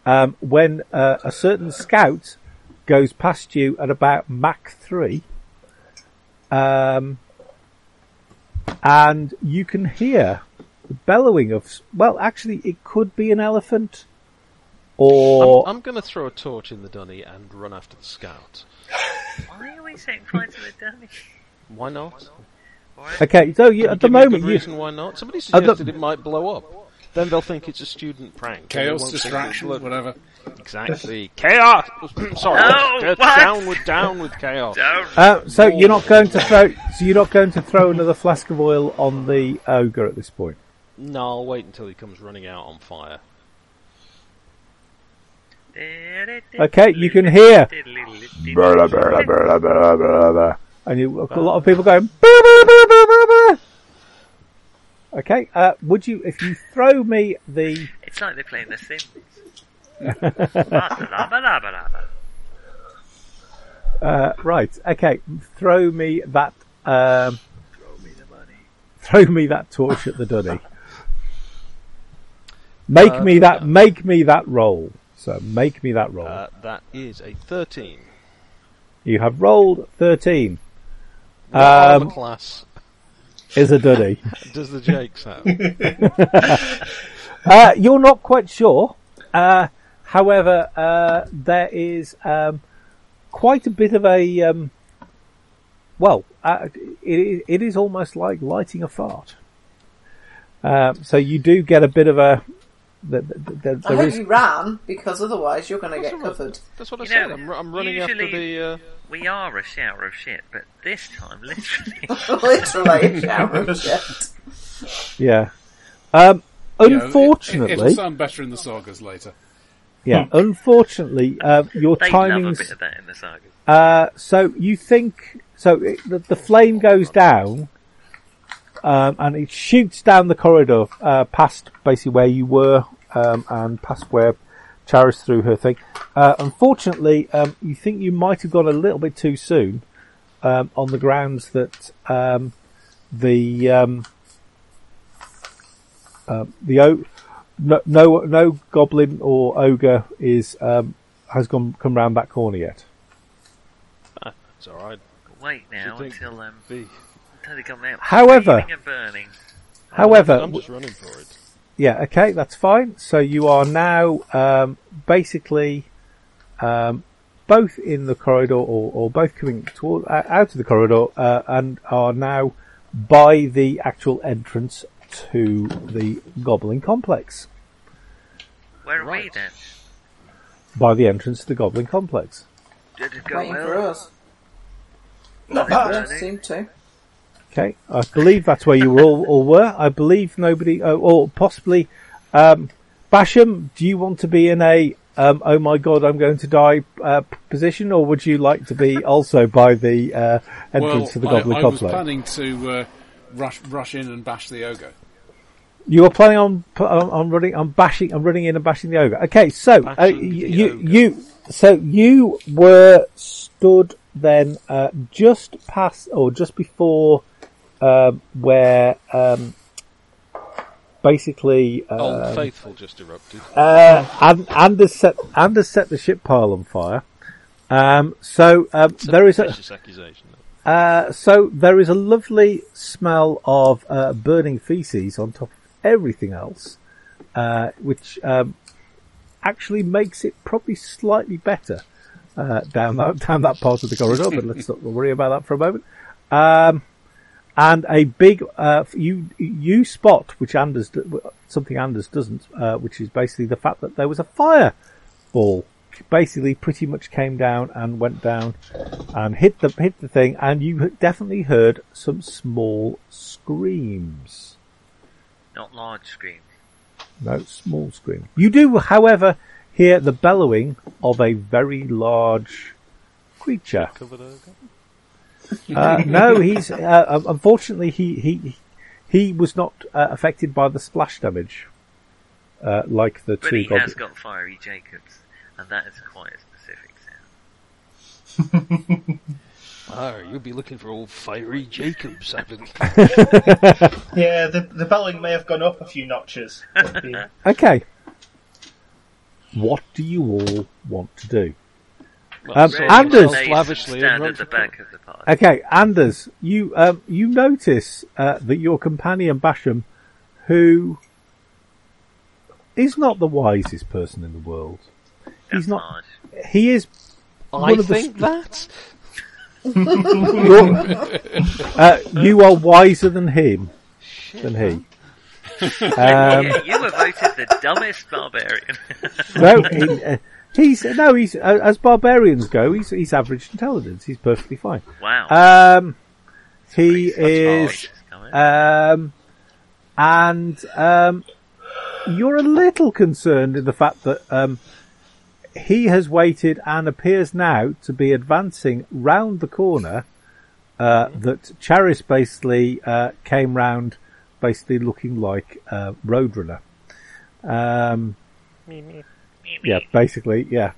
S3: um, when uh, a certain scout goes past you at about Mach three, um, and you can hear the bellowing of. s- Well, actually, it could be an elephant, or
S4: I'm, going to throw a torch in the dunny and run after the scout.
S5: Why are we setting fire to the dummy?
S4: Why not?
S3: okay. So you, at the
S4: Give me a good
S3: moment, you,
S4: reason why not? Somebody
S3: At the-
S4: suggested it might blow up. Then they'll think it's a student prank. and they
S1: chaos,
S4: won't think
S1: distraction,
S4: it's blood.
S1: whatever.
S4: Exactly. Chaos! Sorry.
S5: No,
S4: Uh,
S5: what?
S4: Down with, down with chaos.
S5: Don't.
S3: Uh,
S4: Oh.
S3: so you're not going to throw. So you're not going to throw another flask of oil on the ogre at this point.
S4: No, I'll wait until he comes running out on fire.
S3: Okay, you can hear,
S2: Blah, blah, blah, blah, blah, blah.
S3: and you a lot of people going. "Boo, boo, boo, boo, boo, boo." Okay, uh, would you if you throw me the?
S5: It's like they're playing The Sims. Laba, laba, laba, laba.
S3: Uh, right. Okay, throw me that. Um, throw me that torch at the dunny. Make
S4: Uh,
S3: me that. Make me that roll. So make me that roll.
S4: Uh, that is a 13.
S3: you have rolled thirteen.
S4: What armor
S3: Um,
S4: class
S3: Is a dunny.
S4: does the Jakes have?
S3: Uh, you're not quite sure. Uh, however, uh, there is um, quite a bit of a um, well. Uh, it, it is almost like lighting a fart. Um, so you do get a bit of a. The, the, the,
S7: I
S3: there
S7: hope
S3: is
S7: you ran because otherwise you're going to get
S4: all right.
S7: covered.
S4: That's what I
S5: You
S4: said.
S5: know,
S4: I'm, ru- I'm running after
S5: usually-
S4: the. Uh,
S5: We are a shower of shit, but this time, literally.
S7: Literally, yeah, shit.
S3: yeah. Um,
S1: You know, it-
S3: unfortunately,
S1: it, will sound better in the sagas later.
S3: yeah. Unfortunately, um, your
S5: They love a
S3: timings
S5: bit of that in the saga.
S3: Uh, so you think so? It, the, the flame goes down, um, and it shoots down the corridor uh, past basically where you were, um, and past where Charis threw her thing. Uh, unfortunately, um, you think you might have gone a little bit too soon, um, on the grounds that um, the um, um, the o- no, no no goblin or ogre is um, has gone come round that corner yet.
S4: it's alright.
S5: Wait now
S4: Should think-
S5: until, um,
S4: The-
S5: until they come out.
S3: However-
S5: Breathing and burning.
S3: However,
S4: I'm just running for it.
S3: Yeah, okay, that's fine. So you are now um, basically um, both in the corridor or, or both coming toward, uh, out of the corridor uh, and are now by the actual entrance to the Goblin Complex.
S5: Where are we
S4: Right.
S5: then?
S3: by the entrance to the Goblin Complex.
S5: Did it go
S7: waiting for
S5: well?
S7: us.
S6: Not
S7: They
S6: bad.
S7: don't seem to.
S3: Okay, I believe that's where you all, all were. I believe nobody, oh, or possibly, um, Basham, do you want to be in a, um, oh my god, I'm going to die uh, p- position, or would you like to be also by the uh, entrance
S1: Well,
S3: to the
S1: I,
S3: Goblin
S1: I was
S3: Complex?
S1: planning to uh, rush rush in and bash the ogre.
S3: You were planning on pu- on, on running, on bashing, on running in and bashing the ogre. Okay, so uh,
S4: Bashing
S3: you,
S4: the
S3: you,
S4: ogre.
S3: you, so you were stood then uh, just past or just before um, where um, basically uh,
S4: Old Faithful just erupted.
S3: uh, and Anders set Anders set the ship pile on fire. Um, so um, there is a
S4: Vicious accusation.
S3: uh, so there is a lovely smell of uh, burning feces on top of everything else, uh, which um, actually makes it probably slightly better uh, down that down that part of the corridor. But let's not worry about that for a moment. Um, and a big uh, you you spot which Anders d- something Anders doesn't, uh, which is basically the fact that there was a fire ball. Basically, pretty much came down and went down and hit the hit the thing, and you definitely heard some small screams.
S5: Not large scream.
S3: No small scream. You do, however, hear the bellowing of a very large creature.
S4: Covered ogre?
S3: Uh, no, he's uh, um, unfortunately he he he was not uh, affected by the splash damage, uh, like the
S5: But
S3: two
S5: he
S3: goblins.
S5: has got fiery Jacobs, and that is quite a specific sound.
S4: Ah, you'll be looking for old fiery Jacobs. I think.
S6: Yeah, the the belling may have gone up a few notches. Yeah.
S3: Okay. What do you all want to do?
S4: Well,
S3: Um,
S4: so
S5: Really
S3: Anders-
S5: lays
S4: lavishly
S5: stand
S4: runs
S5: at the
S4: across.
S5: back of the party.
S3: Okay, Anders, you um, you notice uh, that your companion Basham, who is not the wisest person in the world,
S5: That's
S3: he's not.
S5: large.
S3: He is.
S4: I
S3: of the
S4: think that.
S3: you're- uh, you are wiser than him. Than he. Um,
S5: yeah, you were voted the dumbest barbarian.
S3: no, he, uh, he's no, he's uh, as barbarians go, he's he's average intelligence. He's perfectly fine.
S5: wow.
S3: Um, he
S4: That's
S3: is. uh,
S4: harsh.
S3: Um, and um, you're a little concerned in the fact that um, he has waited and appears now to be advancing round the corner. Uh, that Charis basically uh, came round, basically looking like uh, Roadrunner. Um, yeah, basically, yeah.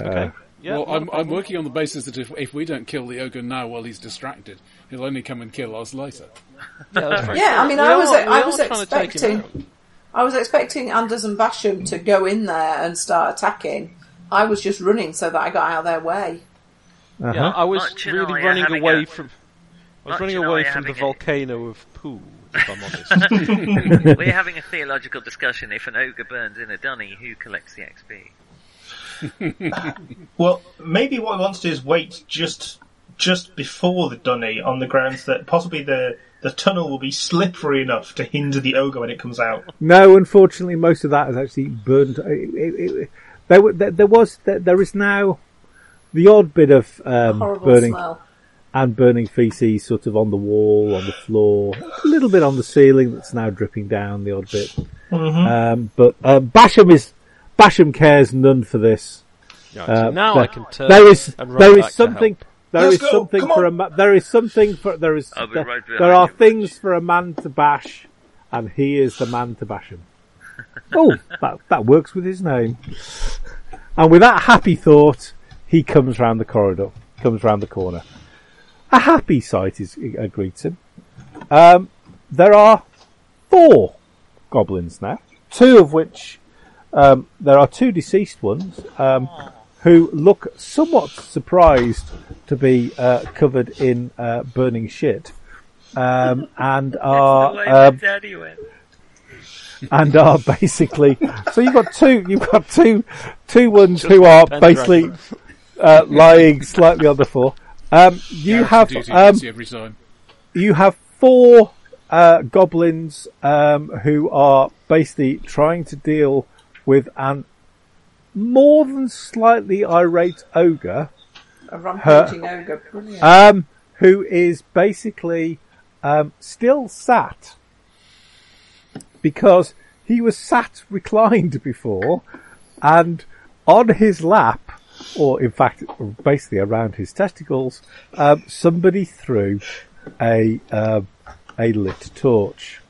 S4: Okay. Yeah,
S1: well,
S4: not a
S1: I'm, I'm
S4: problem.
S1: working on the basis that if, if we don't kill the ogre now while he's distracted, he'll only come and kill us later.
S4: Yeah, that's right.
S7: Yeah, I mean,
S4: We
S7: I was,
S4: are- we
S7: I
S4: are
S7: was
S4: trying to take him
S7: expecting,
S4: out.
S7: I was expecting Anders and Basham to go in there and start attacking. I was just running so that I got out of their way.
S3: Uh-huh.
S4: Yeah, I was
S5: Much and
S4: really
S5: I are
S4: running
S5: having
S4: away
S5: a-
S4: from. I was
S5: Much
S4: running
S5: and I
S4: away
S5: are
S4: from the
S5: having a-
S4: volcano of poo. If I'm honest,
S5: We're having a theological discussion. If an ogre burns in a dunny, who collects the XP?
S6: Well, maybe what we want to do is wait just just before the dunny on the grounds that possibly the the tunnel will be slippery enough to hinder the ogre when it comes out.
S3: No, unfortunately, most of that is actually burned. It, it, it, there, were- there, there was, there, there is now the odd bit of um,
S7: Horrible
S3: burning
S7: smell.
S3: and burning feces, sort of on the wall, on the floor, a little bit on the ceiling that's now dripping down. The odd bit, um, but um, Basham is Basham cares none for this.
S4: Right,
S3: Uh,
S4: so now
S3: there-
S4: I can turn.
S3: There is,
S4: and run
S3: there
S4: back
S3: is
S4: to
S3: something.
S4: help.
S3: There
S6: Let's
S3: is
S6: go,
S3: something
S6: come
S3: for a
S6: on.
S3: ma- there is something for there is
S5: I'll be
S3: there,
S5: right behind
S3: there are
S5: you,
S3: things
S5: Rich.
S3: for a man to bash, and he is the man to bash him. oh, that that works with his name. And with that happy thought, he comes round the corridor, comes round the corner. A happy sight is uh, greets him. Um, there are four goblins now, two of which um, there are two deceased ones. Um, who look somewhat surprised to be uh, covered in uh, burning shit, um, and
S5: Away
S3: are
S5: with
S3: um,
S5: Daddy went.
S3: and are basically. So you've got two. You've got two two ones who are
S4: Pendragon.
S3: basically uh, lying slightly on the floor. Um, you
S1: Character
S3: have
S1: duty
S3: um,
S1: hits you every time.
S3: you have four uh, goblins um, who are basically trying to deal with an more than slightly irate ogre
S7: A rampaging ogre. Brilliant.
S3: um, who is basically um, still sat because he was sat reclined before, and on his lap, or in fact, basically around his testicles, um, somebody threw a um a lit torch,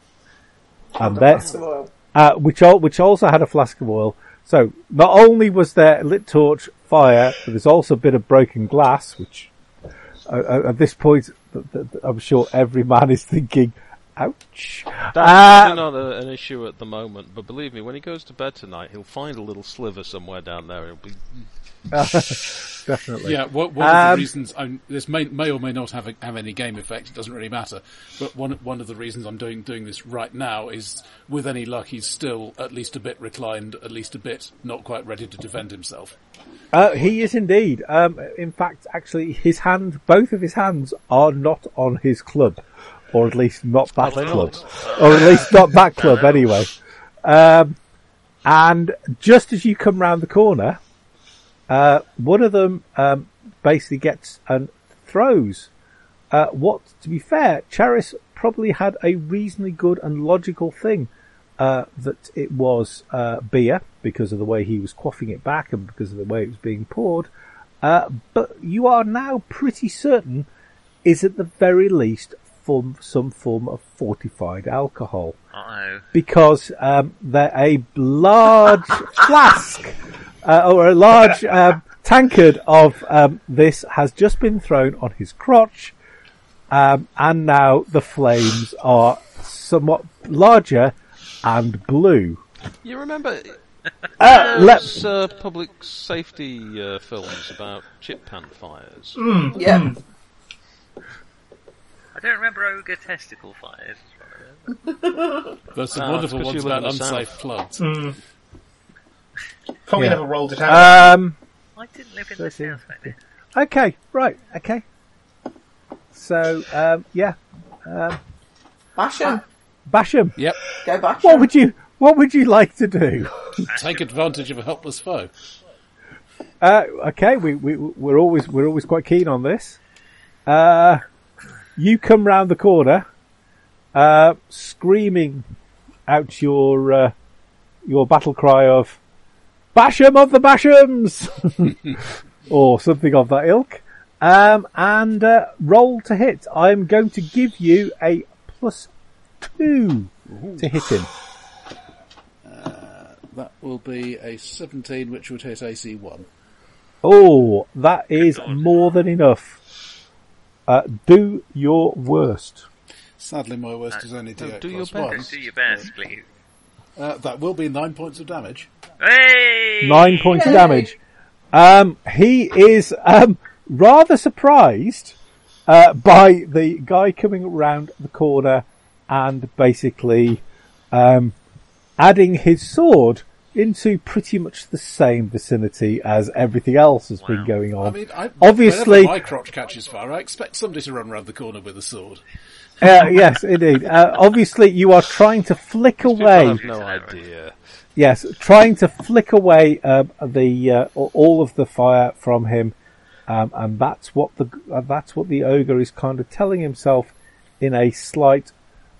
S3: and
S7: Flask
S3: that's
S7: of oil.
S3: uh, which al- which also had a flask of oil. So not only was there a lit torch fire, there was also a bit of broken glass, which uh, uh, at this point, th- th- th- I'm sure every man is thinking, "Ouch!"
S4: That's
S3: Uh,
S4: not a, an issue at the moment, but believe me, when he goes to bed tonight, he'll find a little sliver somewhere down there. He'll be
S3: definitely.
S1: Yeah, what, one of
S3: Um,
S1: the reasons I'm, this may, may or may not have a, have any game effect. It doesn't really matter. But one one of the reasons I'm doing doing this right now is, with any luck, he's still at least a bit reclined, at least a bit not quite ready to defend himself.
S3: Uh, he is indeed. Um, in fact, actually, his hand, both of his hands, are not on his club, or at least not that
S4: they not?
S3: club, or at least not that club anyway. Um, and just as you come round the corner, uh, one of them um, basically gets and throws. Uh, what, to be fair, Charis probably had a reasonably good and logical thing uh, that it was uh, beer because of the way he was quaffing it back and because of the way it was being poured. Uh, but you are now pretty certain is at the very least form, some form of fortified alcohol
S5: Uh-oh.
S3: because um, they're a large flask uh, or a large um, tankard of um, this has just been thrown on his crotch, um, and now the flames are somewhat larger and blue.
S4: You remember
S3: Uh, let,
S4: those uh, public safety uh, films about chip pan fires?
S7: Yeah.
S3: Hmm.
S5: I don't remember ogre testicle fires.
S1: There's some
S4: Ah,
S1: wonderful
S4: it's 'cause
S1: ones
S4: you live
S1: about
S4: in the
S1: unsafe clubs.
S7: Hmm.
S6: Probably
S3: Yeah.
S6: never rolled it out.
S3: um,
S5: I didn't live in the
S3: Thirteen.
S5: south back then.
S3: okay, right, okay. So um, yeah,
S7: Bash 'em.
S3: bash 'em.
S1: Yep,
S7: Go bash 'em.
S3: What would you What would you like to do?
S1: take advantage of a helpless foe.
S3: Uh, okay, we, we we're always we're always quite keen on this. Uh, you come round the corner, uh, screaming out your uh, your battle cry of "Basham of the Bashams" or something of that ilk, um, and uh, roll to hit. I'm going to give you a plus two to hit him.
S1: That will be a 17, which would hit AC one.
S3: Oh, that is more than enough. Uh, do your worst.
S1: Sadly, my worst is only D8
S4: do your
S1: plus one.
S5: Don't do your best, please.
S1: Uh, that will be nine points of damage.
S5: Hey!
S3: Nine points of
S7: Yay.
S3: damage. Um, he is um, rather surprised uh, by the guy coming round the corner and basically um, adding his sword into pretty much the same vicinity as everything else has been going on.
S1: I mean, I,
S3: Obviously-
S1: whenever my crotch catches fire. I expect somebody to run round the corner with a sword.
S3: Uh, yes, indeed. Uh, obviously, you are trying to flick
S4: I
S3: away
S4: have no idea.
S3: yes, trying to flick away um, the uh, all of the fire from him, um, and that's what the uh, that's what the ogre is kind of telling himself in a slight,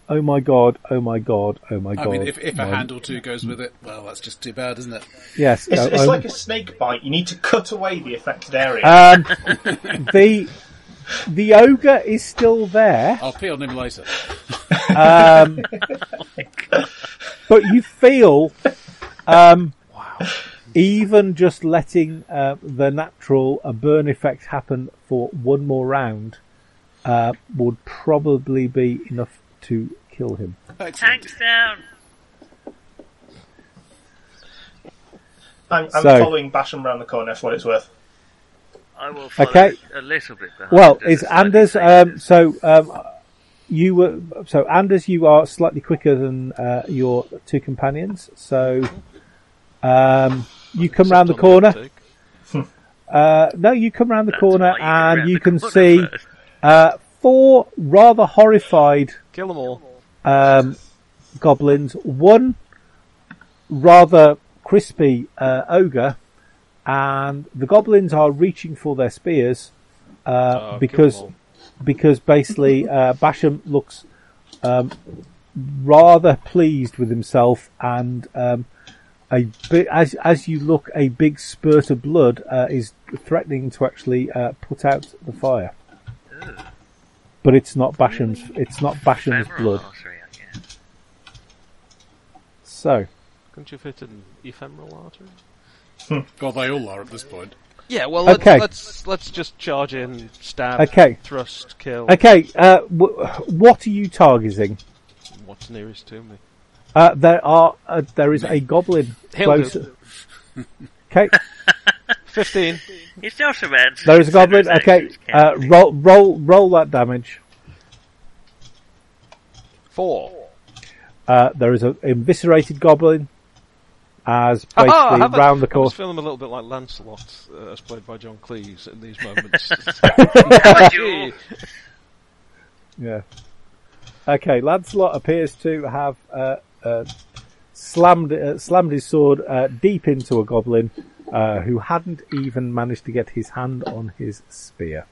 S3: oh my god, oh my god, oh my
S1: I
S3: god.
S1: mean, if, if a
S3: my-"
S1: hand or two goes with it, well, that's just too bad, isn't it?
S3: yes,
S6: It's,
S3: go,
S6: it's
S3: oh-
S6: like a snake bite. You need to cut away the affected area.
S3: um, the the ogre is still there.
S1: I'll pee on him later.
S3: but you feel, um, even just letting uh, the natural uh, burn effect happen for one more round uh, would probably be enough to kill him.
S1: Excellent.
S5: Tanks down!
S6: I'm, I'm
S3: so-
S6: following Basham round the corner for what it's worth.
S5: I will follow
S3: Okay.
S5: a little bit behind.
S3: Well,
S5: just
S3: is
S5: a slightly
S3: Anders?
S5: safer.
S3: Um, so um, you were so Anders. You are slightly quicker than uh, your two companions. So um, you come round the
S4: Except on
S3: corner.
S4: uptake.
S3: Uh, no, you come round the
S5: That's
S3: corner
S5: why you can
S3: and
S5: round
S3: you
S5: the
S3: can
S5: corner
S3: see
S5: first.
S3: uh, four rather horrified
S4: Kill them all.
S3: um, goblins. One rather crispy uh, ogre, and the goblins are reaching for their spears uh,
S4: Oh,
S3: because
S4: kill 'em
S3: because basically uh, Basham looks um, rather pleased with himself, and um, a bi- as as you look, a big spurt of blood uh, is threatening to actually uh, put out the fire. But it's not Basham's. It's not Basham's
S5: Femoral
S3: blood.
S5: artery, I guess.
S3: So
S4: Couldn't you fit an ephemeral artery?
S1: God, they all are at this point.
S4: Yeah, well, let's,
S3: Okay.
S4: let's let's just charge in, stab,
S3: Okay.
S4: thrust, kill.
S3: okay, uh, w- what are you targeting?
S4: What's nearest to me?
S3: Uh, there are uh, there is a goblin
S4: He'll do.
S3: close. Okay,
S4: Fifteen.
S5: It's just a man.
S3: there is a goblin.
S5: Consider
S3: Okay,
S5: his actions
S3: uh,
S5: carefully.
S3: roll roll roll that damage.
S4: Four.
S3: Uh, there is an eviscerated goblin as basically
S4: Aha, I have a-
S3: round the
S4: I was
S3: course.
S4: feeling a little bit like Lancelot, uh, as played by John Cleese in these moments.
S5: Joe.
S3: Yeah. Okay, Lancelot appears to have uh, uh, slammed uh, slammed his sword uh, deep into a goblin uh, who hadn't even managed to get his hand on his spear.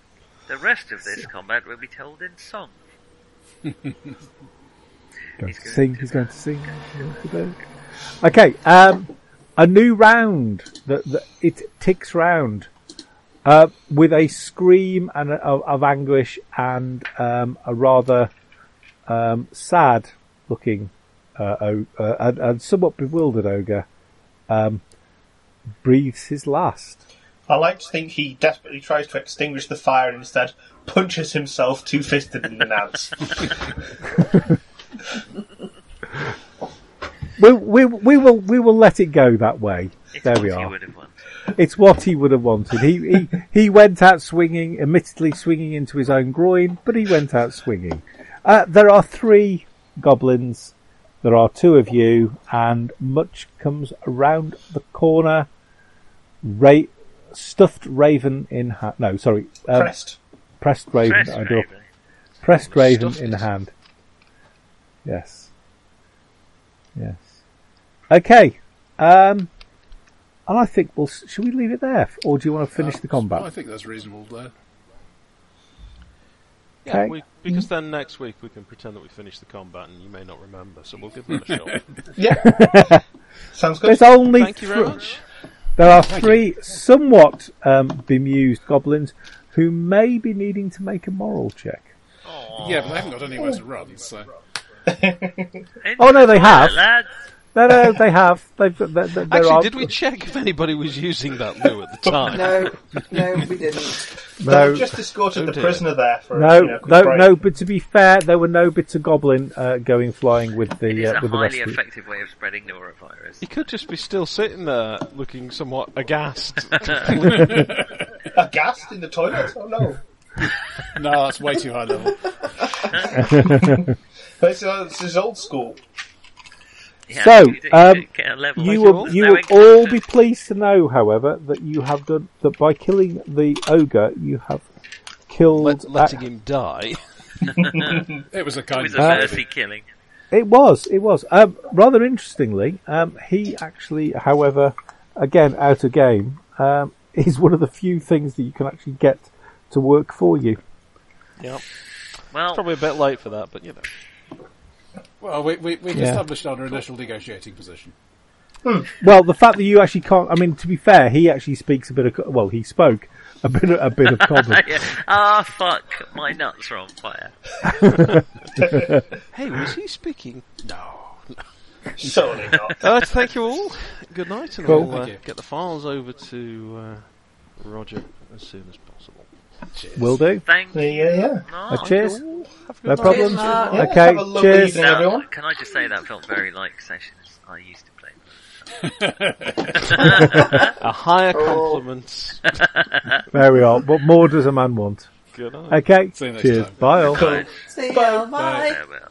S5: The rest of this combat will be told in song.
S3: Going to sing. He's going to sing. Okay, um, a new round. The, the, it ticks round uh, with a scream and a, of, of anguish and um, a rather um, sad-looking uh, o- uh, and, and somewhat bewildered ogre um, breathes his last.
S6: I like to think he desperately tries to extinguish the fire and instead punches himself two fisted in the nuts.
S3: We, we, we will we will let it go that way.
S5: It's
S3: there
S5: what
S3: we
S5: you
S3: are.
S5: would have wanted.
S3: It's what he would have wanted. He, he, he went out swinging, admittedly swinging into his own groin, but he went out swinging. Uh, there are three goblins. There are two of you, and much comes around the corner. Ra- stuffed raven in hand. No, sorry. Um,
S6: Pressed.
S3: pressed raven.
S5: Dress
S3: I do-
S5: raven.
S3: Pressed raven
S4: Stuffed
S3: in
S4: it.
S3: hand. Yes. Yes. Okay. Um, and I think we'll. s- Should we leave it there, or do you
S4: Uh,
S3: want to finish the combat?
S1: I think that's reasonable there.
S4: Yeah,
S3: Okay.
S4: we, because then next week we can pretend that we finished the combat and you may not remember, so we'll give that a shot.
S6: Yeah. Sounds good.
S3: There's only
S4: Thank you very
S3: thr-
S4: much.
S3: there are three somewhat um, bemused goblins who may be needing to make a moral check.
S1: Yeah, but they haven't got anywhere to run, so.
S3: Oh, no, they
S5: Into the
S3: have.
S5: lads.
S3: No, no, they have. They've got. They, they, there
S4: Actually,
S3: are,
S4: did we check if anybody was using that loo at the time?
S7: No, no, we didn't.
S3: No,
S6: We've just escorted
S4: Oh
S6: the
S4: dear.
S6: prisoner there for
S3: no,
S6: you know, a quick
S3: no,
S6: break.
S3: no. But to be fair, there were no bits of goblin uh, going flying with
S5: It
S3: the
S5: is
S3: uh,
S5: a
S3: with the
S5: highly
S3: rescue.
S5: effective way of spreading norovirus.
S4: He could just be still sitting there looking somewhat aghast.
S6: Aghast in the toilet? Oh no.
S1: No, that's way too high level.
S6: This is, this is old school.
S5: Yeah,
S3: So,
S5: you do- you
S3: um,
S5: do get a level.
S3: You
S4: Thank you
S3: will,
S4: all.
S3: you
S5: No
S3: will
S5: encounter.
S3: all be pleased to know, however, that you have done that by killing the ogre, you have killed.
S4: Let, letting
S3: that-
S4: him die.
S1: It was a
S5: It
S1: kind
S5: was a
S1: of.
S3: Uh,
S5: mercy killing.
S3: It was, it was. Um, rather interestingly, um, he actually, however, again out of game, um, is one of the few things that you can actually get to work for you.
S4: Yep.
S5: Well,
S4: Probably a bit late for that, but you know.
S1: Well, we, we, we
S3: Yeah.
S1: established our initial negotiating position.
S3: Well, the fact that you actually can't—I mean, to be fair, he actually speaks a bit of. co- Well, he spoke a bit, of, a bit of common.
S5: yeah. ah, fuck, my nuts are on fire.
S4: Hey, was he speaking? No.
S6: Surely not.
S4: Uh, thank you all. Good night, and
S3: Cool.
S4: we'll uh,
S1: Thank you.
S4: get the files over to uh, Roger as soon as possible.
S3: Will do.
S5: Thank
S6: Yeah, yeah, yeah.
S5: Mark.
S3: Uh, cheers.
S4: Have a
S3: No
S4: good night.
S3: problem.
S7: Mark.
S6: Oh, Yeah,
S3: Okay,
S6: have a lovely
S3: cheers.
S6: evening, everyone.
S5: Can I just say that felt very like sessions I used to play.
S4: A higher
S7: Oh.
S4: compliment.
S3: There we are. What more does a man want?
S4: good night.
S3: Okay.
S1: See you next
S3: Cheers.
S1: time.
S3: Bye all.
S5: But,
S7: See you, bye.
S5: uh, well,